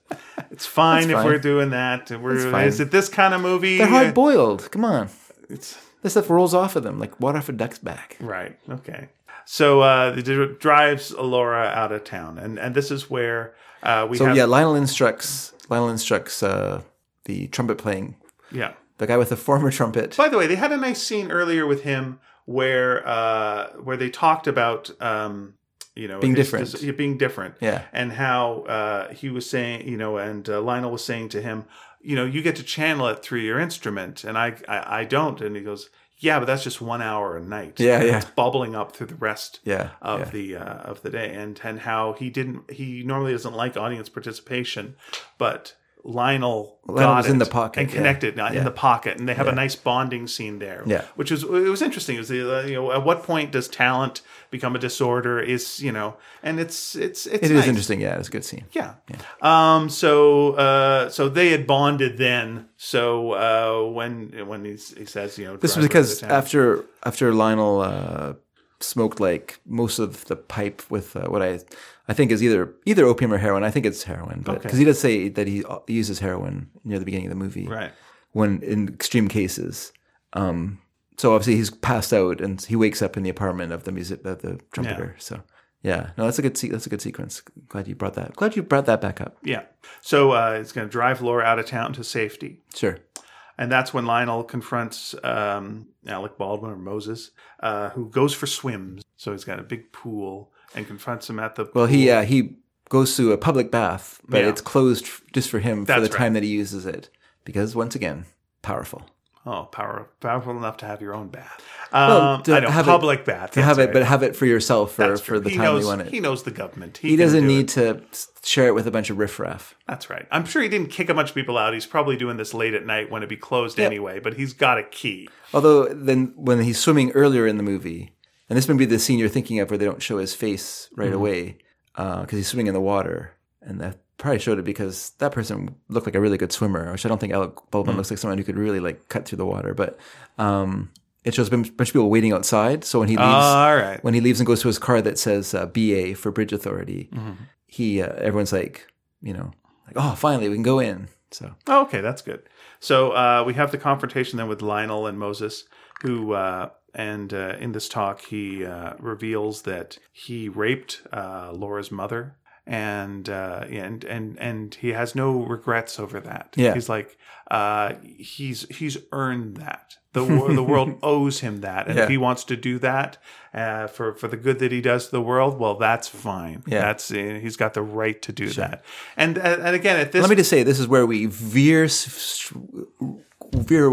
S6: It's fine,
S5: It's
S6: if
S5: fine.
S6: we're doing that. We're,
S5: It's fine.
S6: Is it this kind of movie?
S5: They're hard boiled. Come on.
S6: It's-
S5: This stuff rolls off of them like water off a duck's back.
S6: Right. Okay. So uh, the dr- drives Laura out of town, and and this is where uh, we
S5: So
S6: have
S5: yeah, Lionel instructs Lionel instructs uh, the trumpet playing
S6: yeah.
S5: the guy with the former trumpet.
S6: By the way, they had a nice scene earlier with him where uh, where they talked about um, you know
S5: Being
S6: his-
S5: different.
S6: his- yeah, being different,
S5: Yeah.
S6: and how uh, he was saying, you know, and uh, Lionel was saying to him, you know, you get to channel it through your instrument, and I I, I don't, and he goes, yeah, but that's just one hour a night,
S5: Yeah, yeah.
S6: it's bubbling up through the rest,
S5: Yeah,
S6: of
S5: yeah.
S6: the uh, of the day, and and how he didn't, he normally doesn't like audience participation, but. Lionel,
S5: Lionel
S6: got
S5: was in
S6: it
S5: the pocket,
S6: and
S5: yeah.
S6: connected not uh, in
S5: Yeah.
S6: the pocket, and they have a nice bonding scene there.
S5: Yeah.
S6: which was it was interesting. It was the, uh, you know at what point does talent become a disorder? Is you know, and it's it's it's
S5: It is
S6: nice.
S5: interesting. Yeah, it's a good scene.
S6: Yeah. Um. So uh. So they had bonded then. So uh. When when he's, he says you know
S5: This was
S6: drive her
S5: because
S6: to town.
S5: after after Lionel uh, smoked like most of the pipe with uh, what I I think is either either opium or heroin. I think it's heroin, but because he does say that he uh, uses heroin near the beginning of the movie,
S6: right.
S5: When in extreme cases, um, so obviously he's passed out and he wakes up in the apartment of the music of the trumpeter. So yeah, no, that's a good se- that's a good sequence. Glad you brought that. Glad you brought that back up.
S6: Yeah. So uh, it's going to drive Laura out of town to safety.
S5: Sure.
S6: And that's when Lionel confronts um, Alec Baldwin or Moses, uh, who goes for swims. So he's got a big pool and confronts him at the
S5: Well, he uh, he goes to a public bath, but
S6: Yeah.
S5: it's closed f- just for him for
S6: That's
S5: the time that he uses it because once again, powerful.
S6: Oh, power, powerful enough to have your own bath.
S5: Well,
S6: Um,
S5: to
S6: I know,
S5: have it-
S6: public bath.
S5: To
S6: that's
S5: have it,
S6: right.
S5: but have it for yourself for,
S6: That's
S5: for
S6: true.
S5: the
S6: he
S5: time
S6: knows,
S5: you want it.
S6: He
S5: He,
S6: knows the government. can
S5: doesn't
S6: do it.
S5: need to s- share it with a bunch of riffraff.
S6: That's right. I'm sure he didn't kick a bunch of people out. He's probably doing this late at night when it'd be closed anyway. But he's got a key.
S5: Although then when he's swimming earlier in the movie, and this may be the scene you're thinking of where they don't show his face right away because he's swimming in the water, and that probably showed it because that person looked like a really good swimmer, which I don't think Alec Baldwin looks like someone who could really like cut through the water. But um, it shows a bunch bunch of people waiting outside. So when he leaves,
S6: All right.
S5: when he leaves and goes to his car that says uh, BA for Bridge Authority, he uh, everyone's like, you know, like oh, finally we can go in. So
S6: Oh, okay, that's good. So uh, we have the confrontation then with Lionel and Moses, who uh, and uh, in this talk he uh, reveals that he raped uh, Laura's mother, and uh, and and and he has no regrets over that.
S5: Yeah.
S6: he's like uh, he's he's earned that. The, wor- the world owes him that, and if
S5: Yeah.
S6: he wants to do that uh, for for the good that he does to the world, well, that's fine.
S5: Yeah.
S6: that's eh, he's got the right to do that. And and again, at this
S5: Let me just say, this is where we veer s- veer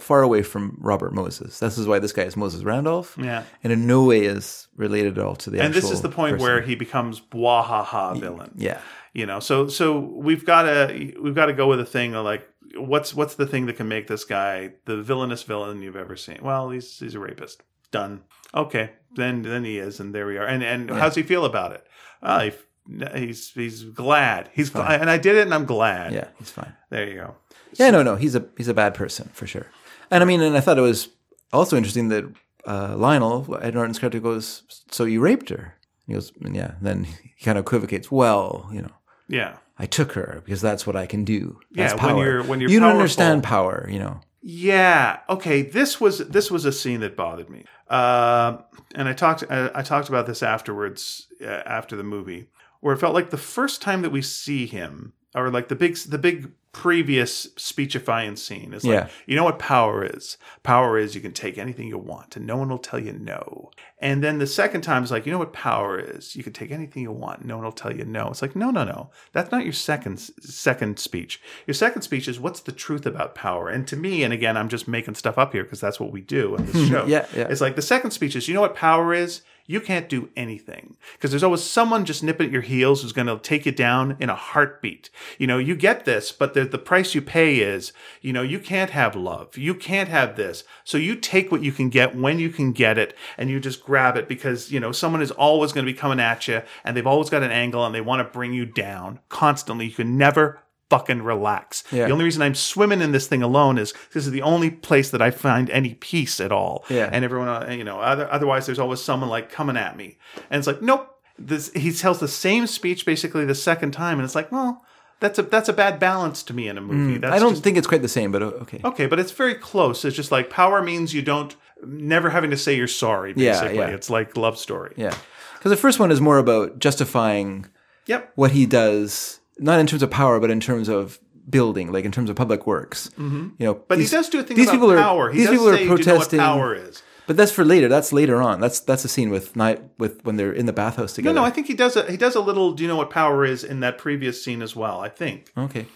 S5: far away from Robert Moses. This is why this guy is Moses Randolph.
S6: Yeah.
S5: and in no way is related at all to the.
S6: and this
S5: actual
S6: is the point
S5: person.
S6: where he becomes bwahaha villain.
S5: yeah,
S6: you know. So so we've got to we've got to go with a thing of like what's what's the thing that can make this guy the villainous villain you've ever seen? Well, he's he's a rapist. Done. Okay, then then he is, and there we are. And and how's he feel about it? Uh, he, f- he's he's glad. He's glad, and I did it, and I'm glad.
S5: yeah, he's fine.
S6: There you go.
S5: Yeah, no, no, he's a he's a bad person for sure. And I mean, and I thought it was also interesting that uh, Lionel Ed Norton's character goes, "So you raped her?" And he goes, and "Yeah." Then he kind of equivocates. Well, you know,
S6: Yeah.
S5: I took her because that's what I can do.
S6: Yeah,
S5: That's
S6: when
S5: power.
S6: you're- when you're
S5: you don't
S6: powerful.
S5: understand power, you know.
S6: Yeah. Okay. This was this was a scene that bothered me, Um and I talked uh, I, I talked about this afterwards uh, after the movie, where it felt like the first time that we see him, or like the big the big previous speechifying scene is like,
S5: Yeah.
S6: you know what power is? Power is you can take anything you want, and no one will tell you no. And then the second time is like, you know what power is? You can take anything you want, and no one will tell you no. It's like, no, no, no, that's not your second second speech. Your second speech is what's the truth about power? And to me, and again, I'm just making stuff up here because that's what we do in this show.
S5: Yeah, yeah.
S6: It's like the second speech is, you know what power is? you can't do anything because there's always someone just nipping at your heels who's going to take you down in a heartbeat. You know, you get this, but the, the price you pay is, you know, you can't have love. You can't have this. So you take what you can get when you can get it and you just grab it because, you know, someone is always going to be coming at you and they've always got an angle and they want to bring you down constantly. You can never fucking relax.
S5: Yeah.
S6: The only reason I'm swimming in this thing alone is this is the only place that I find any peace at all.
S5: Yeah.
S6: And everyone, uh, you know, other, otherwise there's always someone like coming at me, and it's like, nope. This he tells the same speech basically the second time, and it's like, well, that's a that's a bad balance to me in a movie. That's
S5: Mm, I don't
S6: just-
S5: think it's quite the same, but o- okay.
S6: Okay, but it's very close. It's just like power means you don't never having to say you're sorry.
S5: Yeah,
S6: Basically,
S5: yeah.
S6: it's like love story.
S5: Yeah. Because the first one is more about justifying
S6: Yep.
S5: what he does, not in terms of power, but in terms of building, like in terms of public works. You know,
S6: Mm-hmm. But
S5: these-
S6: he does do a thing
S5: these
S6: about
S5: people are-
S6: power. He
S5: these
S6: does
S5: people are
S6: say, "Do you know what
S5: protesting-
S6: power is.
S5: But that's for later. That's later on. That's that's a scene with night with when they're in the bathhouse
S6: No,
S5: together.
S6: no, I think he does a he does a little. Do you know what power is in that previous scene as well? I think.
S5: okay.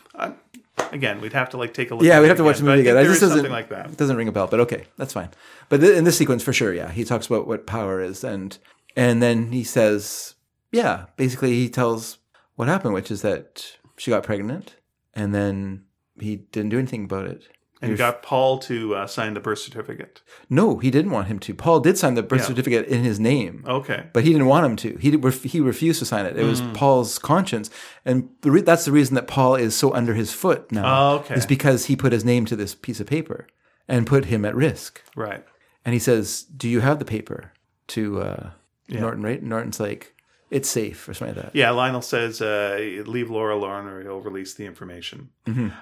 S6: Again, we'd have to like take a look.
S5: Yeah,
S6: at
S5: we'd
S6: it
S5: have to watch the
S6: again, but
S5: movie again.
S6: I
S5: It
S6: think there
S5: just
S6: is
S5: doesn't
S6: something like that.
S5: it Doesn't ring a bell, but okay, that's fine. But th- in this sequence, for sure, yeah, he talks about what power is, and and then he says, yeah, basically he tells what happened, which is that she got pregnant, and then he didn't do anything about it.
S6: And got Paul to uh, sign the birth certificate.
S5: No, he didn't want him to. Paul did sign the birth
S6: Yeah. Oh,
S5: certificate in his name.
S6: Okay.
S5: But he didn't want him to. He did, ref- he refused to sign it. It
S6: Mm.
S5: was Paul's conscience, and the re- that's the reason that Paul is so under his foot now.
S6: Oh, okay.
S5: is because he put his name to this piece of paper and put him at risk.
S6: right.
S5: And he says, "Do you have the paper?" To uh, Norton, right? Norton's like, "It's safe," or something like that.
S6: Yeah, Lionel says, uh, "Leave Laura alone, or he'll release the information."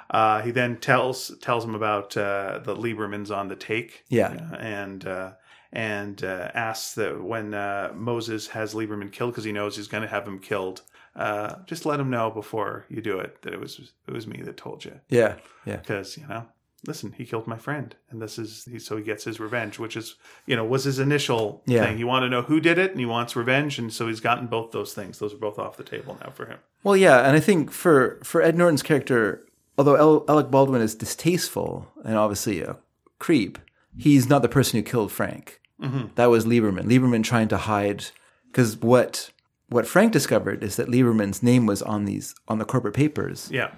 S6: Uh, he then tells tells him about uh, the Lieberman's on the take.
S5: Yeah.
S6: Uh, and uh, and uh, asks that when uh, Moses has Lieberman killed because he knows he's going to have him killed. Uh, just let him know before you do it that it was it was me that told you
S5: Yeah, yeah,
S6: because you know listen he killed my friend and this is he, so he gets his revenge which is you know was his initial
S5: Yeah.
S6: thing he wanted to know who did it and he wants revenge and so he's gotten both those things those are both off the table now for him
S5: Well, yeah, and I think for for Ed Norton's character, although Al- Alec Baldwin is distasteful and obviously a creep, he's not the person who killed Frank.
S6: Mm-hmm.
S5: That was Lieberman. Lieberman trying to hide because what what Frank discovered is that Lieberman's name was on these on the corporate papers,
S6: yeah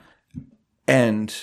S5: and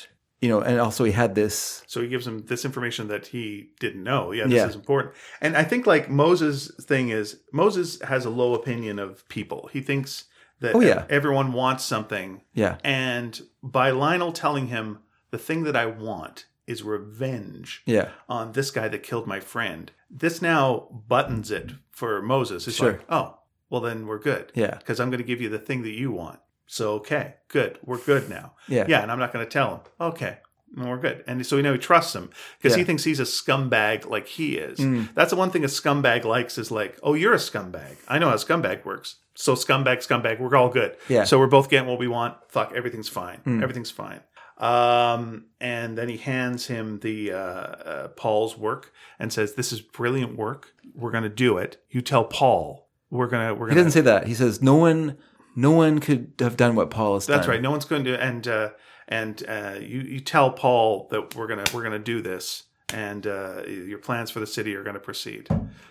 S5: you know, and also he had this.
S6: so he gives him this information that he didn't know yeah this
S5: Yeah.
S6: is important and i think like moses thing is moses has a low opinion of people he thinks that
S5: Oh, yeah.
S6: everyone wants something
S5: Yeah,
S6: and by lionel telling him the thing that i want is revenge
S5: yeah,
S6: on this guy that killed my friend. This now buttons it for Moses. It's
S5: Sure.
S6: like, oh, well then we're good.
S5: Yeah.
S6: Because I'm going to give you the thing that you want. So okay, good. We're good now.
S5: Yeah.
S6: Yeah, and I'm not going to tell him. Okay. And we're good. And so we know he trusts him because he
S5: Yeah. Mm.
S6: thinks he's a scumbag like he is. That's the one thing a scumbag likes is like, oh, you're a scumbag. I know how scumbag works. So scumbag, scumbag, we're all good.
S5: Yeah. Mm.
S6: So we're both getting what we want. Fuck, everything's fine. Everything's fine. Um, and then he hands him the uh, uh, Paul's work and says, "This is brilliant work. We're going to do it. You tell Paul. We're gonna. We're
S5: he
S6: gonna."
S5: doesn't say that. He says no one, no one could have done what Paul has
S6: That's
S5: done.
S6: right. No one's going to. And uh, and uh, you you tell Paul that we're gonna we're gonna do this, and uh, your plans for the city are going to proceed.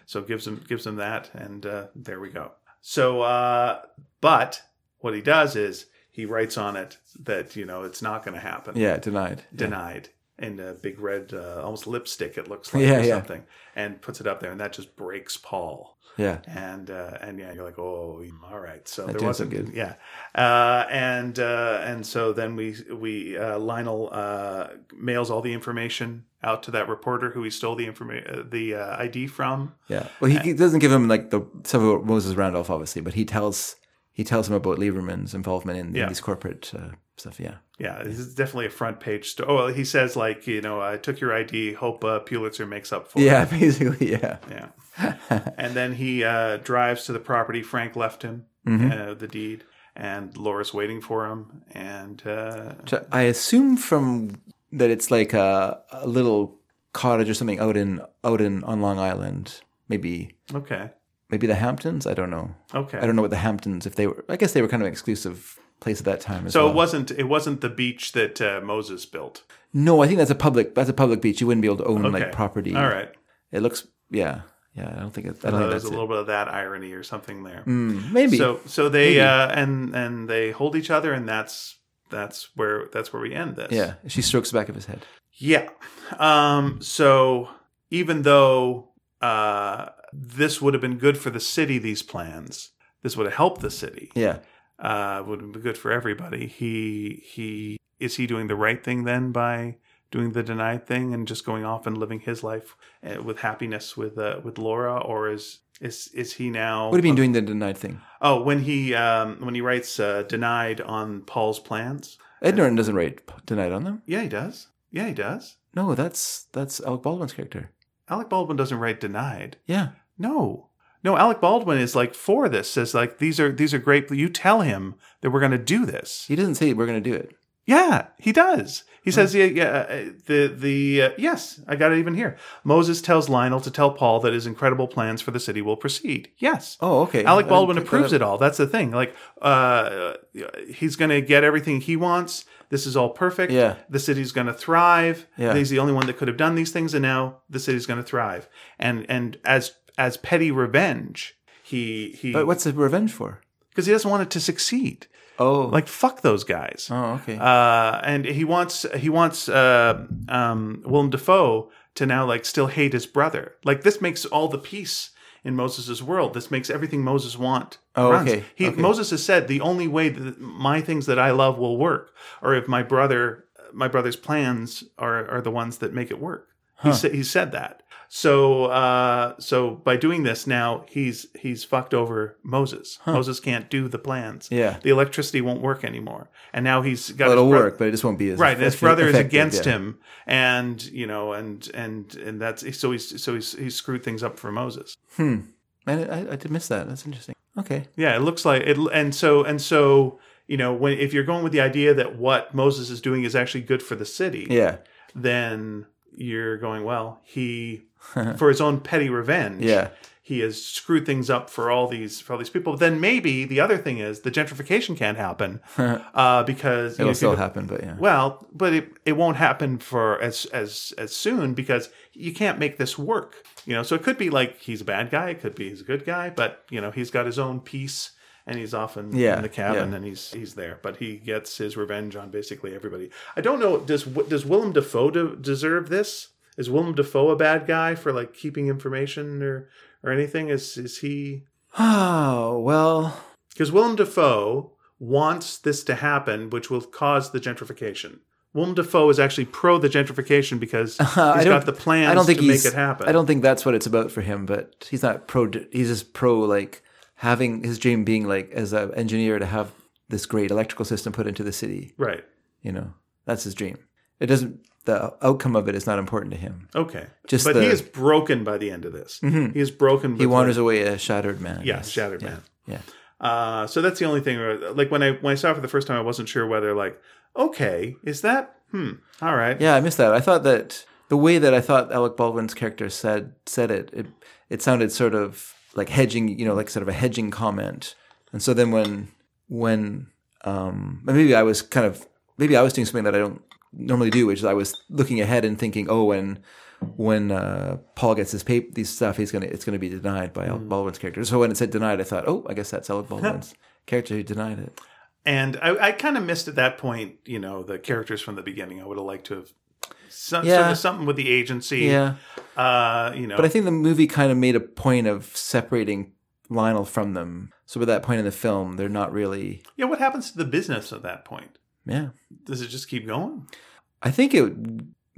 S6: So gives him gives him that, and uh, there we go. So, uh, but what he does is he writes on it that you know it's not going to happen.
S5: Yeah, denied.
S6: denied in a big red, uh, almost lipstick. It looks like
S5: Yeah,
S6: or
S5: yeah.
S6: something, and puts it up there, and that just breaks Paul.
S5: Yeah,
S6: And uh, and yeah, you're like, oh, mm, all right. So
S5: That
S6: there
S5: does
S6: wasn't
S5: look
S6: good,
S5: good.
S6: yeah. Uh, and uh, and so then we we uh, Lionel uh, mails all the information out to that reporter who he stole the informa- uh, the uh, ID from.
S5: Yeah. Well,
S6: Uh,
S5: he, he doesn't give him like the stuff about Moses Randolph, obviously, but he tells he tells him about Lieberman's involvement in, in
S6: Yeah.
S5: these corporate uh, stuff. Yeah.
S6: Yeah, this is definitely a front page story. Oh, well, he says like, you know, I took your ID. Hope uh, Pulitzer makes up for it.
S5: Yeah. Basically. Yeah.
S6: Yeah. and then he uh, drives to the property Frank left him,
S5: Mm-hmm.
S6: uh, the deed, and Laura's waiting for him. And uh,
S5: So I assume from that it's like a, a little cottage or something out in out in on Long Island, maybe
S6: okay,
S5: maybe the Hamptons. I don't know.
S6: okay.
S5: I don't know what the Hamptons if they were. I guess they were kind of an exclusive place at that time. As
S6: so
S5: well.
S6: it wasn't it wasn't the beach that uh, Moses built.
S5: No, I think that's a public that's a public beach. You wouldn't be able to own
S6: Okay.
S5: like property.
S6: All right.
S5: It looks. Yeah. Yeah, I don't think it, I
S6: I
S5: don't
S6: thought
S5: think
S6: there
S5: that's
S6: was Uh, a
S5: it.
S6: little bit of that irony or something there.
S5: Mm, maybe.
S6: So so they uh, and and they hold each other, and that's that's where that's where we end this.
S5: yeah, she strokes the back of his head.
S6: Yeah. Um, so even though uh, this would have been good for the city, these plans, this would have helped the city.
S5: Yeah.
S6: Uh, would have been good for everybody. He he is he doing the right thing then by doing the denied thing and just going off and living his life uh, with happiness with uh, with Laura, or is is is he now?
S5: What have you been doing the denied thing?
S6: Oh, when he um, when he writes uh, denied on Paul's plans.
S5: Ed Norton doesn't write p- denied on them.
S6: Yeah, he does. Yeah, he does.
S5: No, that's that's Alec Baldwin's character.
S6: Alec Baldwin doesn't write denied.
S5: Yeah.
S6: No. No, Alec Baldwin is like for this. Says like these are these are great. You tell him that we're going to do this.
S5: He doesn't say we're going to do it.
S6: Yeah, he does. He says
S5: Hmm.
S6: yeah, yeah uh, the the uh, yes, I got it even here. Moses tells Lionel to tell Paul that his incredible plans for the city will proceed. Yes.
S5: Oh, okay.
S6: Alec Baldwin
S5: I didn't pick
S6: approves
S5: that
S6: it
S5: up.
S6: all. That's the thing. Like, uh, he's going to get everything he wants. This is all perfect.
S5: Yeah.
S6: The city's going to thrive.
S5: Yeah.
S6: He's the only one that could have done these things, and now the city's going to thrive. And and as as petty revenge, he he
S5: But what's the revenge for?
S6: because he doesn't want it to succeed.
S5: Oh,
S6: Like fuck those guys.
S5: oh, okay.
S6: Uh, and he wants he wants uh, um, Willem Dafoe to now like still hate his brother. Like this makes all the peace in Moses' world. This makes everything Moses want.
S5: Oh,
S6: runs.
S5: okay,
S6: He,
S5: okay.
S6: Moses has said the only way that my things that I love will work, or if my brother my brother's plans are are the ones that make it work. He said he said that. So uh, so by doing this now he's he's fucked over Moses. Moses can't do the plans.
S5: Yeah.
S6: the electricity won't work anymore, and now he's got
S5: Well,
S6: his
S5: it'll
S6: bro-
S5: work, but it just won't be as
S6: right and his
S5: effective-
S6: brother is
S5: effective,
S6: against
S5: yeah.
S6: him and you know and and and that's so he's so he's he's screwed things up for moses
S5: Man, I, I did miss that. That's interesting. Okay.
S6: yeah it looks like it and so and so you know when if you're going with the idea that what moses is doing is actually good for the city
S5: Yeah.
S6: then you're going well he for his own petty revenge
S5: Yeah.
S6: he has screwed things up for all these for all these people. But then maybe the other thing is the gentrification can't happen uh, because you know,
S5: It'll
S6: if you
S5: still
S6: go-
S5: happen, but yeah.
S6: Well, but it, it won't happen for as as as soon because you can't make this work. You know, so it could be like he's a bad guy, it could be he's a good guy, but you know, he's got his own peace and he's off in,
S5: Yeah,
S6: in the cabin
S5: yeah.
S6: and he's he's there. But he gets his revenge on basically everybody. I don't know. Does does Willem Dafoe de- deserve this? Is Willem Dafoe a bad guy for like keeping information or or anything? Is is he?
S5: Oh, well,
S6: Because Willem Dafoe wants this to happen, which will cause the gentrification. Willem Dafoe is actually pro the gentrification because he's
S5: Uh, I don't-
S6: got the plans
S5: I don't think
S6: to make
S5: he's,
S6: it happen.
S5: I don't think that's what it's about for him, but he's not pro. He's just pro, like, having his dream being, like, as an engineer to have this great electrical system put into the city.
S6: Right.
S5: You know, that's his dream. It doesn't, the outcome of it is not important to him.
S6: Okay.
S5: Just
S6: but
S5: the- Mm-hmm.
S6: he is broken by the end of this. He is broken.
S5: He wanders away a shattered man.
S6: Yeah, shattered man.
S5: Yeah.
S6: Uh, so that's the only thing. where- Like when I when I saw it for the first time, I wasn't sure whether like okay, is that hmm, all right,
S5: Yeah, I missed that. I thought that the way that I thought Alec Baldwin's character said said it, it it sounded sort of like hedging, you know, like sort of a hedging comment. And so then when when um maybe I was kind of maybe I was doing something that I don't normally do, which is I was looking ahead and thinking, oh, when when uh, Paul gets his paper, these stuff, he's gonna it's gonna be denied by Alec Baldwin's character. So when it said denied, I thought, oh, I guess that's Alec Baldwin's character who denied it.
S6: and I, I kind of missed at that point. You know, the characters from the beginning. I would have liked to have some,
S5: Yeah.
S6: sort of something with the agency.
S5: Yeah.
S6: Uh, you know,
S5: But I think the movie kind of made a point of separating Lionel from them. So by that point in the film, they're not really.
S6: Yeah, what happens to the business at that point?
S5: Yeah,
S6: Does it just keep going?
S5: I think it.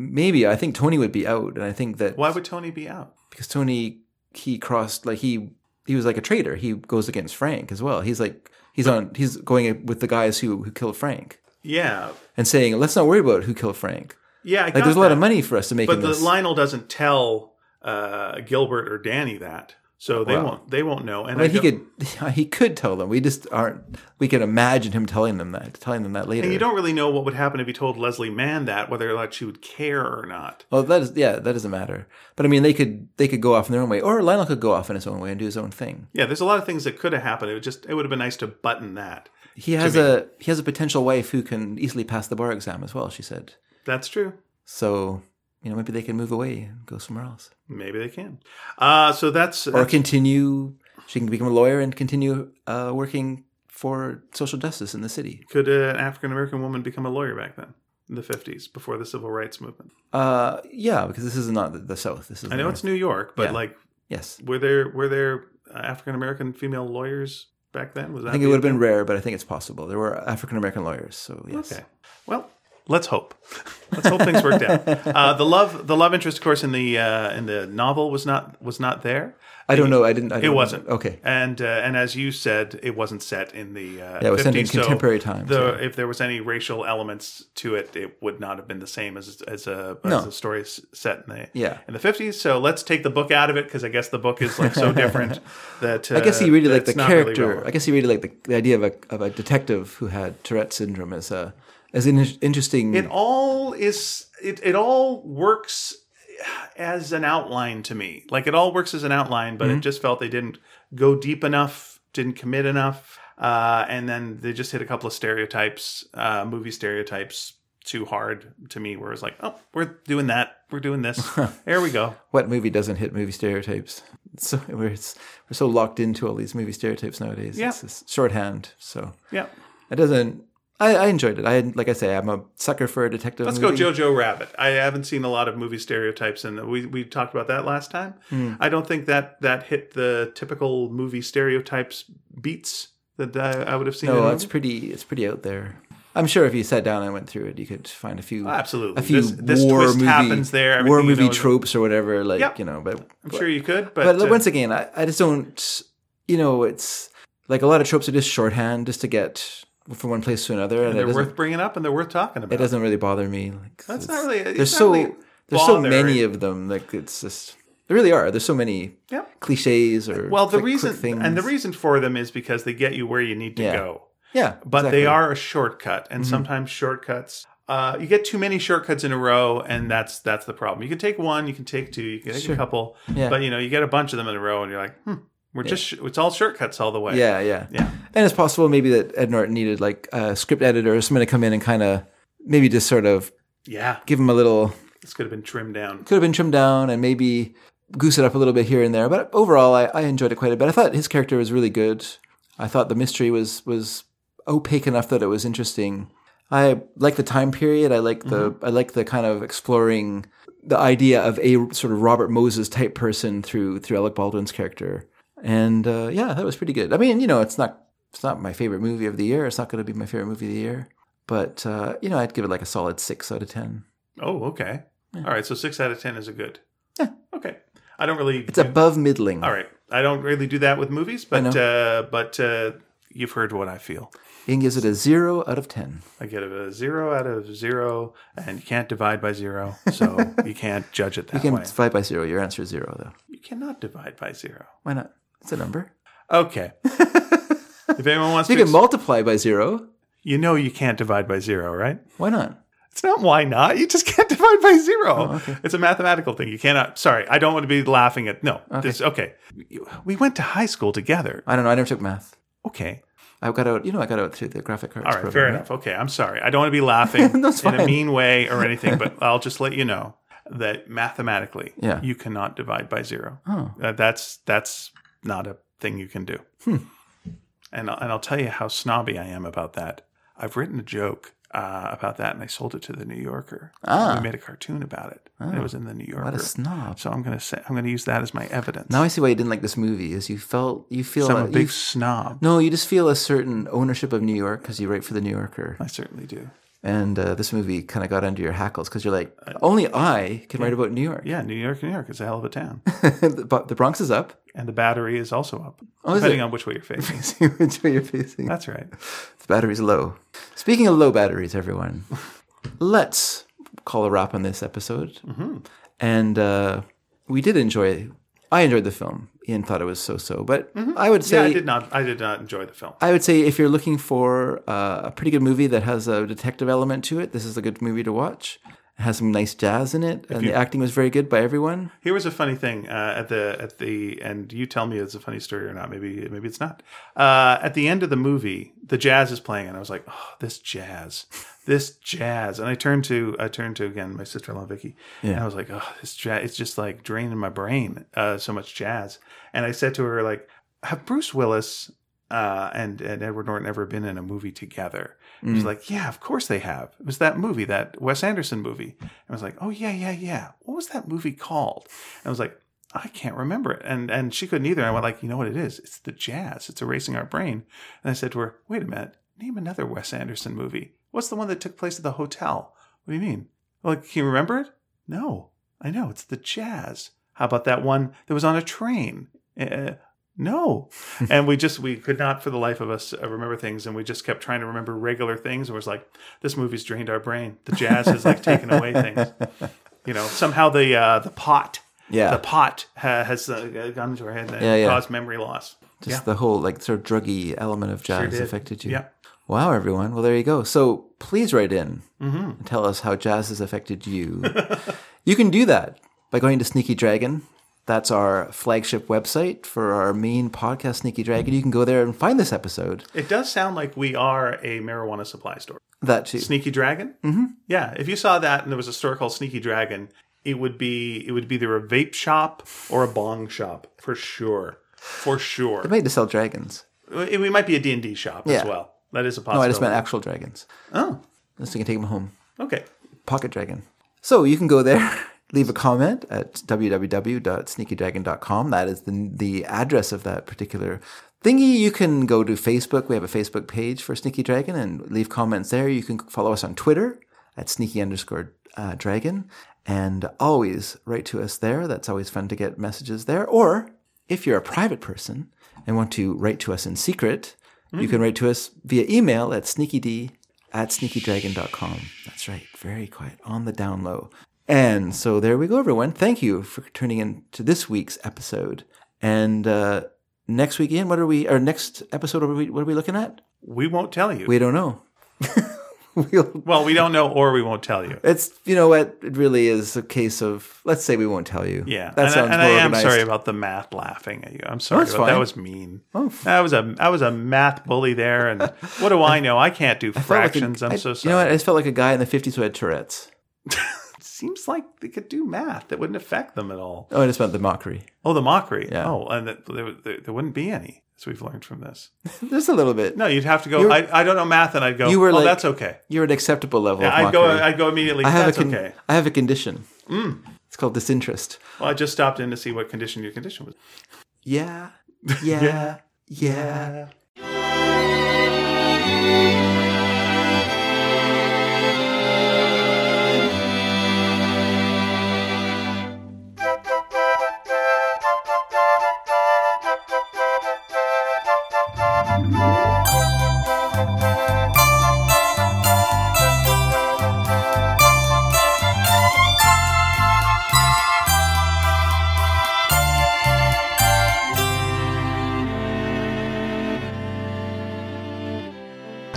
S5: Maybe I think Tony would be out, and I think that
S6: Why would Tony be out?
S5: because Tony he crossed like he he was like a traitor. He goes against Frank as well. He's like he's on he's going with the guys who who killed Frank
S6: Yeah,
S5: and saying let's not worry about who killed Frank.
S6: yeah. I
S5: Like
S6: got
S5: there's a lot of
S6: that.
S5: money for us to make.
S6: but
S5: in
S6: the
S5: this.
S6: Lionel doesn't tell uh, Gilbert or Danny that, so they
S5: Wow.
S6: won't. They won't know. And
S5: I mean, he
S6: don't-
S5: could he could tell them. We just aren't. We can imagine him telling them that telling them that later.
S6: And you don't really know what would happen if he told Leslie Mann that, whether or not she would care or not.
S5: Well, that is yeah, that doesn't matter. But I mean, they could they could go off in their own way, or Lionel could go off in his own way and do his own thing.
S6: Yeah, there's a lot of things that could have happened. It would just it would have been nice to button that.
S5: He has a he has a potential wife who can easily pass the bar exam as well. She said
S6: That's true.
S5: so. you know, maybe they can move away and go somewhere else,
S6: Maybe they can. Uh, so that's,
S5: or continue. She can become a lawyer and continue uh, working for social justice in the city.
S6: could an African American woman become a lawyer back then in the 50s before the civil rights movement?
S5: Uh, yeah, because this is not the, the South. This is
S6: I
S5: the
S6: know
S5: North.
S6: it's New York, but
S5: Yeah.
S6: like,
S5: yes.
S6: were there were there African American female lawyers back then? Was that
S5: I think it would have been rare, but I think it's possible. There were African American lawyers, so yes.
S6: Okay. Well, let's hope. Let's hope things worked out. Uh, the love, the love interest, of course, in the uh, in the novel was not was not there.
S5: I don't know. I didn't. I
S6: It
S5: don't-
S6: wasn't
S5: Okay.
S6: and uh, and as you said, it wasn't set in the uh,
S5: Yeah, it was set in
S6: 50s, so
S5: contemporary times,
S6: The,
S5: yeah.
S6: If there was any racial elements to it, it would not have been the same as as a,
S5: No.
S6: as a story s- set in the
S5: Yeah.
S6: in the fifties. So let's take the book out of it because I guess the book is like so different that uh,
S5: I guess he really liked
S6: that's
S5: the
S6: not really
S5: character.
S6: relevant.
S5: I guess he really liked the, the idea of a of a detective who had Tourette syndrome as a as an in- interesting.
S6: it all is it, it all works as an outline to me like it all works as an outline but it just felt they didn't go deep enough didn't commit enough uh, and then they just hit a couple of stereotypes uh, movie stereotypes too hard to me where it's like oh we're doing that we're doing this there we go
S5: what movie doesn't hit movie stereotypes? So we're it's, we're so locked into all these movie stereotypes nowadays.
S6: Yeah.
S5: It's just shorthand. So
S6: yeah
S5: it doesn't. I, I enjoyed it. I like I say, I'm a sucker for a detective.
S6: Let's
S5: movie.
S6: go Jojo Rabbit. I haven't seen a lot of movie stereotypes, and we we talked about that last time.
S5: Hmm.
S6: I don't think that that hit the typical movie stereotypes beats that I, I would have seen. in a
S5: No,
S6: movie.
S5: it's pretty. It's pretty out there. I'm sure if you sat down and went through it, you could find a few.
S6: Oh, Absolutely.
S5: a few
S6: This- this
S5: war
S6: twist
S5: movie
S6: happens there, everything
S5: war
S6: you
S5: movie
S6: know is-
S5: tropes or whatever. Like
S6: Yep.
S5: you know, but
S6: I'm sure you could, but,
S5: but
S6: uh,
S5: once again, I, I just don't. You know, it's like a lot of tropes are just shorthand, just to get from one place to another, and, it,
S6: they're
S5: doesn't,
S6: worth bringing up and they're worth talking about.
S5: it doesn't really bother me. Like,
S6: That's
S5: it's-
S6: not really- it's
S5: There's
S6: not
S5: so
S6: really
S5: there's so
S6: bothering.
S5: many of them. Like it's just there really are. There's so many
S6: Yep.
S5: cliches or
S6: well, the
S5: quick- quick
S6: reason
S5: things.
S6: and the reason for them is because they get you where you need to
S5: Yeah.
S6: go,
S5: yeah,
S6: but
S5: exactly. Mm-hmm.
S6: they are a shortcut, and sometimes shortcuts. Uh, you get too many shortcuts in a row, and that's that's the problem. You can take one, you can take two, you can take
S5: Sure.
S6: a couple,
S5: Yeah.
S6: but you know you get a bunch of them in a row, and you're like, hmm, we're just sh- it's all shortcuts all the way.
S5: Yeah, yeah,
S6: Yeah.
S5: And it's possible maybe that Ed Norton needed like a script editor or someone to come in and kind of maybe just sort of
S6: yeah.
S5: give him a little
S6: This could have been trimmed down.
S5: could have been trimmed down and maybe goose it up a little bit here and there. But overall, I, I enjoyed it quite a bit. I thought his character was really good. I thought the mystery was was opaque enough that it was interesting. I like the time period. I like the I like the kind of exploring the idea of a sort of Robert Moses type person through through Alec Baldwin's character. And uh, yeah, that was pretty good. I mean, you know, it's not it's not my favorite movie of the year. It's not going to be my favorite movie of the year. But uh, you know, I'd give it like a solid six out of ten.
S6: Oh, okay. All right. So six out of ten is a good. Okay. I don't really.
S5: It's above middling.
S6: All right. I don't really do that with movies, but
S5: know.
S6: uh, but uh, you've heard what I feel.
S5: Ian gives it a zero out of ten.
S6: I get a zero out of zero, and you can't divide by zero, so you can't judge it that
S5: You can
S6: way.
S5: divide by zero. Your answer is zero, though.
S6: You cannot divide by zero.
S5: Why not? It's a number.
S6: Okay. if anyone wants
S5: You
S6: to,
S5: can multiply by zero.
S6: you know you can't divide by zero, right?
S5: Why not?
S6: It's not why not. You just can't divide by zero.
S5: Oh,
S6: It's a mathematical thing. You cannot. Sorry, I don't want to be laughing at. No. This, okay. We went to high school together.
S5: I don't know. I never took math.
S6: Okay.
S5: I got out. You know, I got out through the graphic cards.
S6: All right,
S5: program,
S6: fair
S5: right?
S6: enough. Okay, I'm sorry. I don't want to be laughing
S5: That's
S6: in a
S5: fine.
S6: mean way or anything, but I'll just let you know that mathematically,
S5: Yeah. Oh.
S6: you cannot divide by zero. Uh, that's that's not a thing you can do.
S5: Hmm.
S6: And I'll, and I'll tell you how snobby I am about that. I've written a joke uh, about that, and I sold it to the New Yorker.
S5: Ah. Oh.
S6: We made a cartoon about it. and it was in the New Yorker.
S5: What a snob.
S6: So I'm gonna say I'm gonna use that as my evidence.
S5: Now I see why you didn't like this movie. Is you felt you feel
S6: So I'm a
S5: you-
S6: big snob.
S5: no, you just feel a certain ownership of New York because you write for the New Yorker,
S6: I certainly do.
S5: and uh, this movie kind of got under your hackles because you're like, only I can write about New York.
S6: Uh, Yeah, New York, New York is a hell of a town.
S5: the, but the Bronx is up.
S6: and the battery is also up,
S5: Oh, is
S6: depending
S5: it?
S6: on which way you're facing.
S5: See which way you're facing.
S6: That's right.
S5: The battery's low. Speaking of low batteries, everyone, let's call a wrap on this episode.
S6: Mm-hmm.
S5: And uh, we did enjoy. I enjoyed the film. Ian thought it was so-so, but I would
S6: Mm-hmm. Yeah,
S5: say
S6: I did not. I did not enjoy the film.
S5: I would say if you're looking for uh, a pretty good movie that has a detective element to it, this is a good movie to watch. It has some nice jazz in it, and
S6: you-
S5: the acting was very good by everyone.
S6: Here was a funny thing uh, at the at the and you tell me it's a funny story or not. Maybe maybe it's not. Uh, at the end of the movie, the jazz is playing, and I was like, "Oh, this jazz, this jazz." And I turned to I turned to again my sister in law Vicky, and I was like, "Oh, this jazz. It's just like draining my brain. Uh, so much jazz." And I said to her, "Like, have Bruce Willis uh, and and Edward Norton ever been in a movie together?" And She's like, "Yeah, of course they have. It was that movie, that Wes Anderson movie." And I was like, "Oh yeah, yeah, yeah. What was that movie called?" And I was like, "I can't remember it." And and she couldn't either. And I went like, "You know what it is? It's the jazz. It's erasing our brain." And I said to her, "Wait a minute. Name another Wes Anderson movie. What's the one that took place at the hotel? What do you mean? Like, can you remember it? No, I know. It's the jazz. How about that one that was on a train? Uh, no and we just we could not for the life of us uh, remember things and we just kept trying to remember regular things and was like this movie's drained our brain the jazz has like taken away things you know somehow the uh the pot
S5: Yeah.
S6: the pot ha- has uh, gone into our head and
S5: Yeah, yeah.
S6: caused memory loss
S5: Just
S6: yeah
S5: the whole like sort of druggy element of jazz
S6: did.
S5: affected you.
S6: Yeah.
S5: Wow, everyone. Well, there you go. So please write in and tell us how jazz has affected you. you can do that by going to Sneaky Dragon. That's our flagship website for our main podcast, Sneaky Dragon. You can go there and find this episode.
S6: it does sound like we are a marijuana supply store
S5: That too.
S6: sneaky dragon mm-hmm. yeah if you saw that and there was a store called sneaky dragon it would be it would be either a vape shop or a bong shop for sure for sure
S5: Made to sell dragons.
S6: It, we might be a D&D shop
S5: Yeah.
S6: as well. That is a
S5: No, I
S6: possibility.
S5: just meant actual dragons.
S6: Oh,
S5: So you can take them home.
S6: okay.
S5: Pocket Dragon. So you can go there, leave a comment at www.sneakydragon.com. That is the the address of that particular thingy. You can go to Facebook. We have a Facebook page for Sneaky Dragon and leave comments there. You can follow us on Twitter at sneaky underscore uh, dragon. And always write to us there. That's always fun to get messages there. Or if you're a private person and want to write to us in secret, you can write to us via email at sneakyd at sneakydragon.com. That's right. Very quiet on the down low. And so there we go, everyone. Thank you for tuning in to this week's episode. And uh, next week, Ian, what are we, or next episode, what are we, what are we looking at?
S6: We won't tell you.
S5: We don't know. we'll,
S6: well, we don't know or we won't tell you.
S5: it's, you know what? It really is a case of, let's say we won't tell you.
S6: Yeah.
S5: That
S6: and
S5: sounds
S6: I, and
S5: more
S6: I am
S5: organized.
S6: sorry about the math laughing at you. I'm sorry.
S5: that's
S6: about, that
S5: fine.
S6: was mean.
S5: Oh.
S6: I was a I was a math bully there and what do I know? I can't do
S5: I felt like a-
S6: fractions. i
S5: I-
S6: I'm so
S5: You know
S6: sorry.
S5: what? I just felt like a guy in the 50s who had Tourette's.
S6: it seems like they could do math that wouldn't affect them at all.
S5: Oh, I just meant the mockery.
S6: Oh, the mockery.
S5: Yeah.
S6: Oh, and that, there, there, there wouldn't be any. As we've learned from this.
S5: Just a little bit.
S6: No, you'd have to go
S5: You were-
S6: I, I don't know math and I'd go
S5: You were
S6: oh,
S5: like-
S6: that's okay.
S5: You're at acceptable level.
S6: Yeah,
S5: of
S6: I'd go
S5: mockery.
S6: I'd go immediately
S5: I have
S6: that's
S5: a con-
S6: okay.
S5: I have a condition. It's called disinterest.
S6: Well, I just stopped in to see what condition your condition was.
S5: Yeah. Yeah. yeah.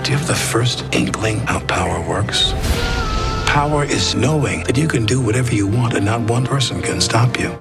S4: Do you have the first inkling how power works? Power is knowing that you can do whatever you want and not one person can stop you.